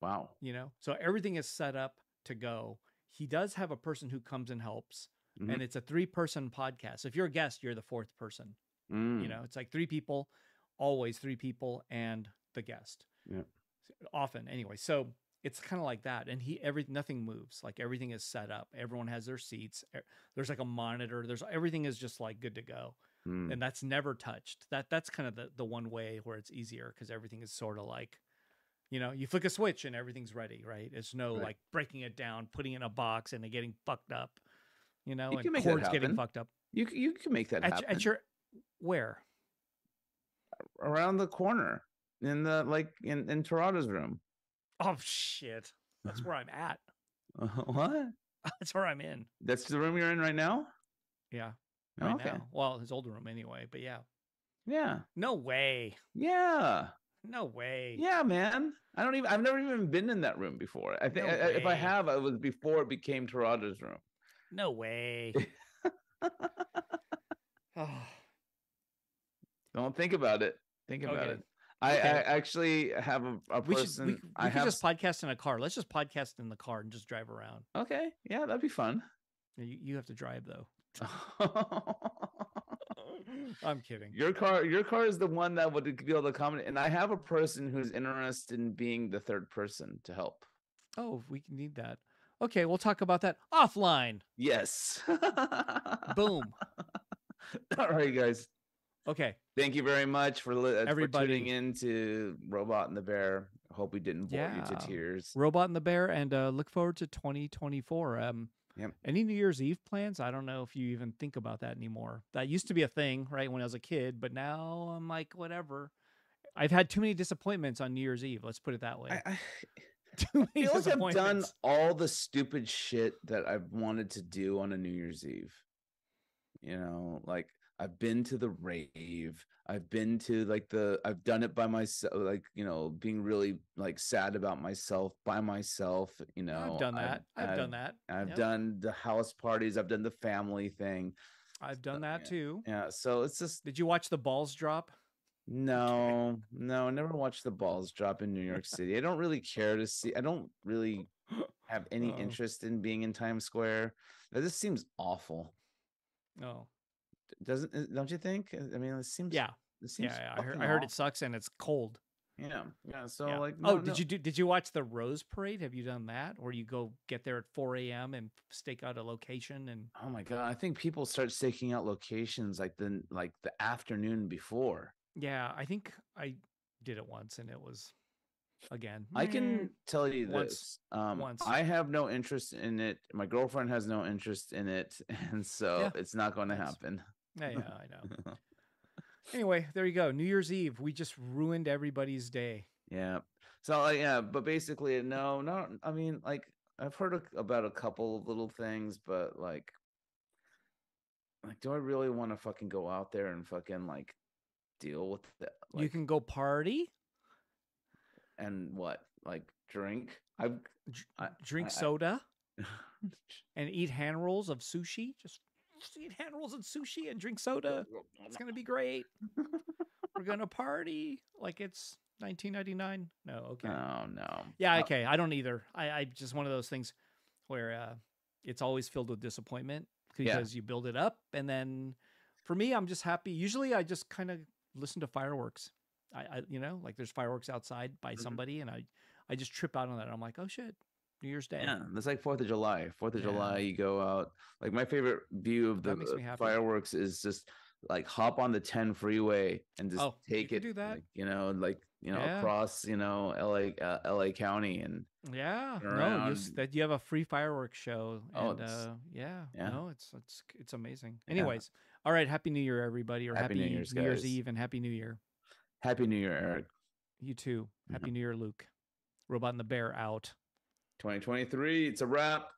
Speaker 1: Wow.
Speaker 2: you know so everything is set up to go he does have a person who comes and helps
Speaker 1: Mhm.
Speaker 2: and it's a three person podcast if you're a guest you're the fourth person
Speaker 1: Mm.
Speaker 2: you know it's like three people always three people and the guest
Speaker 1: Yeah.
Speaker 2: often anyway so it's kind of like that and he every nothing moves like everything is set up everyone has their seats e- there's like a monitor there's everything is just like good to go
Speaker 1: Mm.
Speaker 2: and that's never touched. That that's kind of the, the one way where it's easier because everything is sort of like, you know, you flick a switch and everything's ready, right? It's no
Speaker 1: Right.
Speaker 2: like breaking it down, putting it in a box, and it getting fucked up, you know,
Speaker 1: You
Speaker 2: and
Speaker 1: can make that
Speaker 2: cords getting
Speaker 1: happen.
Speaker 2: fucked up
Speaker 1: You c- you can make that
Speaker 2: at,
Speaker 1: happen
Speaker 2: your- at your where
Speaker 1: around the corner in the like in in Toronto's room.
Speaker 2: oh shit that's where i'm at
Speaker 1: what?
Speaker 2: that's where i'm in
Speaker 1: That's the room you're in right now.
Speaker 2: yeah right
Speaker 1: okay.
Speaker 2: now well his old room anyway but yeah
Speaker 1: Yeah.
Speaker 2: no way
Speaker 1: Yeah.
Speaker 2: no way
Speaker 1: Yeah, man. I don't even. I've never even been in that room before. I think
Speaker 2: No
Speaker 1: I- I- if I
Speaker 2: way.
Speaker 1: have, I was before it became Toronto's room.
Speaker 2: no way oh.
Speaker 1: Don't think about it. Think about
Speaker 2: Okay.
Speaker 1: it. I,
Speaker 2: Okay.
Speaker 1: I actually have a, a
Speaker 2: we should
Speaker 1: person.
Speaker 2: we, c- we
Speaker 1: I
Speaker 2: could
Speaker 1: have.
Speaker 2: just podcast in a car. Let's just podcast in the car and just drive around.
Speaker 1: s- okay. Yeah, that'd be fun.
Speaker 2: You, you have to drive though. I'm kidding.
Speaker 1: your car, your car is the one that would be able to accommodate. And I have a person who's interested in being the third person to help.
Speaker 2: Oh, we can need that. Okay, we'll talk about that offline.
Speaker 1: Yes.
Speaker 2: Boom.
Speaker 1: All right, guys.
Speaker 2: Okay.
Speaker 1: Thank you very much for, li- uh,
Speaker 2: Everybody.
Speaker 1: for tuning in to Robot and the Bear. Hope we didn't bore you
Speaker 2: Yeah.
Speaker 1: to tears.
Speaker 2: Robot and the Bear and uh, look forward to 2024. Um
Speaker 1: Yep.
Speaker 2: any New Year's Eve plans? I don't know if you even think about that anymore. That used to be a thing, right, when I was a kid, but now I'm like whatever. I've had too many disappointments on New Year's Eve. Let's put it that way.
Speaker 1: I, I
Speaker 2: too many
Speaker 1: feel like I've done
Speaker 2: disappointments.
Speaker 1: all the stupid shit that I've wanted to do on a New Year's Eve. You know, like I've been to the rave. I've been to like the I've done it by myself, like you know, being really like sad about myself by myself. You know,
Speaker 2: I've done that. I've, done that.
Speaker 1: I've
Speaker 2: Yep.
Speaker 1: done the house parties. I've done the family thing.
Speaker 2: I've done
Speaker 1: uh,
Speaker 2: that too.
Speaker 1: Yeah, so it's just
Speaker 2: Did you watch the balls drop?
Speaker 1: No, no, I never watched the balls drop in New York City. I don't really care to see. I don't really have any
Speaker 2: Oh.
Speaker 1: interest in being in Times Square. That just seems awful,
Speaker 2: No.
Speaker 1: doesn't? it- Don't you think? I mean, it seems.
Speaker 2: Oh, Yeah.
Speaker 1: it seems
Speaker 2: Yeah. yeah, I, heard,
Speaker 1: fucking
Speaker 2: I heard
Speaker 1: aw-
Speaker 2: it sucks and it's cold.
Speaker 1: Yeah. Yeah. So
Speaker 2: Yeah.
Speaker 1: like no,
Speaker 2: oh,
Speaker 1: no.
Speaker 2: did you do? Did you watch the Rose Parade? Have you done that, or you go get there at 4 a.m. and stake out a location? And
Speaker 1: Oh my god, I think people start staking out locations like the like the afternoon before.
Speaker 2: yeah, I think I did it once, and it was again.
Speaker 1: I
Speaker 2: "Meh."
Speaker 1: can tell you
Speaker 2: Hmm, Once-
Speaker 1: this. Um
Speaker 2: once.
Speaker 1: I have no interest in it. My girlfriend has no interest in it, and so
Speaker 2: Yeah,
Speaker 1: it's not going to
Speaker 2: that's-
Speaker 1: happen.
Speaker 2: Yeah, yeah, I know. Anyway, there you go. New Year's Eve, we just ruined everybody's day.
Speaker 1: Yeah. So like, yeah, but basically no, not I mean like I've heard a, about a couple of little things, but like like do I really want to fucking go out there and fucking like deal with that
Speaker 2: you
Speaker 1: like,
Speaker 2: can go party,
Speaker 1: and what? Like drink? I've
Speaker 2: dr-
Speaker 1: I-
Speaker 2: drink
Speaker 1: I- I-
Speaker 2: soda, and eat hand rolls of sushi. Just, just eat hand rolls and sushi and drink soda. It's gonna be great. We're gonna party like it's 1999. No, okay.
Speaker 1: Oh no.
Speaker 2: Yeah,
Speaker 1: Uh,
Speaker 2: okay. I don't either. I, I just one of those things where uh, it's always filled with disappointment
Speaker 1: Yeah.
Speaker 2: because you build it up, and then for me, I'm just happy. Usually, I just kind of listen to fireworks. I, I, you know, like there's fireworks outside by
Speaker 1: Mhm.
Speaker 2: somebody, and I, I just trip out on that. I'm like, oh shit, New Year's Day.
Speaker 1: Yeah, it's like Fourth of July. Fourth of
Speaker 2: Yeah.
Speaker 1: July, you go out. Like my favorite view of
Speaker 2: That
Speaker 1: the
Speaker 2: makes me
Speaker 1: uh,
Speaker 2: happy.
Speaker 1: fireworks is just like hop on the ten freeway and just
Speaker 2: Oh, you
Speaker 1: take
Speaker 2: can
Speaker 1: it.
Speaker 2: do that.
Speaker 1: like, you know, like you know
Speaker 2: Yeah.
Speaker 1: across you know L.A. Uh, L.A. County and
Speaker 2: Yeah,
Speaker 1: Turn
Speaker 2: no, you, s-
Speaker 1: around.
Speaker 2: that you have a free fireworks show,
Speaker 1: Oh,
Speaker 2: and
Speaker 1: it's-
Speaker 2: uh, yeah,
Speaker 1: yeah.
Speaker 2: no, it's it's it's amazing.
Speaker 1: Yeah.
Speaker 2: Anyways, all right, happy New Year, everybody, or happy,
Speaker 1: Happy New Year's,
Speaker 2: New Year's
Speaker 1: guys.
Speaker 2: Eve and happy New Year.
Speaker 1: Happy New Year, Eric.
Speaker 2: You too.
Speaker 1: Mhm.
Speaker 2: Happy New Year, Luke. Robot and the Bear out.
Speaker 1: 2023. It's a wrap.